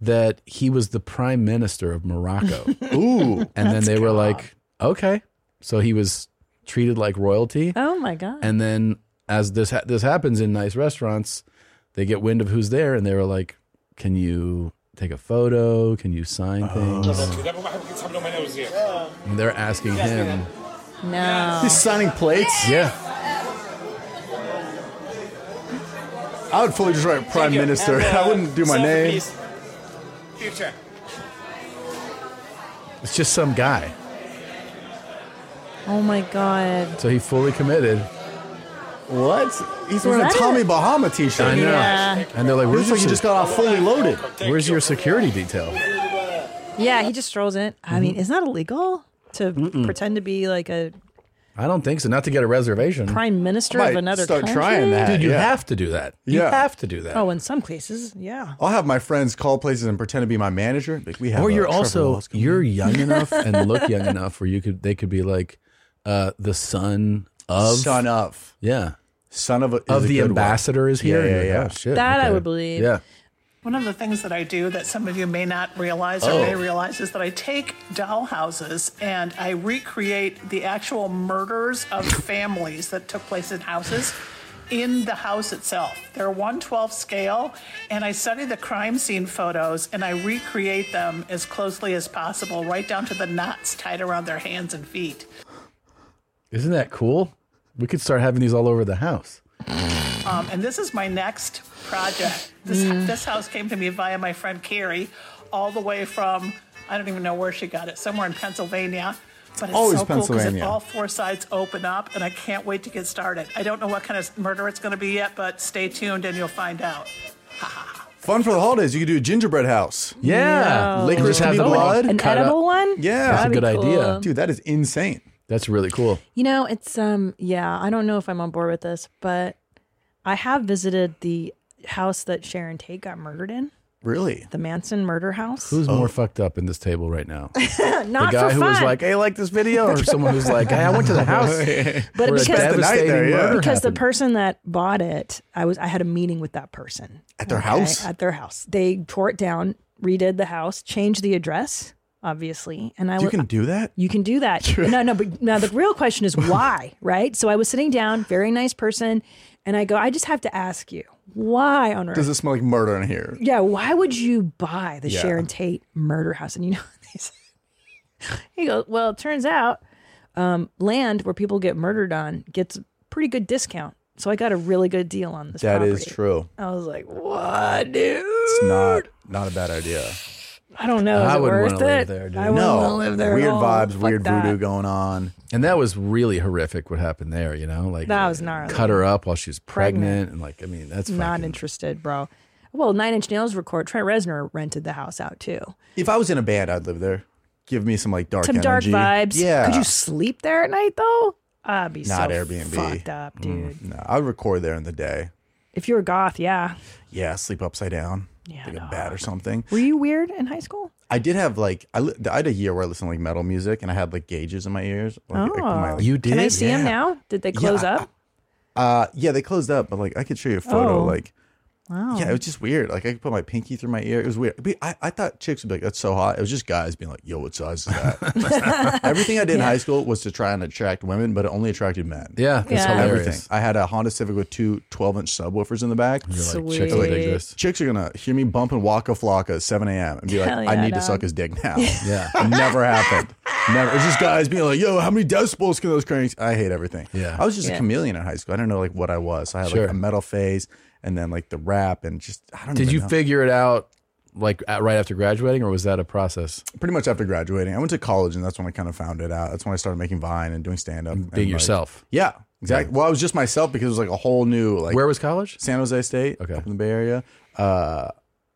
S1: that he was the prime minister of Morocco.
S9: Ooh.
S1: And then they were like, okay. So he was treated like royalty.
S7: Oh, my God.
S1: And then as this ha- this happens in nice restaurants, they get wind of who's there and they were like, can you take a photo? Can you sign things? And they're asking him.
S7: No.
S9: He's signing plates.
S1: Yeah.
S9: I would fully just write Prime Minister. (laughs) I wouldn't do my name.
S24: Future.
S1: It's just some guy.
S7: Oh, my God.
S1: So he fully committed.
S9: What? He's
S7: Is
S9: wearing a
S7: that
S9: Tommy
S7: it?
S9: Bahama t-shirt.
S1: I know.
S7: Yeah.
S1: And they're like, where's
S9: Looks
S1: your
S9: like you just got off fully loaded.
S1: Where's your security detail?
S7: Yeah, he just throws it. I
S9: Mm-hmm.
S7: mean, is that illegal to pretend to be like a
S1: I don't think so. Not to get a reservation.
S7: prime minister
S9: I
S7: of
S9: might
S7: another
S9: start
S7: country?
S9: trying that.
S1: Dude, you
S9: Yeah.
S1: have to do that. You
S9: Yeah.
S1: have to do that.
S7: Oh, in some places, yeah.
S9: I'll have my friends call places and pretend to be my manager. Like, we have
S1: or
S9: a
S1: you're
S9: Trevor
S1: also
S9: Wallace coming.
S1: you're
S9: (laughs)
S1: young enough and look young enough where you could they could be like uh the son of
S9: son of
S1: yeah
S9: son of a, is
S1: of
S9: a
S1: the
S9: good one.
S1: ambassador is here
S9: Yeah,
S1: and you're
S9: yeah,
S1: like,
S9: yeah.
S1: oh, shit,
S7: That I
S1: okay.
S7: would believe.
S1: yeah
S25: One of the things that I do that some of you may not realize or
S1: Oh.
S25: may realize is that I take dollhouses and I recreate the actual murders of families that took place in houses in the house itself. They're 112 scale, and I study the crime scene photos and I recreate them as closely as possible, right down to the knots tied around their hands and feet.
S1: isn't that cool we could start having these all over the house
S25: Um, and this is my next project. This,
S9: Mm.
S25: this house came to me via my friend Carrie, all the way from, I don't even know where she got it, somewhere in Pennsylvania. But it's
S9: Always
S25: so cool because
S9: Pennsylvania.
S25: all four sides open up, and I can't wait to get started. I don't know what kind of murder it's going to be yet, but stay tuned and you'll find out.
S9: fun for the holidays. You could do a gingerbread house.
S1: yeah
S7: No.
S9: Licorice
S1: have
S9: could be
S1: them all
S9: blood.
S7: An
S1: cut
S7: edible
S1: up.
S7: one?
S9: Yeah.
S1: that's a
S7: That'd
S1: good
S7: be
S1: idea
S7: cool.
S9: Dude, that is insane.
S1: that's really cool
S7: You know, it's um yeah, I don't know if I'm on board with this, but I have visited the house that Sharon Tate got murdered in,
S9: Really?
S7: the Manson murder house.
S1: who's
S9: Oh.
S1: more fucked up in this table right now the
S7: (laughs) Not
S1: guy
S7: for
S1: who
S7: fun.
S1: was like hey like this video or someone
S7: (laughs)
S1: who's like hey i
S9: (laughs)
S1: went to the house
S7: but
S1: where a
S7: because
S9: the night
S1: devastating
S9: there, yeah.
S1: murder
S7: because the
S1: happened.
S7: person that bought it, I was I had a meeting with that person
S9: At their
S7: okay,
S9: house?
S7: At their house, they tore it down, redid the house, changed the address, obviously, and I
S9: You
S7: was,
S9: can do that?
S7: You can do
S9: (laughs)
S7: that. no, no, but now the real question is why, right? So I was sitting down, very nice person, and I go, I just have to ask you, why on earth?
S9: Does it smell like murder in here?
S7: yeah, why would you buy the
S9: Yeah.
S7: Sharon Tate murder house? And you know, (laughs) what they said? he goes, well, it turns out um, land where people get murdered on gets a pretty good discount. So I got a really good deal on this.
S9: That
S7: property.
S9: is true.
S7: I was like, what, dude?
S9: It's not not a bad idea.
S7: I don't know. Is
S1: I
S7: it
S1: wouldn't
S7: worth
S1: wanna live
S7: it?
S1: there, dude.
S7: I wouldn't
S9: no.
S7: want to live there. at
S9: weird
S7: all.
S9: vibes,
S7: Fuck
S9: weird
S7: that.
S9: voodoo going on.
S1: and that was really horrific what happened there you know like
S7: That was gnarly.
S1: cut her up while she was pregnant,
S7: Pregnant.
S1: and like i mean that's
S7: Not
S1: fucking-
S7: interested, bro. Well, Nine Inch Nails record. Trent Reznor rented the house out too.
S9: If I was in a band, I'd live there. Give me some like dark
S7: Some dark
S9: energy.
S7: vibes.
S9: Yeah.
S7: Could you sleep there at night though? I'd be
S9: Not
S7: so
S9: Airbnb.
S7: fucked up, dude.
S9: no, I would record there in the day.
S7: If you're a goth, yeah.
S9: Yeah, sleep upside down.
S7: Yeah,
S9: Like a
S7: dog.
S9: bat or something.
S7: Were you weird in high school?
S9: I did have like I, li- I had a year where I listened to like metal music and I had like gauges in my ears. Like, I- my-
S1: you
S7: Can I
S1: did?
S7: see him
S9: Yeah.
S7: now? Did they close
S9: I-
S7: up?
S9: Uh, yeah, they closed up, but like I could show you a photo.
S7: Oh.
S9: Like,
S7: Wow.
S9: yeah, it was just weird. Like I could put my pinky through my ear. It was weird. But I, I thought chicks would be like, "That's so hot." It was just guys being like, "Yo, what size is that?"
S7: (laughs)
S9: Everything I did in high school was to try and attract women, but it only attracted men.
S1: yeah that's
S7: Yeah.
S1: hilarious
S9: Everything. I had a Honda Civic with two 12 inch subwoofers in the back.
S1: Like,
S7: Sweet.
S1: chicks will dig this.
S9: Chicks are gonna hear me bumping Waka Flocka at 7 a.m. and be like,
S7: Hell
S9: "I
S7: yeah,
S9: need
S7: dog.
S9: to suck his dick
S7: (laughs)
S9: now."
S1: Yeah.
S9: (laughs) It never happened. Never. It's just guys being like, "Yo, how many decibels can those cranks?" I hate everything.
S1: Yeah.
S9: I was just
S7: Yeah.
S9: a chameleon in high school. I didn't know like what I was. So I had
S1: Sure.
S9: like a metal phase, and then like the rap and just I don't.
S1: Did
S9: even
S1: you
S9: know.
S1: figure it out like at, right after graduating, or was that a process?
S9: Pretty much after graduating, I went to college, and that's when I kind of found it out. That's when I started making Vine and doing stand up.
S1: being yourself.
S9: yeah, exactly. Well, I was just myself because it was like a whole new like.
S1: Where was college?
S9: San Jose State, okay, up in the Bay Area. Uh,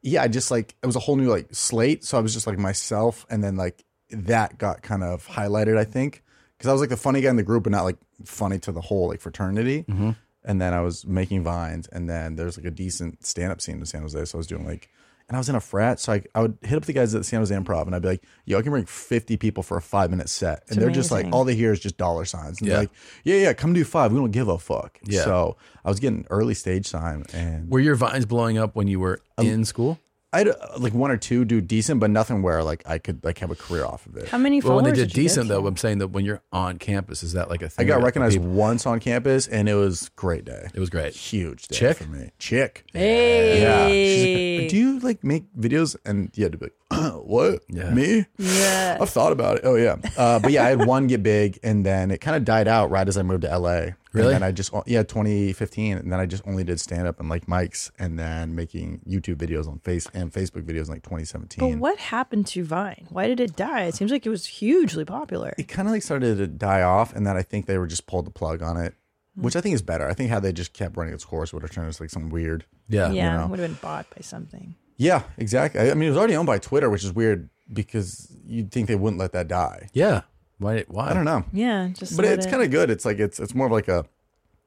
S9: yeah, I just like it was a whole new like slate, so I was just like myself, and then like that got kind of highlighted, I think, because I was like the funny guy in the group, but not like funny to the whole like fraternity.
S1: Mhm.
S9: And then I was making vines, and then there's like a decent stand up scene in San Jose, so I was doing like. And I was in a frat, so I, I would hit up the guys at the San Jose Improv, and I'd be like, "Yo, I can bring fifty people for a five minute set,"
S1: It's
S9: and they're just like,
S1: amazing.
S9: "All they hear is just dollar signs." And
S1: Yeah.
S9: they're like, "Yeah, yeah, come do five. We don't give a fuck."
S1: Yeah.
S9: So Oh, I was getting early stage time, and
S1: Were your vines blowing up when you were
S9: Um,
S1: in school?
S9: I had uh, like one or two do decent, but nothing where like I could like have a career off of it.
S7: How many
S1: Well, when they
S7: followers
S1: did
S7: did you get?
S1: decent, though, I'm saying that when you're on campus, is that like a
S9: I
S1: thing?
S9: got
S1: that
S9: recognized
S1: people-
S9: once on campus, and it was great day.
S1: It was great.
S9: Huge day
S1: Chick?
S9: for me. Chick.
S7: Hey.
S9: Yeah. She's like, Do you like make videos? And you had to be like, (clears throat) what? Yeah. Me?
S7: Yeah.
S9: I've thought about it. Oh yeah. Uh, but yeah, I had one get big, and then it kind of died out right as I moved to LA.
S1: Really?
S9: And then I just yeah 2015, and then I just only did stand up and like mics, and then making YouTube videos on face and Facebook videos in like 2017.
S7: But what happened to Vine? Why did it die? It seems like it was hugely popular.
S9: it kind of like started to die off, and then I think they were just pulled the plug on it,
S7: Hmm.
S9: which I think is better. I think how they just kept running its course would have turned into like some weird.
S1: Yeah,
S7: yeah,
S9: you know?
S7: would have been bought by something.
S9: yeah, exactly. I I mean, it was already owned by Twitter, which is weird because you'd think they wouldn't let that die.
S1: Yeah. Why? Why?
S9: I don't know.
S7: Yeah, just
S9: but
S7: let
S9: it's
S7: it-
S9: kind of good. It's like it's it's more of like a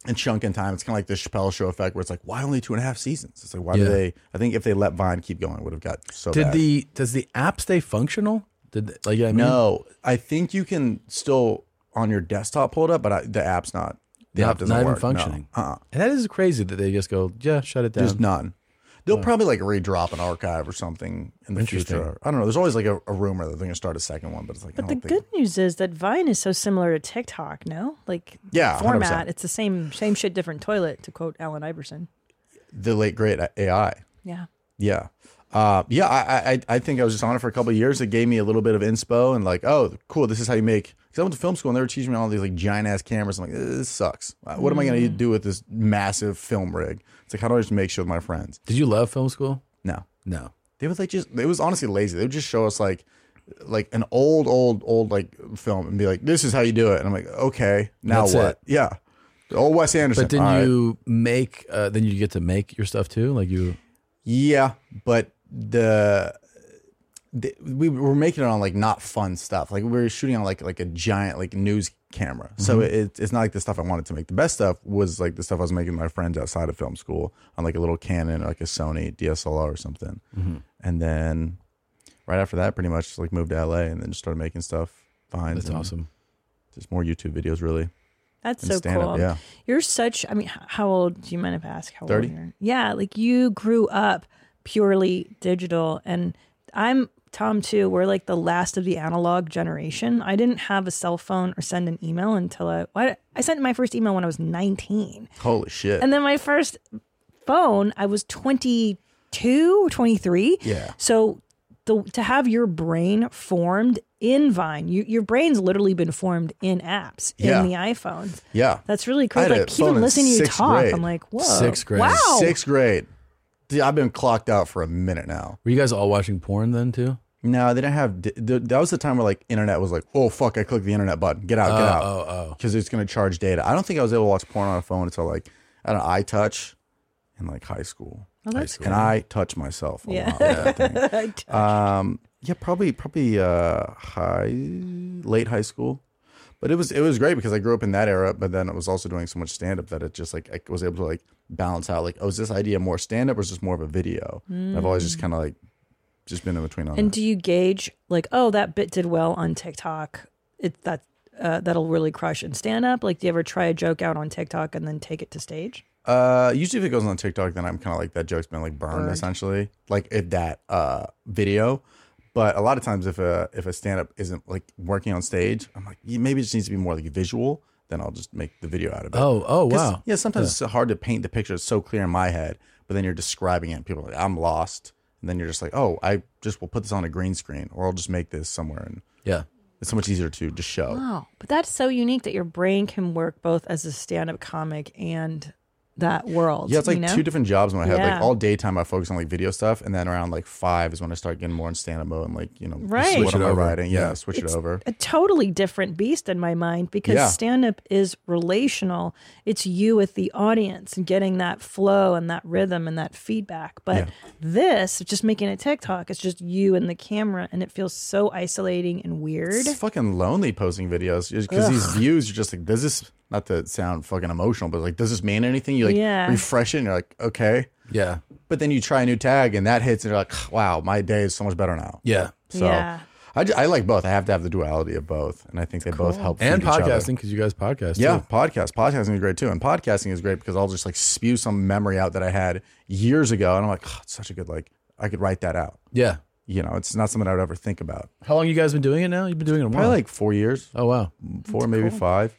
S9: a chunk in time. It's kind of like the Chappelle Show effect, where it's like why only two and a half seasons? It's like why
S1: Yeah.
S9: do they? I think if they let Vine keep going, it would have got so.
S1: Did
S9: bad.
S1: the does the app stay functional? Did they, like yeah, I mean,
S9: no? I think you can still on your desktop pull it up, but I, the app's not. The
S1: Not-
S9: app doesn't
S1: not even
S9: work, no.
S1: functioning.
S9: Uh-uh.
S1: And that is crazy that they just go yeah shut it down.
S9: There's none. They'll probably like redrop an archive or something in the
S1: Interesting.
S9: future. I don't know. There's always like a, a rumor that they're gonna start a second one, but it's like I
S7: But the
S9: don't think.
S7: good news is that Vine is so similar to TikTok, no? Like
S9: Yeah, 100%.
S7: format, it's the same same shit, different toilet. To quote Alan Iverson.
S9: The late great AI.
S7: Yeah.
S9: Yeah. Uh, yeah, I, I I think I was just on it for a couple of years. It gave me a little bit of inspo and like, oh, cool, this is how you make. Because I went to film school and they were teaching me all these like giant ass cameras. I'm like, this sucks. Uh, What am I
S7: Mm.
S9: going to do with this massive film rig? It's like, how do I just make shit with my friends?
S1: Did you love film school?
S9: No,
S1: No.
S9: they would like just. It was honestly lazy. They would just show us like, like an old, old, old like film and be like, this is how you do it. And I'm like, okay, now
S1: That's
S9: what?
S1: it.
S9: Yeah, old Wes Anderson.
S1: But didn't
S9: all right.
S1: you make? Uh, then you get to make your stuff too. Like you.
S9: Yeah, but the, the we were making it on like not fun stuff. Like we were shooting on like like a giant like news camera. So
S1: Mhm.
S9: it, it's not like the stuff I wanted to make. The best stuff was like the stuff I was making with my friends outside of film school on like a little Canon or like a Sony DSLR or something.
S1: Mhm.
S9: And then right after that, pretty much like moved to LA and then just started making stuff. Fine,
S1: That's awesome.
S9: Just more YouTube videos, really.
S7: That's
S9: And
S7: so
S9: stand-up,
S7: cool.
S9: yeah.
S7: You're such. I mean, h- how old? Do you mind if I ask how
S9: 30?
S7: old you're? Yeah, like you grew up purely digital, and I'm Tom too. We're like the last of the analog generation. I didn't have a cell phone or send an email until I. Why, I sent my first email when I was 19,
S9: Holy shit!
S7: and then my first phone I was 22 or 23.
S9: Yeah.
S7: So the, to have your brain formed in Vine, you, your brain's literally been formed in apps
S9: Yeah.
S7: in the iPhones.
S9: Yeah.
S7: That's really
S9: I
S7: crazy.
S9: had a
S7: Like
S9: phone
S7: even
S9: in
S7: listening to you
S9: sixth
S7: talk,
S9: grade.
S7: I'm like, whoa.
S1: Sixth grade.
S7: Wow.
S9: Sixth grade. Dude, I've been clocked out for a minute now.
S1: Were you guys all watching porn then too?
S9: No, they didn't have. di- th- That was the time where like internet was like, oh fuck, I clicked the internet button, get out, get
S1: Oh,
S9: out,
S1: oh, oh.
S9: because it's gonna charge data. I don't think I was able to watch porn on a phone until like I don't know, iTouch, in like high school.
S7: Oh, that's
S9: And I touch myself a
S7: (laughs)
S9: lot. with that
S7: yeah.
S9: thing. um, yeah, probably probably uh high late high school, but it was it was great because I grew up in that era. But then I was also doing so much stand up that it just like I was able to like balance out like, oh, is this idea more stand up or is this more of a video? And I've always just kind of like just been in between on. that.
S7: Mm. and do you gauge like, oh, that bit did well on TikTok? It that uh, that'll really crush in stand up. Like, do you ever try a joke out on TikTok and then take it to stage?
S9: Uh, usually if it goes on TikTok, then I'm kind of like that joke's been like burned,
S7: Burned.
S9: essentially, like if that uh video. But a lot of times, if a if a stand up isn't like working on stage, I'm like "Yeah, maybe it just needs to be more like visual. Then I'll just make the video out of it.
S1: Oh, oh,
S9: 'Cause,
S1: wow.
S9: Yeah, sometimes it's hard to paint the picture. It's so clear in my head, but then you're describing it. And people are like, I'm lost, and then you're just like, oh, I just will put this on a green screen, or I'll just make this somewhere. And
S1: yeah,
S9: it's so much easier to just show.
S7: Wow. But that's so unique that your brain can work both as a stand up comic and that world.
S9: Yeah, it's like
S7: you know?
S9: two different jobs in my head.
S7: Yeah.
S9: Like all daytime, I focus on like video stuff, and then around like five is when I start getting more in stand up mode and like you know
S7: Right.
S9: Switch
S7: Switch
S9: what
S7: it
S9: am I
S1: over.
S9: writing? Yeah,
S1: Yeah.
S9: switch
S7: It's
S9: it over.
S7: A totally different beast in my mind because
S9: Yeah.
S7: stand up is relational. It's you with the audience and getting that flow and that rhythm and that feedback. But this, just making a TikTok, it's just you and the camera and it feels so isolating and weird.
S9: It's fucking lonely posting videos because these
S7: Ugh.
S9: views are just like does this not to sound fucking emotional, but like does this mean anything? You like
S7: Yeah.
S9: refresh it, and you're like okay,
S1: yeah.
S9: But then you try a new tag and that hits, and you're like, wow, my day is so much better now.
S1: Yeah.
S9: So
S1: Yeah.
S9: I, ju- I like both. I have to have the duality of both, and I think they both
S1: Cool.
S9: help.
S1: And
S9: feed each other.
S1: podcasting, 'cause you guys podcast,
S9: Yeah,
S1: too.
S9: podcast. Podcasting is great too, and podcasting is great because I'll just like spew some memory out that I had years ago, and I'm like, oh, it's such a good like I could write that out.
S1: Yeah.
S9: You know, it's not something I would ever think about.
S1: How long you guys been doing it now? You've been doing it a while.
S9: Probably like four years.
S1: Oh wow,
S9: four
S1: That's
S9: maybe
S1: cool.
S9: five.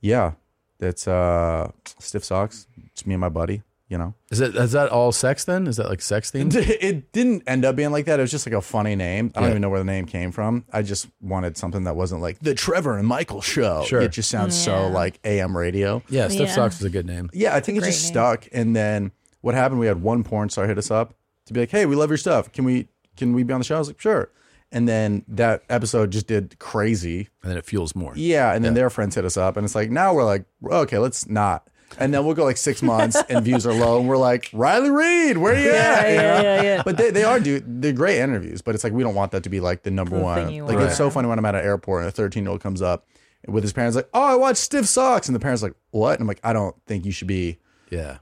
S9: Yeah, that's uh stiff socks. It's me and my buddy. You know,
S1: is it is that all sex then? Is that like sex themed?
S9: it didn't end up being like that. It was just like a funny name. I don't
S1: Yeah.
S9: even know where the name came from. I just wanted something that wasn't like the Trevor and Michael show.
S1: Sure.
S9: It just sounds so like AM radio.
S1: Yeah, Stiff Yeah. Socks is a good name.
S9: Yeah, I think it
S1: It's a
S9: just
S1: great
S9: stuck. And then what happened? We had one porn star hit us up to be like, "Hey, we love your stuff. Can we can we be on the show?" I was like, "Sure." And then that episode just did crazy.
S1: And then it fuels more.
S9: Yeah, and then their friends hit us up, and it's like now we're like, okay, let's not. And then we'll go like six months,
S1: (laughs)
S9: and views are low, and we're like, Riley Reed, where you
S1: Yeah,
S9: at? You
S1: yeah,
S9: know?
S1: yeah, yeah.
S9: But they, they are dude, they're great interviews, but it's like we don't want that to be like the number
S1: The
S9: one.
S1: thing you
S9: Like
S1: want.
S9: it's so funny when I'm at an airport and a 13 year old comes up with his parents like, oh, I watched Stiff Socks, and the parents like, what? And I'm like, I don't think you should be.
S1: Yeah.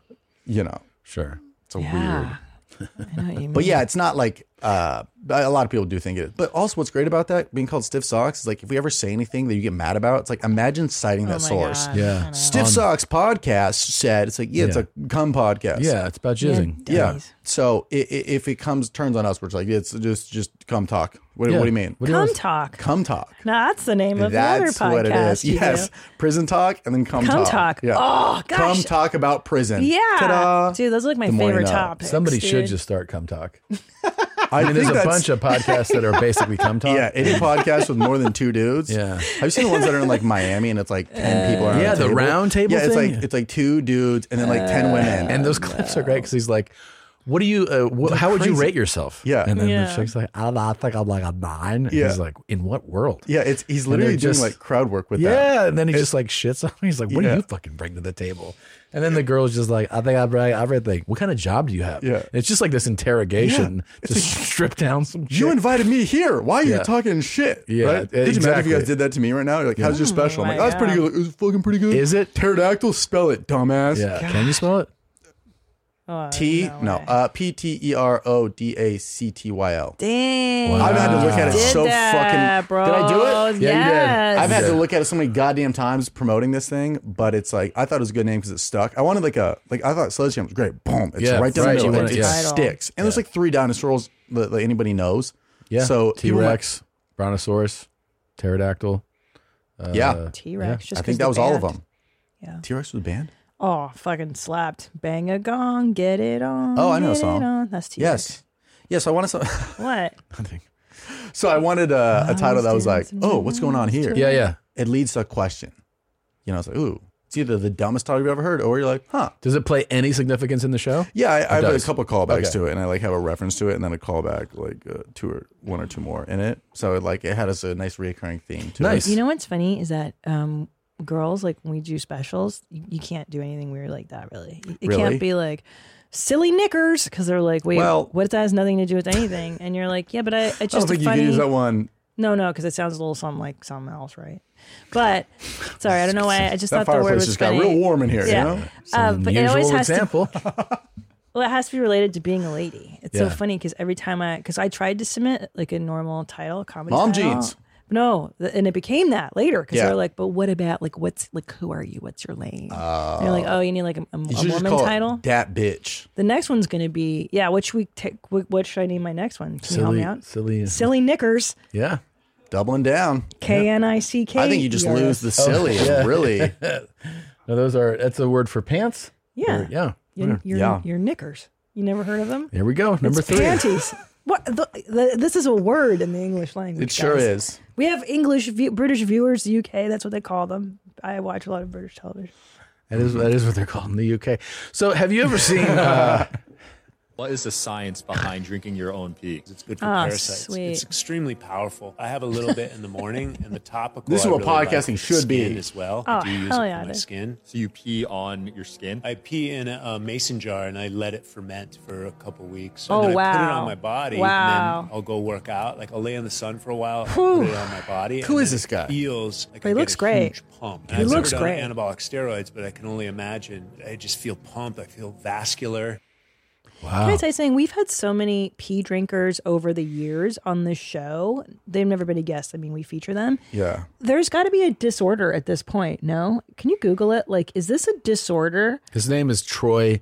S9: You know.
S1: Sure.
S9: It's a weird.
S7: Ah, I know what you
S9: (laughs) But
S7: mean.
S9: yeah, it's not like uh, a lot of people do think it. But also, what's great about that being called stiff socks is like if we ever say anything that you get mad about, it's like imagine citing
S7: Oh
S9: that source.
S1: God. Yeah. I know.
S9: stiff
S1: On-
S9: socks podcast said it's like yeah, it's
S1: Yeah.
S9: a cum podcast.
S1: Yeah, it's about
S9: Yeah.
S1: jizzing.
S9: Yeah. So i i if it comes turns on us, we're just like it's just just cum talk. What,
S1: Yeah.
S9: what do you mean?
S1: What do you Cum want?
S7: talk.
S9: Cum talk.
S7: Now that's the name of
S9: That's
S7: the other podcast.
S9: what it is.
S7: you do.
S9: Yes, prison talk and then cum,
S7: Cum
S9: talk.
S7: talk.
S9: Yeah.
S7: Oh, gosh.
S9: Cum talk about prison.
S7: Yeah.
S9: Ta-da.
S7: Dude, those are like my
S9: The morning
S7: favorite
S9: of.
S7: topics.
S1: Somebody should
S7: dude.
S1: just start cum talk.
S9: I
S1: I mean, there's
S9: think
S1: a
S9: that's-
S1: bunch of podcasts that are basically cum talk. (laughs)
S9: Yeah, any podcast with more than two dudes. Yeah, I've seen the ones that are in like Miami and it's like ten people. Around
S1: Yeah,
S9: a
S1: the round table
S9: Yeah, it's
S1: thing? Uh,
S9: like it's like two dudes and then like ten women.
S1: And those clips are great because he's like, "What do you? Uh, wh- how would you
S9: crazy.
S1: rate yourself?"
S9: Yeah.
S1: and then
S9: Yeah.
S1: the chick's like, "I, I think I'm like a nine. And
S9: Yeah.
S1: he's like, "In what world?"
S9: Yeah, it's he's
S1: And they're
S9: literally doing
S1: just-
S9: like crowd work with
S1: yeah,
S9: that.
S1: and then he just like shits on me. He's like, "What
S9: Yeah.
S1: do you fucking bring to the table?" And then the girl's just like, "I think I bring everything. What kind of job do you have?"
S9: Yeah.
S1: And it's just like this interrogation to strip down some.
S9: You invited me here. Why are you
S1: Yeah.
S9: talking shit?
S1: Yeah,
S9: right? Could you imagine if you
S1: exactly.
S9: guys did that to me right now? You're like, how's your special? I'm like,
S1: Oh my
S9: that's pretty
S1: God.
S9: good. It was fucking pretty good.
S1: Is it
S9: pterodactyl? Spell it, dumbass.
S1: Yeah, can you spell it?
S7: Oh,
S9: T no, uh, P T E R O D A C T Y L.
S7: Dang.
S9: I've had to look at it
S7: Did
S9: so
S7: that,
S9: fucking. Did I do
S7: bros.
S9: it?
S7: Yes.
S9: I've had to
S7: Yeah.
S9: look at it so many goddamn times promoting this thing, but it's like I thought it was a good name because it stuck. I wanted like a like I thought Sledgehammer was great. Boom, it's
S1: Yeah,
S9: right down
S1: right,
S9: the
S1: you
S9: middle.
S1: want it,
S9: It, it
S1: yeah.
S9: sticks, and there's like three dinosaurs that, that anybody knows.
S1: Yeah.
S9: so
S1: T
S9: people might-
S1: Rex, Brontosaurus, Pterodactyl. Uh,
S9: yeah,
S7: T-Rex, just
S9: I
S7: 'cause
S9: think that
S7: the
S9: was all of
S7: band.
S9: them. Yeah, T Rex was banned.
S7: Oh, fucking slapped. Bang a gong, get it on.
S9: Oh, I know
S7: get
S9: a
S7: it
S9: song.
S7: on. That's T Rex.
S9: Yes, yes. I wanted some. (laughs)
S7: What?
S9: So I wanted uh, a, a title that was like, oh, what's going on here?
S1: Yeah, yeah.
S9: It leads to a question. You know, it's like, ooh, it's either the dumbest title you've ever heard, or you're like, huh.
S1: Does it play any significance in the show?
S9: Yeah, I, I have a
S1: does.
S9: couple callbacks
S1: Okay.
S9: to it, and I like have a reference to it, and then a callback like uh, two or one or two more in it. So it, like it had us a nice reoccurring theme. To
S7: You
S9: It.
S7: know what's funny is that um, girls, like when we do specials, you, you can't do anything weird like that, really. It
S9: Really?
S7: can't be like silly knickers because they're like, wait,
S9: Well-
S7: what if that has nothing to do with anything? And you're like, yeah, but I, it's just
S9: I don't
S7: a
S9: think
S7: funny.
S9: you can use that one.
S7: No, no, because it sounds a little something like something else, right? But sorry, I don't know why. I just
S9: That
S7: thought the word
S9: fireplace
S7: was
S9: just got
S7: funny.
S9: real warm in here, you know?
S7: Uh,
S9: Some
S7: but it always
S9: unusual
S7: has (laughs)
S9: example.
S7: to. well, it has to be related to being a lady. It's so
S9: Yeah.
S7: funny because every time I, because I tried to submit like a normal title, comedy.
S9: Mom
S7: title.
S9: jeans.
S7: No, th- and it became that later because
S9: Yeah.
S7: they're like, but what about like what's like who are you? What's your lane? and you're like, oh, you need like a, a, a
S9: You should just
S7: woman
S9: call it
S7: title.
S9: Dat bitch.
S7: The next one's going to be yeah. Which we take? What what should I name my next one? Can you help me out?
S1: silly, uh,
S7: Silly knickers.
S1: Yeah,
S9: doubling down.
S7: K N I C K.
S9: I think you just lose the silly.
S1: Oh, yeah.
S9: Really, (laughs)
S1: no, those are that's a word for pants.
S7: Yeah.
S1: Or- yeah.
S7: Your, your,
S1: yeah.
S7: your knickers. You never heard of them?
S1: Here Hmm. we go. Number
S7: It's
S1: three.
S7: Panties. what? The, the, this is a word in the English language.
S1: It sure
S7: guys.
S1: is.
S7: We have English, view, British viewers, UK. That's what they call them. I watch a lot of British television.
S1: That is that is what they're called in the UK. So have you
S5: (laughs)
S1: ever seen? Uh,
S26: What is the science behind drinking your own pee? It's good
S5: for
S1: Ah,
S5: parasites.
S1: sweet.
S5: It's extremely powerful. I have a little bit in the morning, and the topical.
S9: This is
S5: I
S9: what
S5: really like
S9: podcasting
S5: for
S9: should be.
S5: skin as well.
S7: Oh,
S5: I do use
S7: hell
S5: it
S7: yeah,
S5: for my
S7: it is.
S5: skin.
S26: So you pee on your skin?
S5: I pee in a, a mason jar and I let it ferment for a couple weeks.
S7: Oh,
S5: and then I put it
S7: wow.
S5: on my body.
S7: Wow.
S5: And then I'll go work out. Like I'll lay in the sun for a while.
S7: Whew.
S5: Put it on my body.
S7: Who
S5: and
S7: is
S5: then
S7: this
S5: it
S7: guy?
S5: Feels like
S7: But he
S5: I get
S7: looks
S5: a
S7: great.
S5: Huge pump.
S7: He
S5: And I've
S7: looks
S5: never done
S7: great.
S5: Anabolic steroids, but I can only imagine. I just feel pumped. I feel vascular.
S7: Can I say something? We've had so many pee drinkers over the years on this show. They've never been a guest. I mean, we feature them.
S9: Yeah.
S7: There's got to be a disorder at this point, no? Can you Google it? Like, is this a disorder?
S1: His name is Troy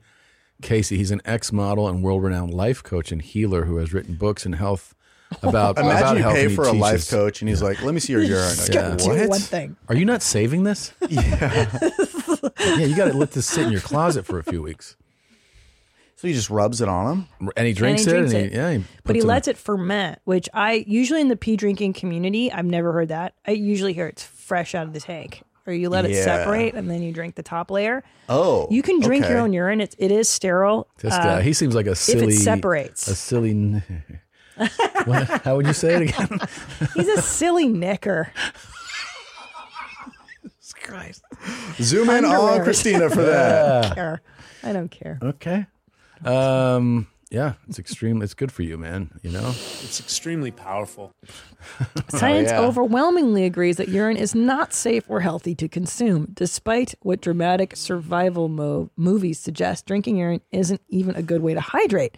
S1: Casey. He's an ex model and world renowned life coach and healer who has written books and
S9: (laughs)
S1: health about.
S9: Imagine
S1: about
S9: you
S1: health
S9: pay
S1: and he
S9: for a life
S1: teaches.
S9: coach and he's like, "Let me see your urine." I go,
S1: Yeah.
S9: "What?"
S1: Are you not saving
S9: (laughs)
S1: this? Yeah. yeah, you got to let this sit in your closet for a few weeks.
S9: So he just rubs it on
S1: him, and he drinks
S7: he
S1: it.
S7: drinks
S1: and
S7: it.
S1: He, yeah, he
S7: But he
S1: puts in a-
S7: lets it ferment, which I usually in the pee drinking community, I've never heard that. I usually hear it's fresh out of the tank, or you let it
S9: Yeah.
S7: separate and then you drink the top layer.
S9: Oh,
S7: you can drink your
S1: okay.
S7: own urine. It's it is
S1: (laughs)
S7: sterile.
S1: This
S7: Uh,
S1: guy, he seems like a silly.
S7: If it separates,
S1: a silly.
S7: (laughs)
S1: n- What- how would you say it again?
S7: he's a silly knicker. Christ.
S9: Zoom in on
S7: Underwear.
S9: Christina for
S1: Uh.
S9: that.
S7: I don't care. I don't care.
S1: Okay. Um. Yeah, it's extreme. It's good for you, man. You know.
S5: It's extremely powerful.
S7: Science
S1: Oh, yeah.
S7: overwhelmingly agrees that urine is not safe or healthy to consume, despite what dramatic survival mo- movies suggest. Drinking urine isn't even a good way to hydrate.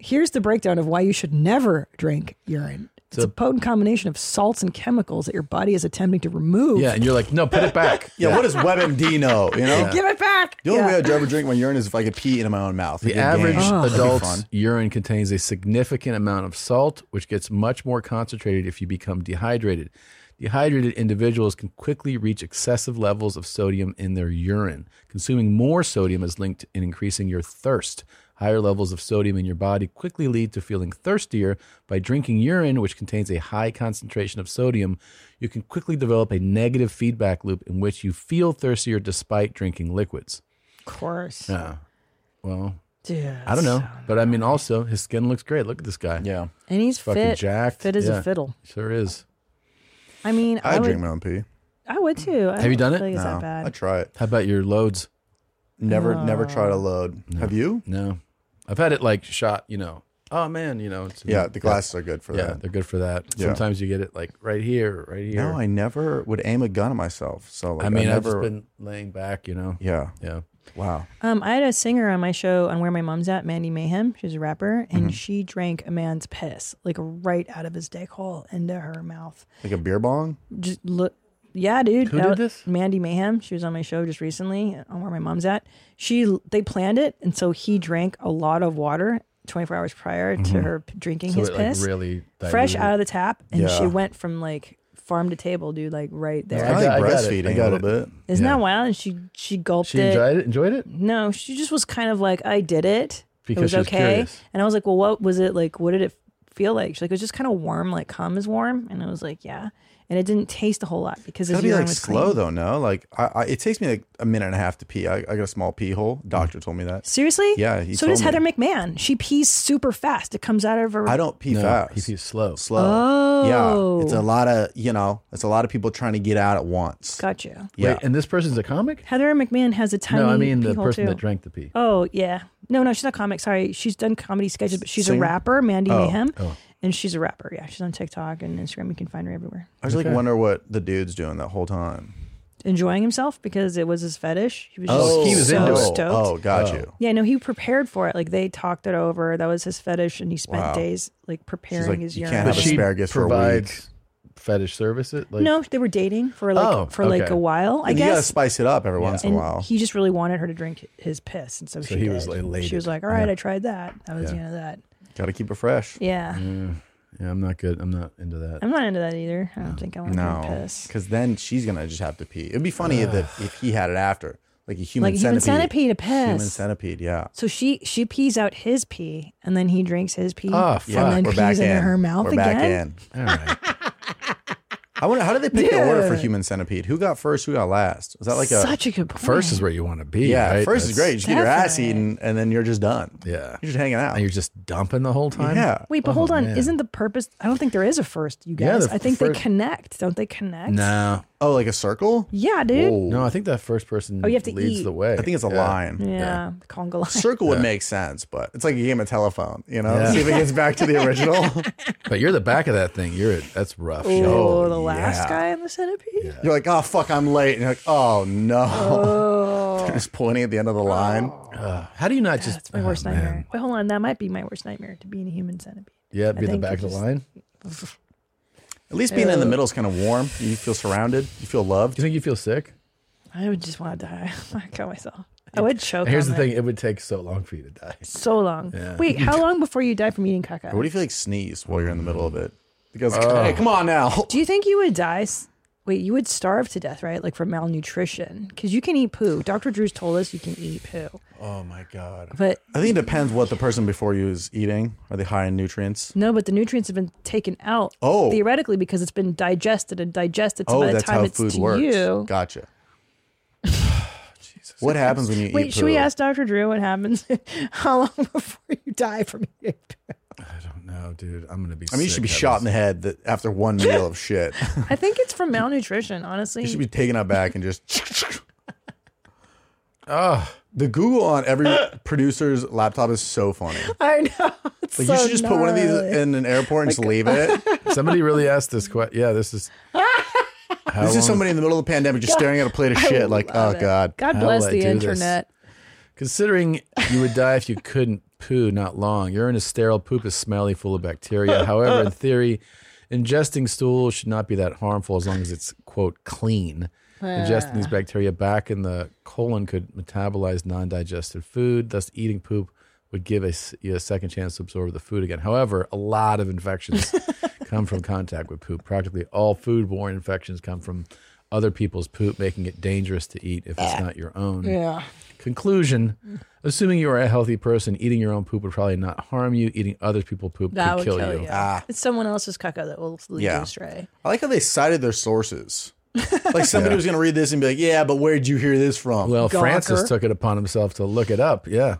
S7: Here's the breakdown of why you should never drink urine. It's a potent combination of salts and chemicals that your body is attempting to remove.
S1: Yeah, and you're like, no, put it back.
S9: (laughs) Yeah, what does WebMD know? You know,
S7: Oh, Give it back.
S9: the only
S7: Yeah.
S9: way I'd ever drink my urine is if I could pee into my own mouth.
S1: The
S9: Good
S1: average
S9: game. That'd be
S1: adult's
S9: fun.
S1: urine contains a significant amount of salt, which gets much more concentrated if you become dehydrated. Dehydrated individuals can quickly reach excessive levels of sodium in their urine. Consuming more sodium is linked in increasing your thirst. Higher levels of sodium in your body quickly lead to feeling thirstier. By drinking urine, which contains a high concentration of sodium, you can quickly develop a negative feedback loop in which you feel thirstier despite drinking liquids.
S7: Of course.
S1: Yeah. Well,
S7: Dude,
S1: I don't know, but I mean, also his skin looks great. Look at this guy. Yeah,
S7: And he's
S1: fucking
S7: fit.
S1: jacked.
S7: Fit as a
S1: Yeah.
S7: fiddle.
S1: Sure is.
S7: I mean, I,
S9: I'd
S7: would,
S9: drink my own pee.
S7: I would too. I
S1: Have you
S7: don't
S1: done it?
S7: feel like it's that bad.
S9: I try it.
S1: How about your loads?
S9: Never, never try to load. Have you?
S1: No, I've had it like shot. You know, oh man, you know. It's
S9: Yeah, the glasses are good for
S1: yeah,
S9: that.
S1: they're good for that.
S9: Yeah.
S1: Sometimes you get it like right here, right here.
S9: No, I never would aim a gun at myself. So like,
S1: I mean, I've just
S9: never.
S1: been laying back. You know.
S9: yeah,
S1: yeah.
S9: Wow.
S7: Um, I had a singer on my show on Where My Mom's At, Mandy Mayhem. She's a rapper,
S1: Mm-hmm.
S7: and she drank a man's piss, like right out of his dick hole into her mouth.
S9: Like a beer bong.
S7: Just look, yeah, dude.
S9: Who did
S7: Out-
S9: this?
S7: Mandy Mayhem. She was on my show just recently on Where My Mom's At. She they planned it, and so he drank a lot of water 24 hours prior to
S1: Mhm.
S7: her p- drinking
S1: So
S7: his
S1: it, like,
S7: piss,
S1: really
S7: fresh
S1: diluted
S7: out
S1: it.
S7: of the tap, and she
S1: Yeah.
S7: went from like farm to table, dude, like right there.
S9: I
S1: got-
S9: like
S1: I got it. I
S9: breastfeeding
S1: got
S9: a little bit.
S7: Isn't
S1: Yeah.
S7: that wild? And she she gulped
S1: She
S7: it.
S1: enjoyed it. Enjoyed it.
S7: No, she just was kind of like, I did it.
S1: Because
S7: it was
S1: she was
S7: okay.
S1: curious.
S7: And I was like, well, what was it like? What did it feel like? She's like, it was just kind of warm, like cum is warm. And I was like, yeah. And it didn't taste a whole lot because his
S9: It's gotta be
S7: urine
S9: like
S7: was
S9: slow
S7: clean.
S9: though. No, like I, I, it takes me like a minute and a half to pee. I, I got a small pee hole. Doctor told me that.
S7: Seriously?
S9: Yeah. He
S7: so
S9: told
S7: does
S9: me.
S7: Heather McMahon. She pees super fast. It comes out of her.
S9: I don't pee
S1: No,
S9: fast.
S1: he pees slow.
S9: Slow.
S7: Oh.
S9: Yeah. It's a lot of you know. It's a lot of people trying to get out at once.
S7: Got you.
S9: Yeah.
S1: Wait, and this person's a comic.
S7: Heather McMahon has a tiny.
S1: no, I mean the
S7: pee hole,
S1: person
S7: too.
S1: that drank the pee.
S7: Oh yeah, no, no, she's not comic. Sorry, she's done comedy sketches, but she's a
S9: Singer?
S7: rapper, Mandy
S9: Oh,
S7: Mayhem,
S9: oh.
S7: and she's a rapper. Yeah, she's on TikTok and Instagram. You can find her everywhere.
S9: I just like wonder what the dude's doing that whole time.
S7: enjoying himself because it was his fetish. He was just
S9: Oh, he was
S7: so
S9: into it.
S7: stoked.
S9: Oh, got you.
S7: Yeah, no, he prepared for it. Like they talked it over. That was his fetish, and he spent
S1: Wow.
S7: days like preparing
S9: like,
S7: his
S9: "You
S7: urine.
S9: can't have
S1: But she
S9: asparagus for a week.
S1: provides fetish services. Like,
S7: no, they were dating for like
S1: Oh,
S7: for like
S1: okay.
S7: a while. I
S9: And You gotta
S7: guess.
S9: spice it up every once in
S7: and
S9: a while.
S7: he just really wanted her to drink his piss, and so,
S9: So
S7: she
S9: he
S7: did.
S9: was elated.
S7: She was like, "All right,
S1: Yeah.
S7: I tried that. That was the
S1: Yeah.
S7: end of that."
S9: gotta keep it fresh.
S7: Yeah.
S9: Mm-hmm.
S1: Yeah. Yeah, I'm not good. I'm not into that.
S7: I'm not into that either. I don't think I want to drink
S9: No,
S7: piss.
S9: because then she's gonna just have to pee. It'd be funny that if he had it after, like a human
S7: Like a human
S9: centipede.
S7: centipede, a
S9: Human
S7: piss.
S9: centipede, yeah.
S7: So she she pees out his pee, and then he drinks his pee,
S9: Oh, fuck.
S7: and then
S9: We're back
S7: pees into (laughs)
S9: in.
S7: her mouth
S9: We're
S7: again.
S9: back in. I wonder how did they pick the order for
S7: Dude.
S9: human centipede? Who got first? Who got last? Was that like a
S7: Such a good point.
S1: First is where you want to be.
S9: Yeah,
S1: right?
S9: first is
S1: That's-
S9: great. You just get your ass eaten, and then you're just done.
S1: Yeah,
S9: you're just hanging out.
S1: And you're just dumping the whole time.
S9: Yeah.
S7: Wait, but
S1: Oh,
S7: hold on.
S1: man.
S7: Isn't the purpose? I don't think there is a first, you
S1: Yeah,
S7: guys.
S1: the
S7: I think
S1: first-
S7: they connect. Don't they connect?
S1: No.
S9: Oh, like a circle?
S7: Yeah, dude.
S1: No, I think that first person
S7: Oh, you have to
S1: leads
S7: eat.
S1: the way.
S9: I think it's a line.
S7: Yeah. (laughs) the Congo line.
S9: Circle would make sense, but it's like a game of telephone. You know,
S1: Yeah.
S9: see if it gets back to
S7: (laughs)
S9: the original.
S1: But you're the back of that thing. You're that's rough.
S7: Oh,
S1: shit.
S7: the last
S9: yeah.
S7: guy in the centipede.
S9: You're like, oh fuck, I'm late, and you're like, oh no. (laughs)
S7: Oh.
S9: They're just pointing at the end of the line.
S1: how do you not just? oh,
S7: That's my worst
S9: Oh,
S7: nightmare. Wait, hold on. That might be my worst nightmare to be in a human centipede.
S1: Yeah,
S7: I
S1: be the
S7: think
S1: back
S7: it
S1: of the
S7: just-
S1: line.
S9: At least being in the
S7: Ew.
S9: middle is kind of warm. You feel surrounded. You feel loved.
S1: You think you feel sick?
S7: I would just want to die. (laughs) I kill myself. I would choke.
S1: Here's
S7: on
S1: the
S7: it.
S1: thing: it would take so long for you to
S7: (laughs)
S1: die.
S7: So long.
S1: Yeah.
S7: Wait, how long before you die from eating caca?
S9: What if you like sneeze while you're in the middle of it? Because
S1: Oh.
S9: hey, come on now.
S7: Do you think you would die? s- Wait, you would starve to death, right? Like from malnutrition, because you can eat poo. Dr. Drew's told us you can eat poo.
S9: (laughs) Oh my god.
S7: But-
S9: I think it depends what the person before you is eating. Are they high in nutrients?
S7: No, but the nutrients have been taken out.
S9: Oh.
S7: theoretically, because it's been digested and digested. So
S9: oh,
S7: by the
S9: that's
S7: time
S9: how
S7: it's
S9: food
S7: to
S9: works.
S7: you,
S9: Gotcha. Jesus. What happens when you
S7: wait,
S9: eat
S7: should we
S9: poo?
S7: ask Dr. Drew what happens? (laughs) how long before you die from eating poo?
S1: No, dude, I'm gonna be.
S9: I mean, you
S1: sick
S9: should be
S1: having
S9: shot in the head that after one meal
S7: (laughs)
S9: of shit.
S7: I think it's
S9: (laughs)
S7: from malnutrition. Honestly,
S9: you should be taken out back and just. (laughs) Ugh. The Google on every producer's laptop is so funny.
S7: I know. (laughs) It's
S9: Like
S7: so
S9: you should just put one of these
S7: gnarly.
S9: in an airport and just leave it.
S1: Somebody really asked this question. Yeah, this
S7: (laughs)
S1: is. How
S9: this
S1: long-
S9: is somebody in the middle of the pandemic just staring at a plate of
S1: I
S9: shit, like, oh
S1: love it.
S9: god.
S7: God
S1: How
S7: bless
S1: will I
S7: the
S1: do this?
S7: internet.
S1: Considering you would die if you couldn't poo, not long. Urine is sterile. Poop is smelly, full of bacteria. However, in theory, ingesting stool should not be that harmful as long as it's quote clean. Ingesting these bacteria back in the colon could metabolize non-digested food. Thus, eating poop would give a, s- you a second chance to absorb the food again. However, a lot of infections come from contact with poop. Practically all foodborne infections come from other people's poop, making it dangerous to eat if it's not your own.
S7: Yeah.
S1: Conclusion Assuming you are a healthy person, eating your own poop would probably not harm you. Eating other people's poop
S7: That
S1: could
S7: would
S1: kill, you.
S7: It's someone else's caca that will lead you
S9: Yeah.
S7: astray.
S9: I like how they cited their sources. Like somebody was going to read this and be like, "Yeah, but where'd you hear this from?"
S1: Well, Francis took it upon himself to look it up. Yeah.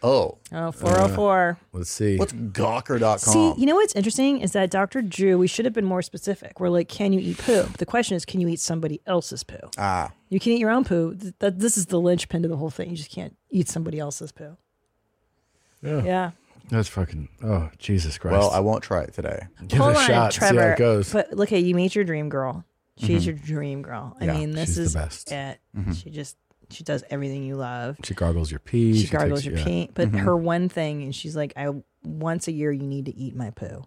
S9: Oh.
S7: Oh, 404.
S1: Let's see.
S9: What's Gawker.com?
S7: See, you know what's interesting is that Dr. Drew, we should have been more specific. We're like, can you eat poo? The question is, can you eat somebody else's poo?
S9: ah,
S7: You can eat your own poo. Th- that- this is the linchpin to the whole thing. You just can't eat somebody else's poo.
S1: Yeah.
S7: Yeah.
S1: That's fucking. Oh, Jesus Christ.
S9: well, I won't try it today.
S1: Give it a shot. see how it goes.
S7: But look at you meet your dream girl. She's
S1: Mhm.
S7: your dream girl. I
S1: Yeah,
S7: mean, this
S1: she's the
S7: is
S1: best.
S7: it.
S1: Mhm.
S7: She just she does everything you love.
S1: She gargles your pee.
S7: She,
S1: takes-
S7: gargles your
S1: yeah. Mm-hmm.
S7: pee. But
S9: Mhm.
S7: her one thing, and she's like, I once a year you need to eat my poo.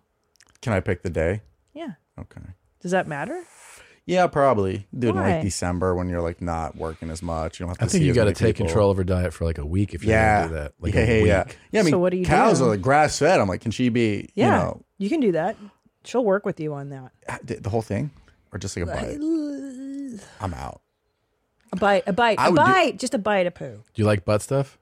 S9: Can I pick the day?
S7: Yeah.
S9: Okay.
S7: Does that matter?
S9: Yeah, probably. Dude, in
S7: Why?
S9: like December when you're like not working as much, you don't have to.
S1: I think
S9: see
S1: you
S9: as
S1: got to
S9: many
S1: take
S9: people.
S1: control of her diet for like a week if you
S9: yeah.
S1: want to do
S9: (laughs)
S1: that. Like
S9: yeah,
S1: a
S9: yeah,
S1: week.
S9: yeah. Yeah, I mean,
S7: So what do you
S9: cows
S7: do?
S9: are like grass fed. I'm like, can she be?
S7: Yeah.
S9: You know,
S7: you can do that. She'll work with you on that.
S9: the the whole thing, or just like a bite? I'm out.
S7: A bite, a bite,
S1: I
S7: a
S1: would do-
S7: bite, just a bite of poo.
S1: Do you like butt stuff?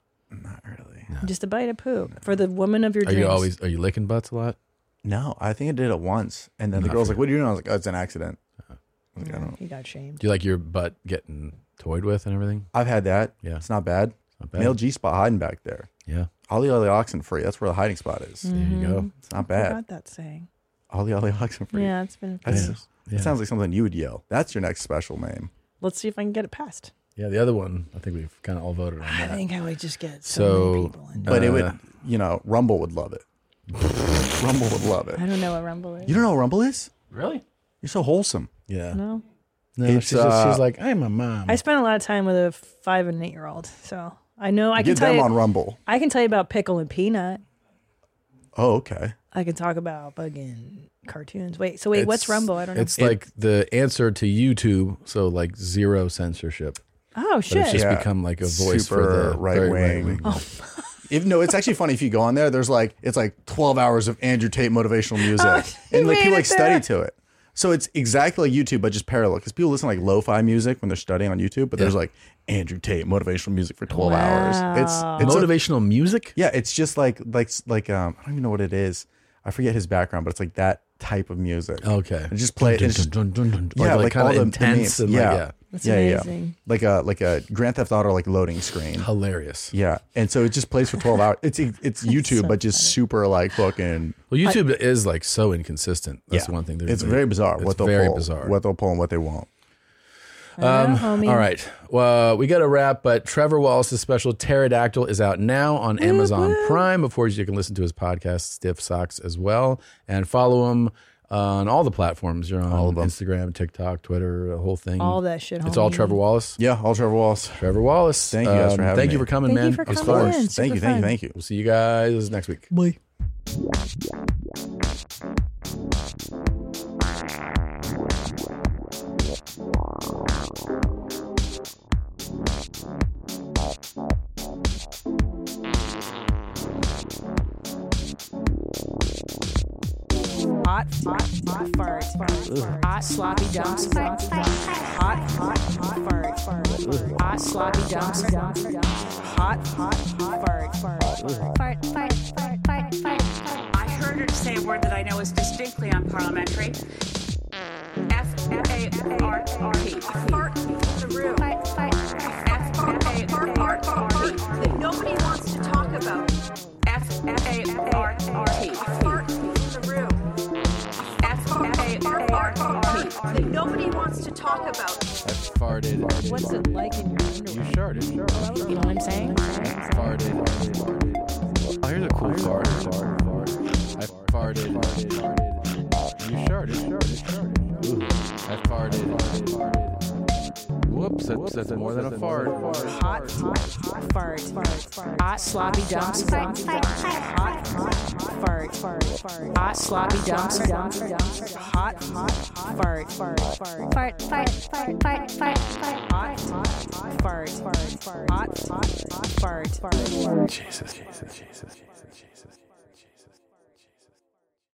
S7: Just a bite of poo for the woman of your
S1: Are
S7: dreams.
S1: you always are you licking butts a lot?
S9: No, I think I did it once, and then
S1: Not
S9: the
S1: Uh-huh.
S9: girl's
S1: for
S9: like, "What are you doing?" I was like, "Oh, it's an accident." I was like, I
S7: Yeah,
S9: don't.
S7: you got shamed.
S1: Do you like your butt getting toyed with and everything?
S9: I've had that.
S1: Yeah.
S9: it's not bad.
S1: not bad.
S9: Male G spot hiding back there.
S1: Yeah.
S9: Ollie Ollie oxen free. That's where the hiding spot is.
S7: There you go. Mhm.
S9: It's not
S7: I
S9: bad.
S7: forgot that saying.
S9: Ollie Ollie oxen free.
S7: Yeah, it's been.
S9: That's,
S1: Yeah.
S9: That sounds like something you would yell. That's your next special name.
S7: Let's see if I can get it passed.
S1: Yeah, the other one. I think we've kind of all voted on
S7: I
S1: that.
S7: think I would just get so, many
S1: So,
S7: people.
S9: But it
S1: uh,
S9: would, you know, Rumble would love it. (laughs) Rumble would love it.
S7: I don't know what Rumble is.
S9: You don't know what Rumble is?
S1: Really?
S9: You're so wholesome.
S1: Yeah.
S7: No.
S1: No,
S9: It's,
S1: she's, just, she's
S9: uh,
S1: like, I'm a mom.
S7: I spent a lot of time with a five and eight year old, so I know I can
S9: Get
S7: tell
S9: them
S7: you,
S9: on Rumble.
S7: I can tell you about pickle and peanut.
S9: Oh, okay.
S7: I can talk about bugging cartoons. Wait, so wait, what's Rumble? I don't know.
S1: It's like the answer to YouTube, so like zero censorship.
S7: Oh,
S1: But
S7: shit. Oh,
S1: it's just
S7: Yeah.
S1: become like a voice for
S9: Super
S1: the
S9: right
S1: very
S9: wing.
S1: right-wing.
S9: If, no, it's actually funny if you go on there. There's like it's like 12 hours of Andrew Tate motivational music,
S7: (laughs) Oh,
S9: and like
S7: made
S9: people
S7: it
S9: like study
S7: there.
S9: to it. So it's exactly like YouTube, but just parallel because people listen to like lo-fi music when they're studying on YouTube. But there's like Andrew Tate motivational music for 12 hours. It's,
S1: Wow.
S9: it's
S1: motivational music.
S9: Yeah, it's just like like like um I don't even know what it is. I forget his background, but it's like that type of music.
S1: Okay.
S9: And just play it. and it's just-
S1: Dun, dun, dun, dun, dun.
S9: Yeah,
S1: Like-
S9: like,
S1: like
S9: all
S1: kinda
S9: the- the
S1: intense
S9: memes.
S1: and like,
S9: yeah.
S1: yeah. That's
S9: yeah, yeah.
S1: amazing.
S9: Like a like a Grand Theft Auto like loading screen.
S1: Hilarious.
S9: Yeah, and so it just plays for twelve hours. It's it's YouTube, but just super like fucking.
S1: Well, YouTube is like so inconsistent. That's the one thing. they're-
S9: It's very bizarre.
S1: It's
S9: what they'll
S1: very
S9: pull,
S1: bizarre.
S9: What they'll pull and what they won't.
S1: Um,
S9: homie.
S1: all right. Well, we got a wrap, but Trevor Wallace's special Pterodactyl is out now on Amazon Prime. Of course, you can listen to his podcast, Stiff Socks, as well, and follow him on all the platforms. You're on Instagram, TikTok, Twitter, the whole thing.
S7: All that shit,
S1: It's all
S7: homie.
S1: Trevor Wallace.
S9: Yeah, all Trevor Wallace.
S1: Trevor Wallace. um,
S9: Thank you guys for having
S1: Thank you
S9: me.
S1: for coming,
S9: Thank you
S1: man.
S9: for
S1: Of
S9: coming
S1: course.
S9: in. Thank you, thank you, Super thank fun. you.
S1: We'll see you guys next week.
S7: Bye.
S2: Hot, hot, hot fart. Hot sloppy dumps. Hot, hot, hot fart. Hot sloppy dumps. Hot, hot, hot fart. Fart, fart, fart, fart, fart.
S3: I heard her say a word that I know is distinctly unparliamentary. F F A R R T. Fart in the room. F F A R R T. That nobody wants to talk about. F F A R R T. Fart in the room. F F A R R T. That nobody wants to talk about.
S1: I farted.
S2: What's it like in your underwear? You sure? You know what I'm saying?
S1: farted. Oh, here's a cool fart. I farted. You sharted, sharted, sharted. I farted. Whoops, that's, that's more than a fart.
S2: Hot, hot, hot fart. Hot sloppy dumps. Hot, hot, hot fart. Hot sloppy dumps. Hot, hot, hot fart. Fart, fart, fart, fart, fart, fart. Hot, hot, hot fart. Hot, hot, hot fart.
S1: Jesus, Jesus, Jesus.